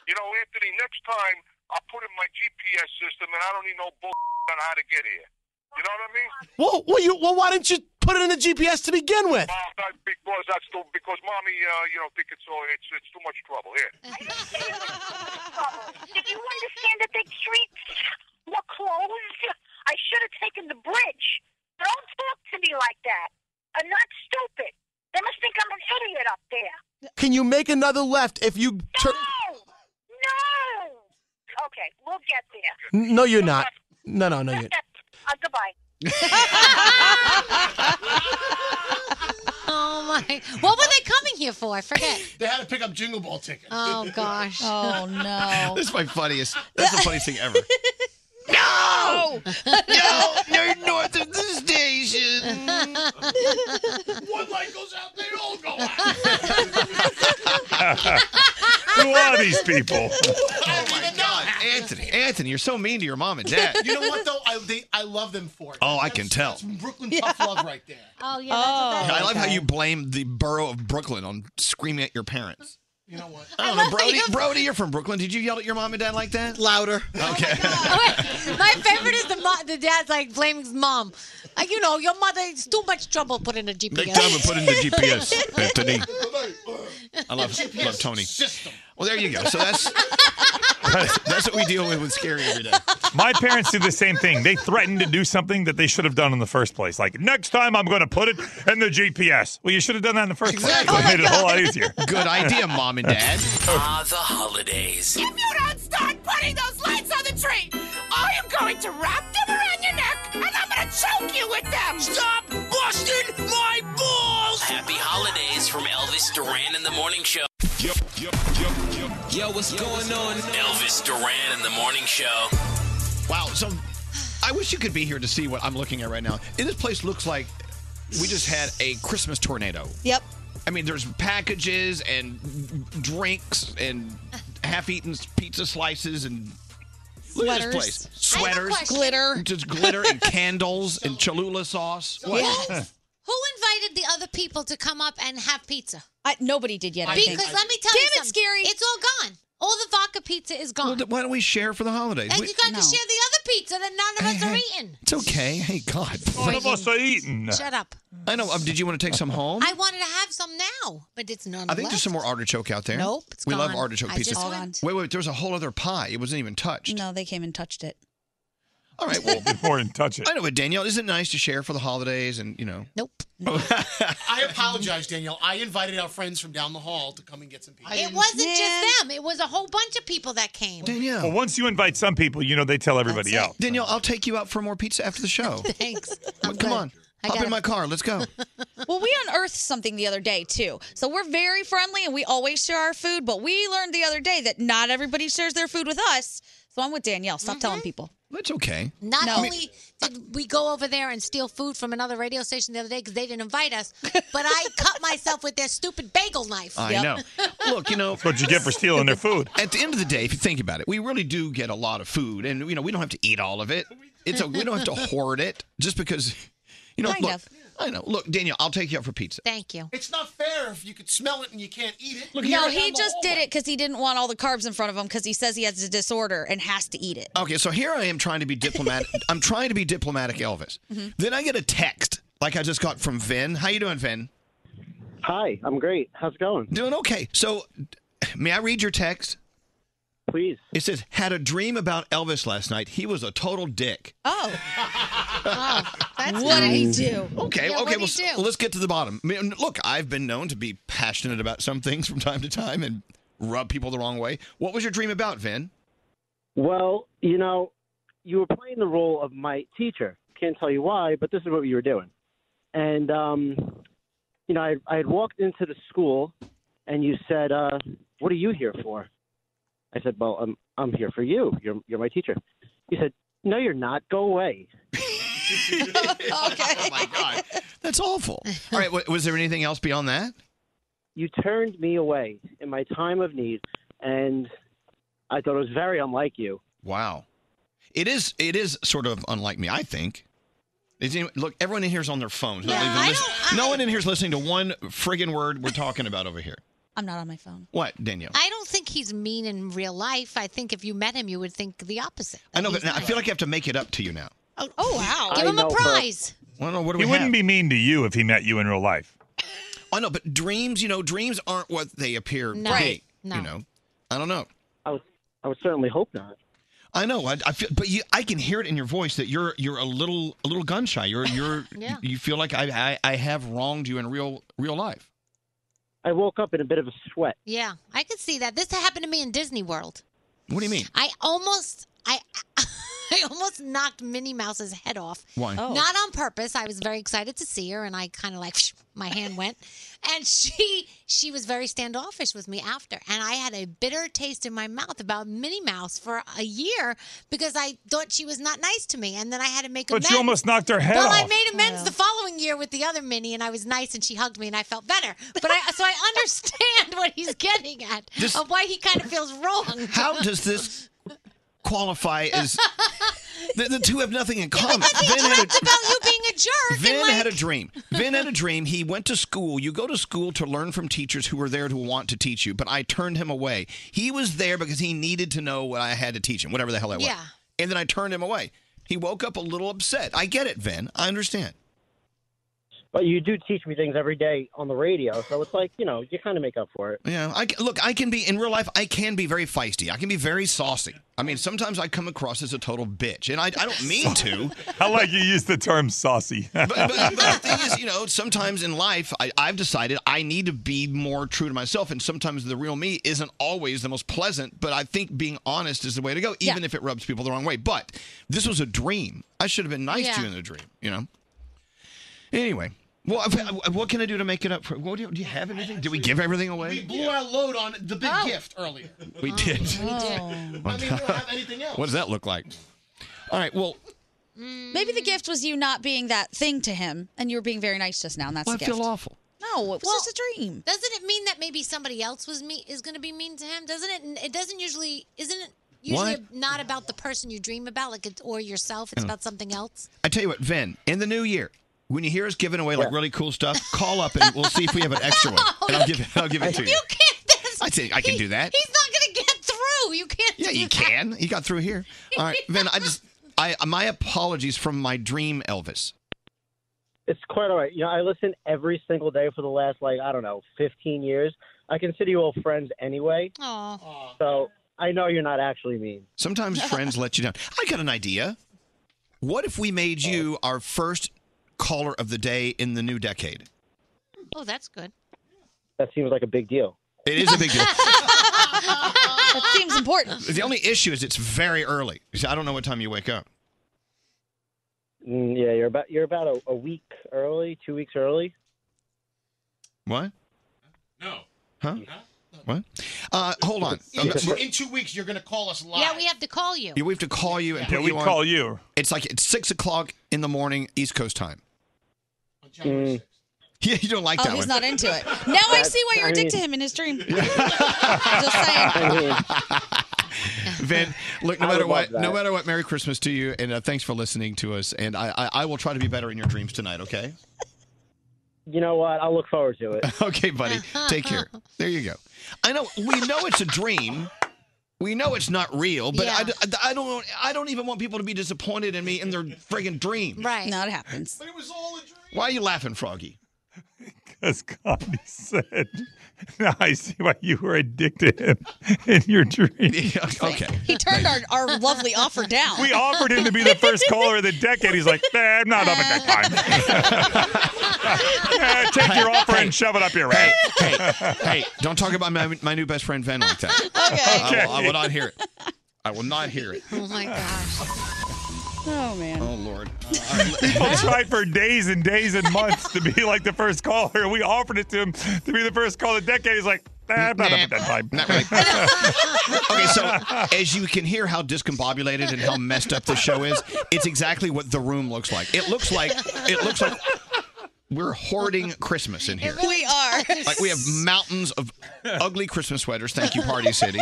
S9: You know, Anthony, next time I'll put in my GPS system, and I don't need no bull on how to get here. You know what I mean?
S8: Well, well, you, well, why didn't you put it in the GPS to begin with?
S9: Well, that's because that's too, because mommy, uh, you know, think it's all it's it's too much trouble here.
S23: Did you understand that the streets were closed? I should have taken the bridge. Don't talk to me like that. I'm not stupid. They must think I'm an idiot up there.
S8: Can you make another left if you turn?
S23: No! No! Okay, we'll get there.
S8: No, you're not. No, no, no, you're.
S23: Uh, goodbye.
S17: Oh my! What were they coming here for? I forget.
S42: They had to pick up Jingle Ball tickets.
S17: Oh gosh.
S1: Oh no.
S2: This is my funniest. That's the funniest thing ever.
S1: No!
S2: no! They're north of the station.
S42: One light goes out, they all go out.
S25: Who are these people?
S2: Oh my God, Anthony, Anthony, you're so mean to your mom and dad.
S42: You know what though? I they, I love them for it.
S2: Oh, I can tell.
S42: Some Brooklyn tough love right there.
S14: Oh,
S17: yeah.
S2: I love how you blame the borough of Brooklyn on screaming at your parents.
S42: You know what?
S2: I don't know, Brody. Brody, you're from Brooklyn. Did you yell at your mom and dad like that? Louder. Oh Okay.
S17: My favorite is the mo- the dad's like blaming his mom. Like you know, your mother is too much trouble put in a GPS.
S2: Next time we put in the GPS, Anthony. I love, love Tony. Well, there you go. So that's that's what we deal with with scary every day.
S25: My parents do the same thing. They threatened to do something that they should have done in the first place. Like next time, I'm going to put it in the GPS. Well, you should have done that in the first
S2: Exactly.
S25: place. It made it a whole lot easier.
S2: Good idea, mom and dad.
S5: Ah, the holidays.
S43: If you don't start putting those lights on the tree, I am going to wrap them around your neck and I'm going to choke you with them. Stop busting my balls!
S5: Happy holidays from Elvis Duran in the morning show.
S44: Yo, yo, yo, yo. Yo, what's going on?
S5: Elvis Duran in the morning show.
S2: Wow. So I wish you could be here to see what I'm looking at right now. And This place looks like we just had a Christmas tornado.
S1: Yep.
S2: I mean, there's packages and drinks and half-eaten pizza slices and look at this
S1: Sweaters.
S2: place.
S1: I have a
S2: Sweaters,
S1: question. Glitter.
S2: just glitter and candles and Cholula sauce. What?
S17: Yes. Who invited the other people to come up and have pizza?
S1: I, nobody did yet. I
S17: because
S1: think.
S17: let me tell
S1: Damn
S17: you,
S1: it,
S17: something. scary. It's all gone. All the vodka pizza is gone.
S2: Well, th- why don't we share for the holidays?
S17: and
S2: We-
S17: you got to share the other pizza that none of us are eating.
S2: It's okay. Hey, God.
S17: Some of us
S2: are eating.
S17: Shut up.
S2: I know. Um, did you want to take some home?
S17: I wanted to have some now, but it's none
S2: I think
S17: left.
S2: there's some more artichoke out there.
S17: Nope, it's
S2: we love
S17: gone.
S2: artichoke
S17: I
S2: pizza.
S17: just want-
S2: Wait, wait. There was a whole other pie. It wasn't even touched.
S1: No, they came and touched it.
S2: All right. Well,
S25: before and touch it.
S2: I know, but Danielle, isn't it nice to share for the holidays? And you know,
S17: nope.
S42: I apologize, Danielle. I invited our friends from down the hall to come and get some pizza.
S17: It wasn't just them. It was a whole bunch of people that came.
S25: Well, once you invite some people, you know they tell everybody
S2: That's it.
S25: else.
S2: Danielle, I'll take you out for more pizza after the show.
S17: Thanks.
S2: Come on,
S1: I
S2: hop
S1: got
S2: in
S1: it.
S2: my car. Let's go.
S1: Well, we unearthed something the other day too. So we're very friendly and we always share our food, but we learned the other day that not everybody shares their food with us. So I'm with Danielle. Stop telling people.
S2: That's okay.
S17: Not
S1: No. I mean-
S17: only did we go over there and steal food from another radio station the other day because they didn't invite us, but I cut myself with their stupid bagel knife.
S2: I know. Look, you know, That's
S25: what you get for stealing their food.
S2: At the end of the day, if you think about it, we really do get a lot of food, and you know, we don't have to eat all of it. It's a, we don't have to hoard it just because, you know.
S42: Kind
S2: look,
S42: of.
S2: I know. Look, Danielle, I'll take you out for pizza.
S17: Thank you.
S42: It's not fair if you could smell it and you can't eat it.
S1: no, he just did it because he didn't want all the carbs in front of him because he says he has a disorder and has to eat it.
S2: Okay, so here I am trying to be diplomatic. I'm trying to be diplomatic, Elvis.
S1: Mhm.
S2: Then I get a text like I just got from Vin. How you doing, Vin?
S45: Hi, I'm great. How's it going?
S2: Doing okay. So, may I read your text?
S45: Please.
S2: It says, "Had a dream about Elvis last night. He was a total dick."
S1: Oh.
S17: that's
S1: Ah, what did he
S2: nice.
S1: do?
S2: Okay, okay, well,
S1: he
S2: s- let's get to the bottom. I mean, look, I've been known to be passionate about some things from time to time and rub people the wrong way. What was your dream about, Vin?
S45: Well, you know, you were playing the role of my teacher. Can't tell you why, but this is what you were doing. And um, you know, I, I had walked into the school, and you said, uh, "What are you here for?" I said, "Well, I'm I'm here for you. You're you're my teacher." You said, "No, you're not. Go away."
S2: oh my god, that's awful. All right, wa- was there anything else beyond that?
S45: you turned me away in my time of need, and I thought it was very unlike you.
S2: Wow, it is it is sort of unlike me. I think. Is any- look, everyone in here's on their phones. not even listen- no one in here's listening to one friggin' word we're talking about over here.
S17: I'm not on my phone.
S2: What, Danielle?
S17: I don't think he's mean in real life. I know, but you met him, you would think the opposite.
S2: I know, but now, I feel like I have to make it up to you now.
S17: Oh, wow!
S2: Give
S17: Give
S2: I
S17: him
S2: him a
S17: a
S2: know, but-
S17: prize.
S2: Well, no, what do
S25: he
S2: we
S25: wouldn't
S2: have?
S25: be mean to you if he met you in real life.
S2: I know, Oh, but dreams, you know, dreams aren't what they appear to
S17: No. Right.
S2: be.
S17: No.
S2: You know, I don't know.
S45: I would, I would certainly hope not.
S2: I know. I, I feel, but you, I can hear it in your voice that you're you're a little a little gun shy. You're you're
S45: Yeah.
S2: you feel like I, I I have wronged you in real real life.
S45: I woke up in a bit of a sweat.
S17: Yeah, I could see that. This happened to me in Disney World.
S2: What do you mean?
S17: I almost I I almost knocked Minnie Mouse's head off.
S2: Why? Oh.
S17: Not on purpose. I was very excited to see her and I kind of like my hand went and she she was very standoffish with me after and I had a bitter taste in my mouth about Minnie Mouse for a year because I thought she was not nice to me and then I had to make
S25: But
S17: amends.
S25: you almost knocked her head
S17: well, I
S25: off.
S17: made amends the following year with the other Minnie, and I was nice, and she hugged me, and I felt better. But I, so I understand what he's getting at
S2: This-
S17: of why he kind of feels wrong.
S2: How does this qualify as the, the two have nothing in common?
S17: But he
S2: Vin had
S17: talked
S2: a,
S17: about you being a jerk.
S2: Vin
S17: and like,
S2: had a dream. Vin had a dream. He went to school. You go to school to learn from teachers who were there to want to teach you, but I turned him away. He was there because he needed to know what I had to teach him, whatever the hell that
S17: Yeah.
S2: was. And then I turned him away. He woke up a little upset. I get it, Vin. I understand.
S45: But you do teach me things every day on the radio, so it's like you know you kind of make up for it.
S2: Yeah, I c- look. I can be in real life. I can be very feisty. I can be very saucy. I mean, sometimes I come across as a total bitch, and I, I don't mean to.
S25: I like you use the term saucy.
S2: But, but the thing is, you know, sometimes in life, I, I've decided I need to be more true to myself, and sometimes the real me isn't always the most pleasant. But I think being honest is the way to go, even if it rubs people the wrong way. But this was a dream. I should have been nice
S17: Yeah.
S2: to you in the dream. You know. Anyway, well, I- I- what can I do to make it up? For, what do you, do you have anything? Did we give everything
S8: We
S2: away?
S8: blew our load on the big gift earlier.
S2: We Oh, did.
S8: Oh.
S2: Oh.
S8: I mean, we don't have anything else.
S2: What does that look like? All right. Well,
S1: Maybe the gift was you not being that thing to him, and you were being very nice just now, and that's
S2: I
S1: the gift.
S2: feel awful.
S1: No, it was just a dream.
S17: Doesn't it mean that maybe somebody else was me is going to be mean to him? Doesn't it? It doesn't usually. Isn't it usually
S2: What?
S17: not about the person you dream about, like it, or yourself? It's
S2: Yeah.
S17: about something else.
S2: I tell you what, Vin, in the new year, when you hear us giving away like really cool stuff, call up and we'll see if we have an extra one. And I'll give it, I'll give it to you.
S17: Oh, You can't. That's,
S2: I think I can do that.
S17: He's not going to get through. You can't.
S2: Yeah,
S17: do
S2: you
S17: that.
S2: can. You got through here. All right, Vin, I just I my apologies from my dream Elvis.
S45: It's quite all right. You know, I listen every single day for the last like I don't know, 15 years. I consider you all friends anyway.
S17: Aww.
S45: So I know you're not actually mean.
S2: Sometimes friends let you down. I got an idea. What if we made you our first caller of the day in the new decade?
S17: Oh, that's good.
S45: That seems like a big deal.
S2: It is a big deal.
S1: that seems important.
S2: The only issue is it's very early. You see, I don't know what time you wake up.
S45: Mm, yeah, you're about you're about a, a week early, two weeks early.
S2: What?
S8: No.
S2: Huh? What? Uh, hold on.
S8: In, two,
S2: We're-
S8: in two weeks, you're going to call us live.
S17: Yeah, we have to call you.
S2: Yeah, we have to call you and
S25: Yeah,
S2: put
S25: we
S2: you on.
S25: call you.
S2: It's like it's six o'clock in the morning, East Coast time.
S1: Mm.
S2: Yeah, you don't like
S1: oh,
S2: that
S1: he's
S2: one.
S1: not into it. Now I see why you're I addicted to mean- him in his dream.
S2: Vin, look, no
S1: I
S2: matter
S1: would
S2: what,
S1: love
S2: no
S1: that.
S2: matter what, Merry Christmas to you, and uh, thanks for listening to us. And I, I, I will try to be better in your dreams tonight. Okay.
S45: You know what? I'll look forward to it.
S2: okay, buddy. Take care. There you go. I know we know it's a dream. We know it's not real, but I d- I, don't want- I don't even want people to be disappointed in me in their friggin' dream.
S1: Right. No, it happens.
S8: But it was all a dream.
S2: Why are you laughing, Froggy?
S25: Because Gandhi said, now I see why you were addicted to him in your dream.
S2: okay.
S1: He turned our, our lovely offer down.
S25: We offered him to be the first caller of the decade. He's like, nah, I'm not up at that time. Nah, take your offer and shove it up your ass.
S2: Hey, don't talk about my, my new best friend Vin like that.
S1: Okay.
S2: I will, I will not hear it. I will not hear it.
S17: Oh my gosh.
S9: Oh man.
S2: Oh lord.
S25: People tried for days and days and months to be like the first caller. We offered it to him to be the first call of the decade. He's like, nah, I'm not up at that time.
S2: okay, so as you can hear how discombobulated and how messed up this show is, it's exactly what the room looks like. It looks like it looks like we're hoarding Christmas in here.
S9: We are.
S2: Like we have mountains of ugly Christmas sweaters. Thank you, Party City.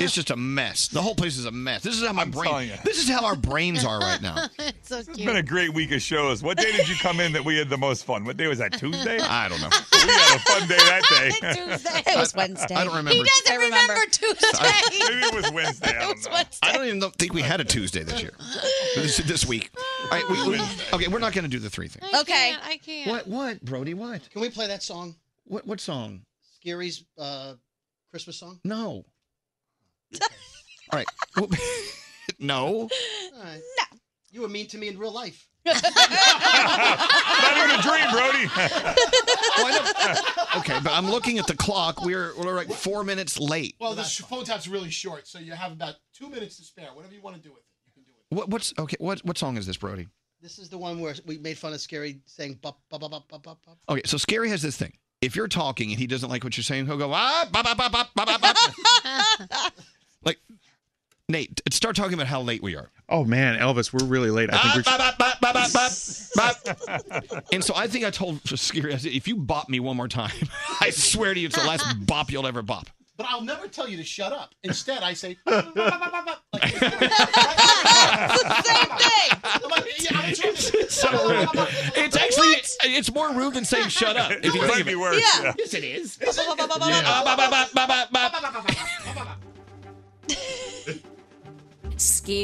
S2: It's just a mess. The whole place is a mess. This is how my
S25: telling
S2: brain.
S25: you.
S2: This is how our brains are right now.
S1: it's so
S25: It's been a
S1: cute.
S25: great week of shows. What day did you come in that we had the most fun? What day was that? Tuesday?
S2: I don't know.
S25: We had a fun day that day.
S9: It was Wednesday.
S2: I don't remember. He doesn't
S9: I remember.
S2: I-
S25: Maybe it was Wednesday. I don't know.
S2: I don't even know- think we had a Tuesday this year. This, this week. All right, we, we- okay, we're not going to do the three thing.
S9: Okay.
S1: I can't.
S2: What? What, Brody? What?
S45: Can we play that song?
S2: What? What song?
S45: Scary's uh, Christmas song?
S2: No. All right. Well, no.
S45: All right. No. You were mean to me in real life.
S25: Not even a dream, Brody.
S2: Oh, Okay, but I'm looking at the clock. We're we're like four minutes late.
S8: Well, this phone tap's really short, so you have about two minutes to spare. Whatever you want to do with it.
S2: What, what's okay? What what song is this, Brody?
S45: This is the one where we made fun of Scary saying bop, bop, bop, bop, bop, bop, bop.
S2: Okay, so Scary has this thing. If you're talking and he doesn't like what you're saying, he'll go ah ba ba ba ba ba ba ba. like Nate, t- start talking about how late we are.
S46: Oh man, Elvis, we're really late. I think we're.
S2: and so I think I told Scary, I said, if you bop me one more time, I swear to you, it's the last bop you'll ever bop.
S8: But I'll never tell you to shut up. Instead, I say.
S2: it's actually it's more rude than saying shut up. If you
S25: It
S2: think
S25: might
S2: of
S25: be
S2: it.
S25: worse, Yeah. yeah.
S8: Yes, it is.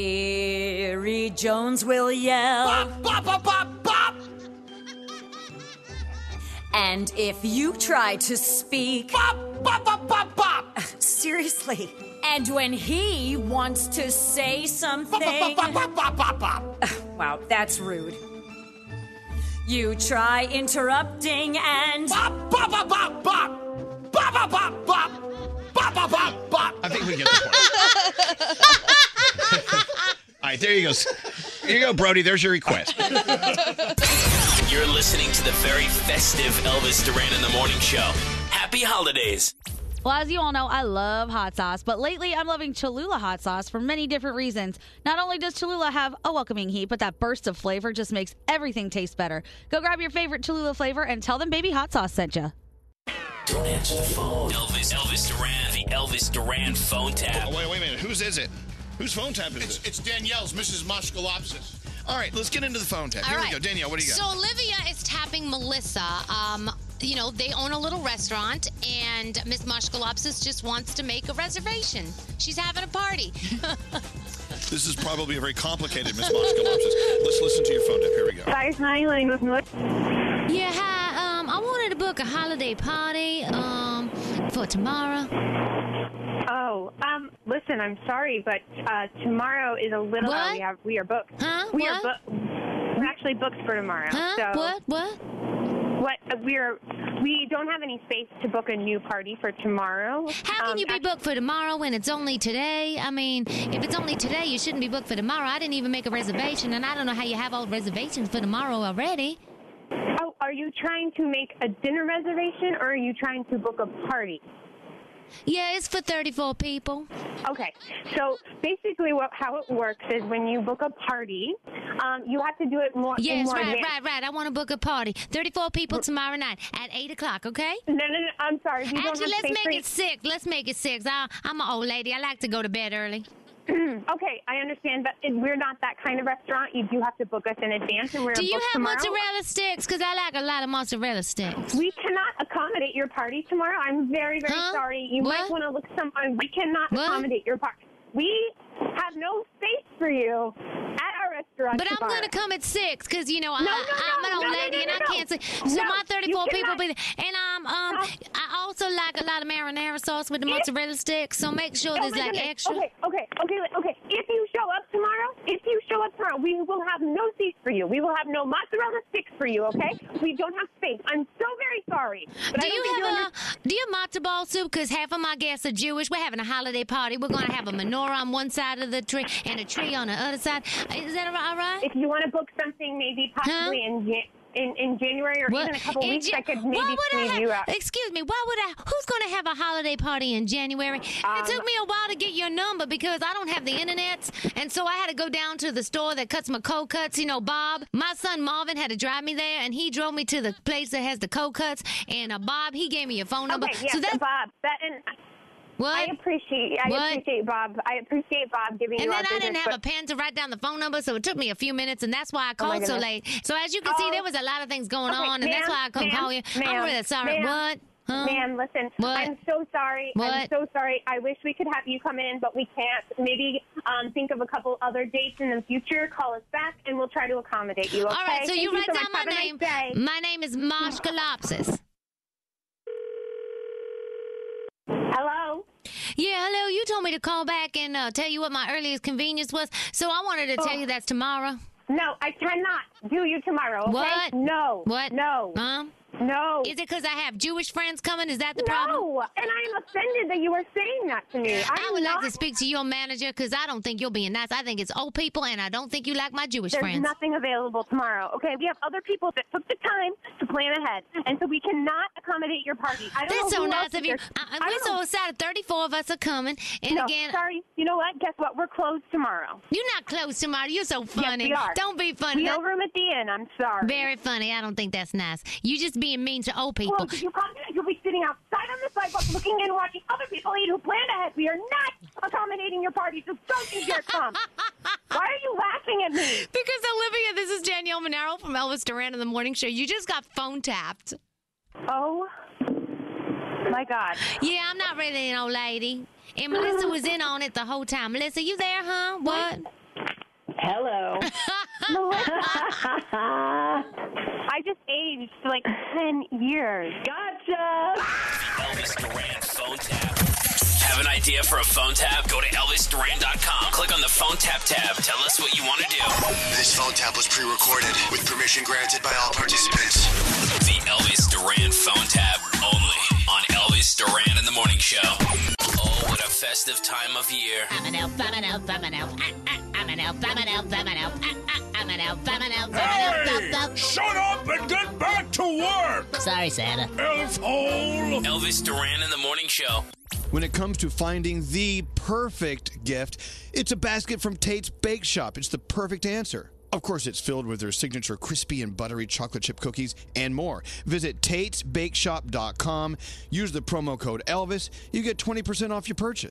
S47: Scary Jones will yell. Bop, bop, bop, bop, And if you try to speak. Bop, bop, bop, bop, bop. Seriously. And when he wants to say something. Bop, bop, bop, bop, bop, bop. Wow, that's rude. You try interrupting and. Bop, bop, bop, bop, bop. Bop, bop, bop, bop. Bop, bop, bop, bop.
S2: I think we get the point. All right, there you go. Here you go, Brody. There's your request.
S5: You're listening to the very festive Elvis Duran in the Morning Show. Happy holidays.
S47: Well, as you all know, I love hot sauce, but lately I'm loving Cholula hot sauce for many different reasons. Not only does Cholula have a welcoming heat, but that burst of flavor just makes everything taste better. Go grab your favorite Cholula flavor and tell them Baby Hot Sauce sent you.
S5: Don't answer the phone. Elvis, Elvis Duran, the Elvis Duran phone tap.
S2: Oh, wait, wait a minute. Whose is it? Whose phone tap is it?
S8: It's Danielle's, Mrs. Moskolopsis.
S2: All right, let's get into the phone tap. Here
S1: All
S2: we go.
S1: right.
S2: Danielle, what do you got?
S1: So Olivia is tapping Melissa. Um, you know, they own a little restaurant, and Miss Moshkolopsis just wants to make a reservation. She's having a party.
S2: this is probably a very complicated Miss Moskalopsis. Let's listen to your phone tap. Here we go.
S17: Yeah, hi. Um, I wanted to book a holiday party um, for tomorrow.
S18: Oh, um, listen, I'm sorry, but uh, tomorrow is a little.
S17: What?
S18: Uh, we have we are booked.
S17: Huh?
S18: We
S17: What?
S18: are booked. We're actually booked for tomorrow.
S17: Huh?
S18: So
S17: What? What?
S18: What? uh, We're we don't have any space to book a new party for tomorrow.
S17: How
S1: Um,
S17: can you be booked for tomorrow when it's only today? I mean, if it's only today, you shouldn't be booked for tomorrow. I didn't even make a reservation, and I don't know how you have all reservations for tomorrow already.
S18: Oh, are you trying to make a dinner reservation or are you trying to book a party?
S17: Yeah, it's for 34 people.
S18: Okay, so basically, what how it works is when you book a party, um, you have to do it more. in
S17: Yes,
S18: more
S17: right,
S18: advance.
S17: right, right. I want to book a party. 34 people tomorrow night at 8 o'clock, okay?
S18: No, no, no. I'm sorry. We don't
S17: Actually,
S18: have
S17: let's
S18: space
S17: make
S18: for you.
S17: it 6. Let's make it 6. I, I'm an old lady. I like to go to bed early.
S18: okay, I understand, but it- we're not that kind of restaurant. You do have to book us in advance, and we're
S17: Do you
S18: booked
S17: have
S18: tomorrow.
S17: mozzarella sticks? Because I like a lot of mozzarella sticks.
S18: We cannot accommodate your party tomorrow. I'm very, very sorry. You might want to look someone. We cannot accommodate your party. We have no space for you at our restaurant.
S17: But I'm
S18: tomorrow.
S17: gonna come at six because you know
S18: No,
S17: I,
S18: no,
S17: I'm an
S18: no,
S17: old
S18: no, no,
S17: lady
S18: no,
S17: and
S18: no,
S17: I can't.
S18: no.
S17: Say, so
S18: No,
S17: my
S18: you
S17: 34 people
S18: cannot.
S17: be there, and um, um, I also like a lot of marinara sauce with the mozzarella sticks. So make sure
S18: Oh
S17: there's
S18: my
S17: like
S18: goodness.
S17: extra.
S18: Okay, okay, okay, okay. If you show up tomorrow, if you show up tomorrow, we will have no seats for you. We will have no mozzarella sticks for you, okay? We don't have space. I'm so very sorry. But
S17: do
S18: I don't
S17: you
S18: think
S17: have
S18: you
S17: a
S18: under-
S17: do you have matzo ball soup? Because half of my guests are Jewish. We're having a holiday party. We're going to have a menorah on one side of the tree and a tree on the other side. Is that all right?
S18: If you want to book something, maybe possibly in Jan- in in January or even a couple
S17: in
S18: weeks,
S17: Ja-
S18: I could
S17: why
S18: maybe
S17: would I
S18: squeeze
S17: have-
S18: you out.
S17: Excuse me. Why would I? Who's going to have a holiday party in January?
S18: Um,
S17: it took me a while to get your number because I don't have the internet, and so I had to go down to the store that cuts my cold cuts. You know, Bob. My son Marvin had to drive me there, and he drove me to the place that has the cold cuts. And uh, Bob, he gave me your phone number.
S18: Okay, yes,
S17: so that
S18: Bob. That and
S17: what?
S18: I appreciate I
S17: What?
S18: appreciate Bob. I appreciate Bob giving
S17: And
S18: you
S17: then
S18: our
S17: I
S18: business,
S17: didn't have
S18: but-
S17: a pen to write down the phone number, so it took me a few minutes, and that's why I
S18: Oh, my
S17: called so
S18: goodness.
S17: late. So as you can see,
S18: Oh.
S17: there was a lot of things going
S18: Okay,
S17: on, and that's
S18: ma'am,
S17: why I couldn't
S18: ma'am,
S17: call you. I'm
S18: ma'am,
S17: really sorry.
S18: ma'am,
S17: What? Huh?
S18: Ma'am, listen. I'm so sorry. I'm
S17: What?
S18: so sorry. I wish we could have you come in, but we can't. Maybe um, think of a couple other dates in the future. Call us back, and we'll try to accommodate you. Okay?
S17: All right, so
S18: Thank
S17: you write
S18: so
S17: down
S18: much.
S17: my
S18: Have a nice
S17: name.
S18: day.
S17: My name is Marsh Galopsis.
S18: Hello.
S17: Yeah, hello. You told me to call back and uh, tell you what my earliest convenience was, so I wanted to tell you that's tomorrow.
S18: Oh. No, I cannot do you tomorrow. Okay?
S17: What?
S18: No.
S17: What?
S18: No.
S17: Mom.
S18: No.
S17: Is it because I have Jewish friends coming? Is that the problem?
S18: No, and I am offended that you are saying that to me.
S17: I
S18: I'm
S17: would
S18: not,
S17: like to speak to your manager because I don't think you're being nice. I think it's old people, and I don't think you like my Jewish
S18: There's
S17: friends.
S18: nothing available tomorrow. Okay, we have other people that took the time to plan ahead, and so we cannot accommodate your party. I don't
S17: That's
S18: know
S17: so
S18: who
S17: nice
S18: else
S17: of you.
S18: there's-
S17: I,
S18: I
S17: I, we're
S18: don't
S17: so
S18: know.
S17: excited. Thirty-four of us are coming, and
S18: No,
S17: again,
S18: sorry. You know what? Guess what? We're closed tomorrow.
S17: You're not close tomorrow. You're so funny.
S18: we are.
S17: Don't be funny.
S18: We have room at the end. I'm sorry.
S17: Very funny. I don't think that's nice. You just being mean to old people.
S18: Well, you come, you'll be sitting outside on the sidewalk looking in, watching other people eat who planned ahead. We are not accommodating your party, so don't you dare come. Why are you laughing at me?
S17: Because Olivia, this is Danielle Monaro from Elvis Duran in the Morning Show. You just got phone tapped.
S18: Oh my God.
S17: Yeah, I'm not really an old lady. And Melissa was in on it the whole time. Melissa, you there, huh? What?
S48: Hello.
S18: I just aged like 10 years. Gotcha.
S5: Elvis Duran phone tap. Have an idea for a phone tap? Go to ElvisDuran.com. Click on the phone tap tab. Tell us what you want to do.
S49: This phone tap was pre-recorded with permission granted by all participants.
S5: The Elvis Duran phone tap only on Elvis Duran in the Morning Show. Oh, what a festive time of year.
S9: I'm an elf, I'm an elf, I'm an elf. Ah, ah, I'm an elf, I'm an elf, I'm an elf. Ah, ah, I'm an elf, I'm an elf, I'm an elf, elf, elf.
S50: Shut up and get back to work!
S9: Sorry, Santa.
S50: Elf hole!
S5: Elvis Duran in the Morning Show.
S2: When it comes to finding the perfect gift, it's a basket from Tate's Bake Shop. It's the perfect answer. Of course, it's filled with their signature crispy and buttery chocolate chip cookies and more. Visit tatesbakeshop.com, use the promo code Elvis, you get 20% off your purchase.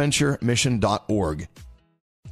S2: stbonaventuremission.org.